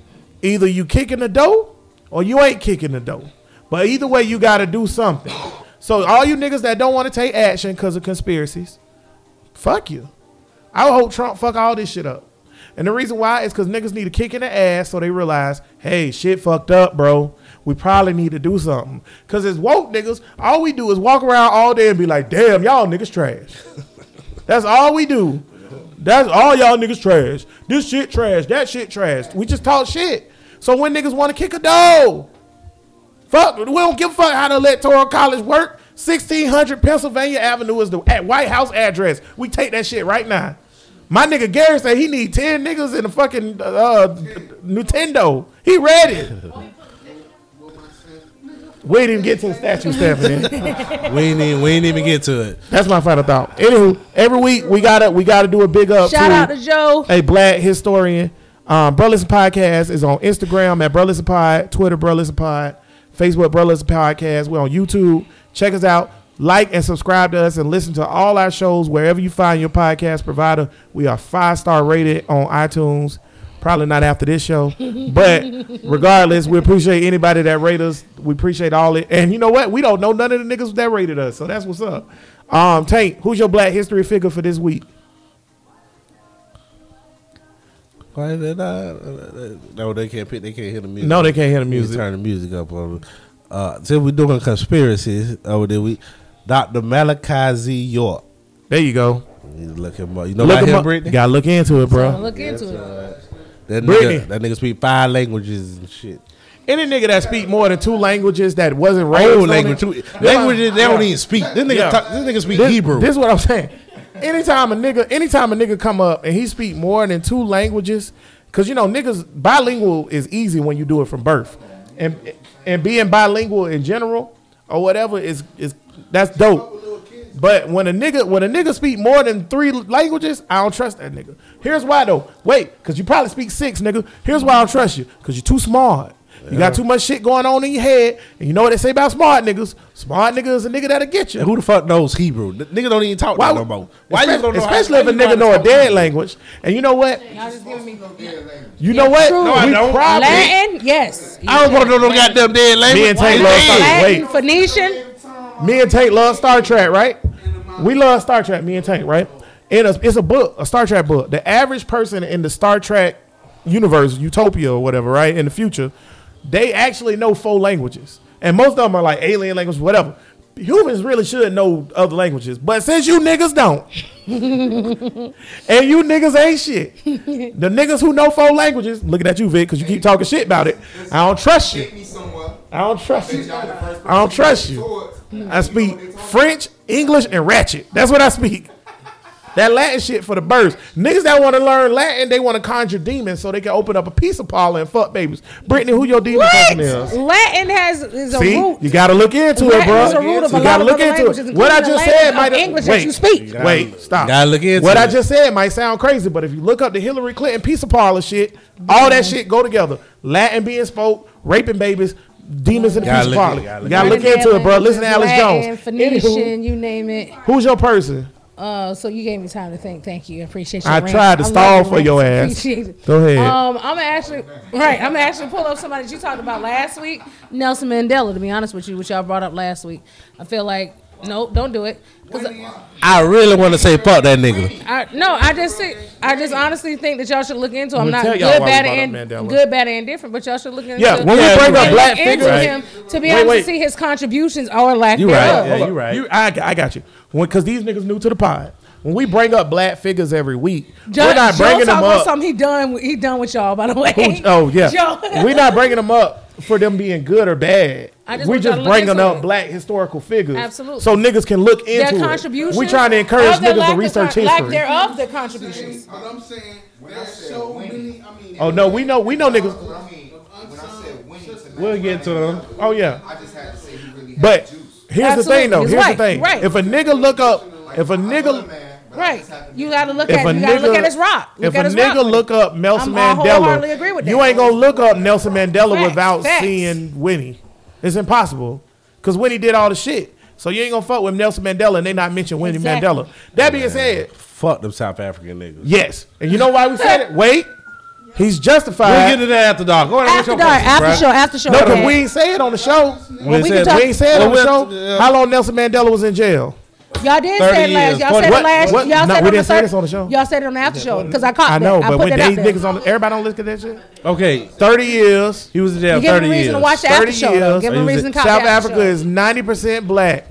Speaker 3: either you kicking the dough or you ain't kicking the dough. But either way, you gotta do something. So all you niggas that don't want to take action because of conspiracies, fuck you. I would hope Trump fuck all this shit up. And the reason why is because niggas need a kick in the ass so they realize, hey, shit fucked up, bro. We probably need to do something. Because as woke niggas, all we do is walk around all day and be like, damn, y'all niggas trash. [laughs] That's all we do. That's all y'all niggas trash. This shit trash. That shit trash. We just talk shit. So when niggas want to kick a dough, Fuck, we don't give a fuck how the electoral college work. 1600 Pennsylvania Avenue is the at White House address. We take that shit right now. My nigga Gary said he need 10 niggas in the fucking uh, Nintendo. He read it. We didn't get to the statue, Stephanie.
Speaker 5: We ain't even, we ain't even get to it.
Speaker 3: That's my final thought. Anywho, every week we gotta we gotta do a big up.
Speaker 4: Shout
Speaker 3: to-
Speaker 4: out to Joe.
Speaker 3: a black historian. Um, Bro Listen Podcast is on Instagram at Bro Listen Pod, Twitter Bro Listen Pod, Facebook Bro Listen Podcast. We're on YouTube. Check us out. Like and subscribe to us and listen to all our shows wherever you find your podcast provider. We are five star rated on iTunes. Probably not after this show, but regardless, we appreciate anybody that rate us. We appreciate all it. And you know what? We don't know none of the niggas that rated us, so that's what's up. Um, Tank, who's your black history figure for this week?
Speaker 5: Why did I- No, they can't pick. They can't hear the music.
Speaker 3: No, they can't hear the
Speaker 5: We
Speaker 3: music.
Speaker 5: Turn the music up. on- Uh, since we're doing conspiracies over there, we Dr. Malachi Z. York.
Speaker 3: There you go.
Speaker 5: You look him up. You know
Speaker 3: Look
Speaker 5: about
Speaker 3: him
Speaker 5: him,
Speaker 3: up.
Speaker 5: Brittany?
Speaker 3: Gotta look into it, bro.
Speaker 4: Look into it.
Speaker 5: That
Speaker 3: Brittany.
Speaker 5: nigga, that nigga speak five languages and shit.
Speaker 3: Any nigga that speak more than two languages that wasn't raised on
Speaker 5: Old
Speaker 3: it-
Speaker 5: language too. Languages they don't
Speaker 3: Yeah.
Speaker 5: even speak. This nigga,
Speaker 3: Yeah.
Speaker 5: talk, this nigga speak
Speaker 3: This,
Speaker 5: Hebrew.
Speaker 3: This is what I'm saying. Anytime a nigga, anytime a nigga come up and he speak more than two languages, because you know niggas bilingual is easy when you do it from birth, and and being bilingual in general or whatever is is that's dope. But when a nigga when a nigga speak more than three languages, I don't trust that nigga. Here's why though. Wait, cause you probably speak six, nigga. Here's why I don't trust you, cause you too smart. You got too much shit going on in your head, and you know what they say about smart niggas. Smart niggas is a nigga that'll get you.
Speaker 5: And who the fuck knows Hebrew? The nigga don't even talk that no more.
Speaker 3: especially,
Speaker 5: Why you gonna know how-
Speaker 3: especially
Speaker 5: why
Speaker 3: if a
Speaker 5: you gonna
Speaker 3: nigga know a
Speaker 5: talk to
Speaker 3: dead
Speaker 5: me?
Speaker 3: language. And you know what?
Speaker 4: Y'all just giving me
Speaker 3: You know what?
Speaker 4: true.
Speaker 5: No, I
Speaker 3: We
Speaker 5: don't.
Speaker 3: probably-
Speaker 4: Latin. Yes.
Speaker 5: I don't want to know no goddamn dead language.
Speaker 3: Me and
Speaker 5: Why
Speaker 3: Tate
Speaker 5: you
Speaker 3: love
Speaker 5: dead?
Speaker 3: Star-
Speaker 4: Latin,
Speaker 3: wait.
Speaker 4: Phoenician.
Speaker 3: Me and Tate love Star Trek, right? We love Star Trek. Me and Tate, right? And it's, it's a book, a Star Trek book. The average person in the Star Trek universe, Utopia or whatever, right? In the future, they actually know four languages, and most of them are like alien languages, whatever. Humans really should know other languages, but since you niggas don't, [laughs] and you niggas ain't shit, the niggas who know four languages, looking at you, Vic, because you keep talking shit about it. I don't trust you.
Speaker 6: Take me somewhere.
Speaker 3: I don't trust
Speaker 6: that
Speaker 3: you.
Speaker 6: y'all the first
Speaker 3: I don't
Speaker 6: person
Speaker 3: trust
Speaker 6: to
Speaker 3: you.
Speaker 6: towards.
Speaker 3: I speak
Speaker 6: know what they talking
Speaker 3: French, English, and ratchet. That's what I speak. That Latin shit for the birds. Niggas that want to learn Latin, they want to conjure demons so they can open up a pizza parlor and fuck babies. Brittany, who your demon
Speaker 4: What?
Speaker 3: person is?
Speaker 4: Latin has is a
Speaker 3: See,
Speaker 4: root.
Speaker 3: you gotta look into it,
Speaker 4: Latin
Speaker 3: bro.
Speaker 4: is a root of a
Speaker 3: you
Speaker 4: lot
Speaker 3: gotta
Speaker 4: of
Speaker 3: look
Speaker 4: other
Speaker 3: into
Speaker 4: languages,
Speaker 3: it. What I
Speaker 4: including
Speaker 3: just
Speaker 4: the
Speaker 3: said might
Speaker 4: language of English that
Speaker 3: wait,
Speaker 4: you speak.
Speaker 3: Wait, stop.
Speaker 5: gotta look into
Speaker 3: what I
Speaker 5: it.
Speaker 3: just said might sound crazy, but if you look up the Hillary Clinton pizza parlor shit, all that shit go together. Latin being spoke, raping babies, demons in the
Speaker 5: Gotta
Speaker 3: pizza
Speaker 5: look-
Speaker 3: parlor.
Speaker 5: gotta
Speaker 3: You
Speaker 5: look
Speaker 3: gotta look
Speaker 4: Latin
Speaker 3: into it, bro.
Speaker 4: languages,
Speaker 3: Listen to Alex
Speaker 4: Latin,
Speaker 3: Jones.
Speaker 4: Phoenician,
Speaker 3: Anywho,
Speaker 4: you name it.
Speaker 3: Who's your person?
Speaker 4: Uh, so you gave me time to think. Thank you. I appreciate your
Speaker 3: I
Speaker 4: rant.
Speaker 3: tried to
Speaker 4: love
Speaker 3: stall
Speaker 4: your
Speaker 3: for your
Speaker 4: rants.
Speaker 3: ass.
Speaker 4: Appreciate it.
Speaker 3: Go ahead.
Speaker 4: Um, I'm gonna actually right. I'm gonna actually pull up somebody that you talked about last week, Nelson Mandela. To be honest with you, which y'all brought up last week, I feel like nope, don't do it. 'Cause
Speaker 5: I really want to say fuck that nigga.
Speaker 4: I, no, I just think, I just honestly think that y'all should look into. him.
Speaker 3: Let
Speaker 4: I'm
Speaker 3: me
Speaker 4: not
Speaker 3: tell
Speaker 4: good,
Speaker 3: y'all why we
Speaker 4: bad,
Speaker 3: brought
Speaker 4: and
Speaker 3: up Mandela.
Speaker 4: good, bad, and indifferent, but y'all should look into.
Speaker 3: Yeah, when we
Speaker 5: Yeah,
Speaker 3: bring
Speaker 5: you
Speaker 3: up
Speaker 5: right.
Speaker 3: black
Speaker 4: and
Speaker 3: figures,
Speaker 4: look into him to be
Speaker 3: Wait,
Speaker 4: honest,
Speaker 3: wait.
Speaker 4: to see his contributions or lack
Speaker 5: You
Speaker 4: thereof.
Speaker 5: right. Yeah,
Speaker 3: Hold
Speaker 5: you
Speaker 3: up.
Speaker 5: right.
Speaker 3: I, got- I got you. Because these niggas new to the pod. When we bring up black figures every week,
Speaker 4: Joe,
Speaker 3: we're not
Speaker 4: Joe
Speaker 3: bringing them
Speaker 4: talking about
Speaker 3: up.
Speaker 4: Something he done. with- He done with y'all, by the way.
Speaker 3: Who- oh
Speaker 4: [laughs]
Speaker 3: yeah,
Speaker 4: Joe.
Speaker 3: we're not bringing them up for them being good or bad.
Speaker 4: I just
Speaker 3: we
Speaker 4: want y'all
Speaker 3: just
Speaker 4: to look
Speaker 3: bringing
Speaker 4: into
Speaker 3: up
Speaker 4: it.
Speaker 3: black historical figures,
Speaker 4: Absolutely.
Speaker 3: so niggas can look into
Speaker 4: their
Speaker 3: it.
Speaker 4: contributions.
Speaker 3: We trying to encourage
Speaker 4: of their
Speaker 3: niggas
Speaker 4: lack
Speaker 3: to
Speaker 4: of
Speaker 3: research
Speaker 4: con-
Speaker 3: history.
Speaker 4: Lack thereof, their contributions.
Speaker 7: But I'm saying there's so many. I mean,
Speaker 3: oh no, we know, we know
Speaker 6: But
Speaker 3: niggas.
Speaker 6: I mean, when I said winning tonight,
Speaker 3: We'll get to them. Oh yeah,
Speaker 6: I just had to say he really had
Speaker 3: but
Speaker 6: juice.
Speaker 3: here's the thing though.
Speaker 4: Absolutely.
Speaker 3: Here's
Speaker 4: Right,
Speaker 3: the thing.
Speaker 4: right.
Speaker 3: If a nigga look up, if a
Speaker 6: Other
Speaker 3: nigga,
Speaker 6: man, but I
Speaker 4: Right.
Speaker 6: just happened to
Speaker 4: You
Speaker 6: be-
Speaker 4: got to look
Speaker 3: if a
Speaker 4: at. You got to
Speaker 3: nigga,
Speaker 4: look at his rock. Look
Speaker 3: if
Speaker 4: at
Speaker 3: a
Speaker 4: his
Speaker 3: nigga
Speaker 4: rock.
Speaker 3: look up Nelson
Speaker 4: I'm- I wholeheartedly
Speaker 3: Mandela,
Speaker 4: agree with
Speaker 3: you
Speaker 4: that.
Speaker 3: ain't gonna look up Nelson Mandela
Speaker 4: Facts,
Speaker 3: without
Speaker 4: facts.
Speaker 3: seeing Winnie. It's impossible because Winnie did all the shit. So you ain't gonna fuck with Nelson Mandela and they not mention Winnie
Speaker 4: Exactly.
Speaker 3: Mandela. That being said,
Speaker 5: Fuck them South African niggas.
Speaker 3: yes, and you know why we said
Speaker 4: [laughs]
Speaker 3: it? Wait, he's justified.
Speaker 5: We'll get to that after dark. Go ahead
Speaker 4: after
Speaker 5: with your
Speaker 4: dark,
Speaker 5: question,
Speaker 4: after
Speaker 5: bruh.
Speaker 4: show, after show.
Speaker 3: no, because
Speaker 4: okay.
Speaker 3: we ain't say it on the show.
Speaker 5: We
Speaker 4: we
Speaker 5: said-
Speaker 4: can talk-
Speaker 3: We ain't say it on the
Speaker 5: Well,
Speaker 3: show. How long Nelson Mandela was in jail?
Speaker 4: Y'all did
Speaker 5: 30
Speaker 4: say it last.
Speaker 5: years,
Speaker 4: Y'all said
Speaker 5: what-
Speaker 4: it last.
Speaker 3: what-
Speaker 4: Y'all
Speaker 3: no, we
Speaker 4: said it on
Speaker 3: didn't
Speaker 4: the
Speaker 3: say
Speaker 4: thir-
Speaker 3: this on the show.
Speaker 4: Y'all said it on the after show because I caught
Speaker 3: I
Speaker 4: that.
Speaker 3: know,
Speaker 4: I
Speaker 3: but
Speaker 4: put
Speaker 3: when
Speaker 4: that out
Speaker 3: these
Speaker 4: there.
Speaker 3: niggas on, the, everybody don't look at that shit.
Speaker 5: Okay,
Speaker 3: Thirty years.
Speaker 5: he was in jail
Speaker 4: You give him
Speaker 5: thirty
Speaker 4: a
Speaker 5: years.
Speaker 4: reason to watch the after
Speaker 3: 30
Speaker 4: show. though.
Speaker 3: years.
Speaker 4: Give
Speaker 5: He
Speaker 4: him a
Speaker 5: was
Speaker 4: reason
Speaker 5: in
Speaker 4: to cop
Speaker 3: South
Speaker 4: the after
Speaker 3: Africa
Speaker 4: show.
Speaker 3: is 90% black.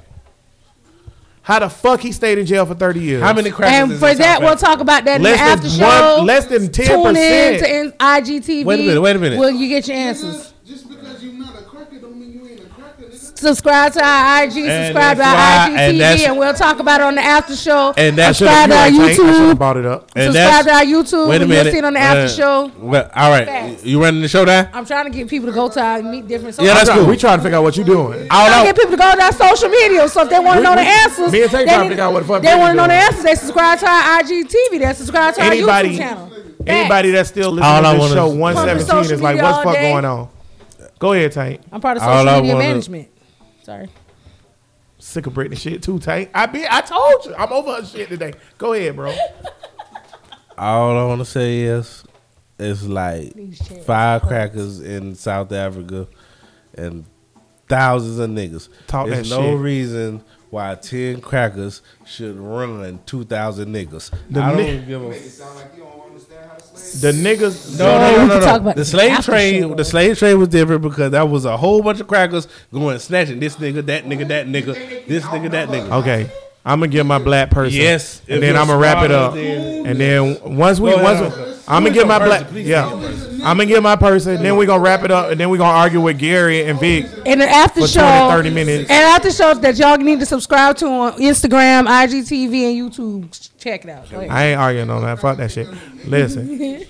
Speaker 3: How the fuck he stayed in jail for 30 years?
Speaker 5: How many crackers?
Speaker 4: And
Speaker 5: is
Speaker 4: for
Speaker 5: in South
Speaker 4: that, we'll
Speaker 5: Africa?
Speaker 4: talk about that in the
Speaker 3: Less than
Speaker 4: after
Speaker 3: one-
Speaker 4: show.
Speaker 3: less than
Speaker 4: Tune in
Speaker 3: 10%.
Speaker 4: to in- IGTV.
Speaker 5: Wait a minute, wait a minute.
Speaker 4: Will you get your answers?
Speaker 7: just because you're not a cracker don't mean you ain't a cracker, nigga.
Speaker 4: Subscribe to our IG, subscribe to
Speaker 5: that's
Speaker 4: our
Speaker 5: why- and
Speaker 4: IGTV, and,
Speaker 5: that's-
Speaker 4: we'll talk about it on the after show.
Speaker 5: And that's-
Speaker 4: subscribe to our
Speaker 3: I should
Speaker 4: YouTube.
Speaker 3: have brought it up.
Speaker 5: And
Speaker 4: subscribe
Speaker 5: that's-
Speaker 4: to our YouTube,
Speaker 5: Wait a
Speaker 4: and you'll
Speaker 5: minute.
Speaker 4: see it on the after
Speaker 5: Uh,
Speaker 4: show.
Speaker 5: Well, all right,
Speaker 4: Facts.
Speaker 5: you running the show down?
Speaker 4: I'm trying to get people to go to our meet different.
Speaker 5: Yeah, that's
Speaker 4: I'm
Speaker 5: cool.
Speaker 3: We trying to figure out what you doing.
Speaker 5: All
Speaker 4: trying to
Speaker 5: out.
Speaker 4: get people to go to our social media. So if they want to
Speaker 3: We-
Speaker 4: know the
Speaker 3: we-
Speaker 4: answers,
Speaker 3: me and Tay
Speaker 4: they,
Speaker 3: trying to
Speaker 4: need-
Speaker 3: figure out what the fuck
Speaker 4: they
Speaker 3: they
Speaker 4: want to know
Speaker 3: doing.
Speaker 4: the answers. They subscribe to our IGTV. They subscribe to our YouTube
Speaker 3: Anybody,
Speaker 4: channel.
Speaker 3: anybody
Speaker 4: Facts.
Speaker 3: that's still
Speaker 5: All
Speaker 3: listening to
Speaker 5: I
Speaker 3: this
Speaker 5: wanna-
Speaker 3: show
Speaker 4: Come to
Speaker 3: 117
Speaker 4: social
Speaker 3: is like,
Speaker 4: media
Speaker 3: what's
Speaker 4: all
Speaker 3: fuck
Speaker 4: day.
Speaker 3: going on? Go ahead, Tank.
Speaker 4: I'm part of
Speaker 5: All
Speaker 4: social
Speaker 5: I
Speaker 4: media
Speaker 5: wanna-
Speaker 4: management. Sorry.
Speaker 3: Sick of Britney shit too, Tank. I be, I told you, I'm over her shit today. Go ahead, bro.
Speaker 5: All I want to say is, it's like five crackers in South Africa, and thousands of niggas.
Speaker 3: Talk
Speaker 5: There's
Speaker 3: that
Speaker 5: no
Speaker 3: shit.
Speaker 5: reason why ten crackers should run two thousand niggas.
Speaker 3: The
Speaker 5: I don't
Speaker 3: ni-
Speaker 5: give a.
Speaker 6: Make it sound like you don't understand how to slave.
Speaker 3: The niggas,
Speaker 5: No, no, no,
Speaker 4: we
Speaker 5: no,
Speaker 4: can
Speaker 5: no.
Speaker 4: talk about
Speaker 5: the
Speaker 4: this
Speaker 5: slave
Speaker 4: after
Speaker 5: trade,
Speaker 4: show, though.
Speaker 5: the slave trade was different because that was a whole bunch of crackers going snatching this nigga, that nigga, that nigga, this nigga, that nigga.
Speaker 3: Okay. I'm gonna give my black person.
Speaker 5: Yes,
Speaker 3: and
Speaker 5: if
Speaker 3: then
Speaker 5: you're
Speaker 3: I'm gonna wrap it
Speaker 5: smarter
Speaker 3: up.
Speaker 5: than-
Speaker 3: And then once we,
Speaker 5: Go
Speaker 3: once
Speaker 5: ahead. Okay.
Speaker 3: I'm gonna
Speaker 5: Please
Speaker 3: give my
Speaker 5: go
Speaker 3: black,
Speaker 5: first. Please
Speaker 3: yeah,
Speaker 5: go
Speaker 3: I'm gonna give my person. Then we gonna wrap it up, and then we gonna argue with Gary and Vic
Speaker 4: And the after
Speaker 3: for 20,
Speaker 4: show,
Speaker 3: 30 minutes.
Speaker 4: and after show that y'all need to subscribe to on Instagram, IGTV, and YouTube. Check it out. Go ahead.
Speaker 3: I ain't arguing on that. Fuck that shit. Listen,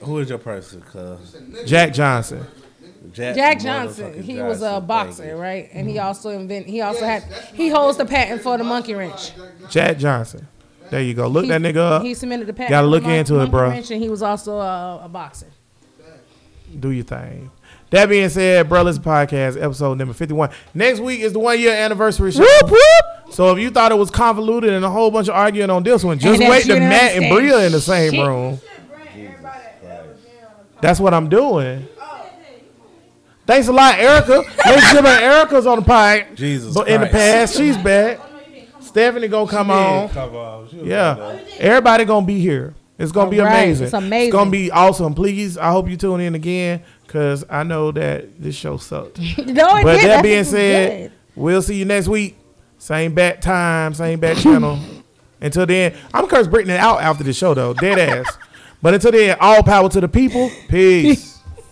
Speaker 5: Who is your person? Cause
Speaker 3: Jack Johnson.
Speaker 5: Jack,
Speaker 4: Jack
Speaker 5: motherfucking
Speaker 4: Johnson, Mm-hmm. he was a
Speaker 5: Johnson, thank
Speaker 4: boxer,
Speaker 5: you.
Speaker 4: right? And he also invent. He also had. He holds the patent for the monkey wrench.
Speaker 3: Jack Johnson. There you go. Look that nigga up.
Speaker 4: He submitted the patent.
Speaker 3: Gotta
Speaker 4: for the
Speaker 3: look
Speaker 4: mon-
Speaker 3: into it,
Speaker 4: monkey
Speaker 3: bro.
Speaker 4: wrench, and he was also a, a boxer.
Speaker 3: do your thing. That being said, bro, listen podcast episode number fifty one. Next week is the one year anniversary show.
Speaker 4: Whoop, whoop.
Speaker 3: So if you thought it was convoluted and a whole bunch of arguing on this one, just
Speaker 4: And that
Speaker 3: wait
Speaker 4: you
Speaker 3: to
Speaker 4: don't
Speaker 3: Matt and
Speaker 4: understand
Speaker 3: Bria in the same
Speaker 4: shit.
Speaker 3: room. That's what I'm doing. Thanks a lot, Erica. Ladies and gentlemen, Erica's on the pod.
Speaker 5: Jesus
Speaker 3: But in the
Speaker 5: Christ.
Speaker 3: past, she's back. Stephanie gonna come on.
Speaker 5: Come on. She was like,
Speaker 3: Yeah. Everybody gonna be here. It's gonna be
Speaker 4: All right.
Speaker 3: amazing.
Speaker 4: It's amazing.
Speaker 3: It's gonna be awesome. Please, I hope you tune in again because I know that this show sucked.
Speaker 4: No, it
Speaker 3: But
Speaker 4: did.
Speaker 3: that
Speaker 4: I think it
Speaker 3: being
Speaker 4: was
Speaker 3: said, we'll see you next week. Same bat time, same bat channel. Until then, I'm curse Brittany out after the show though, dead ass. But until then, all power to the people. Peace.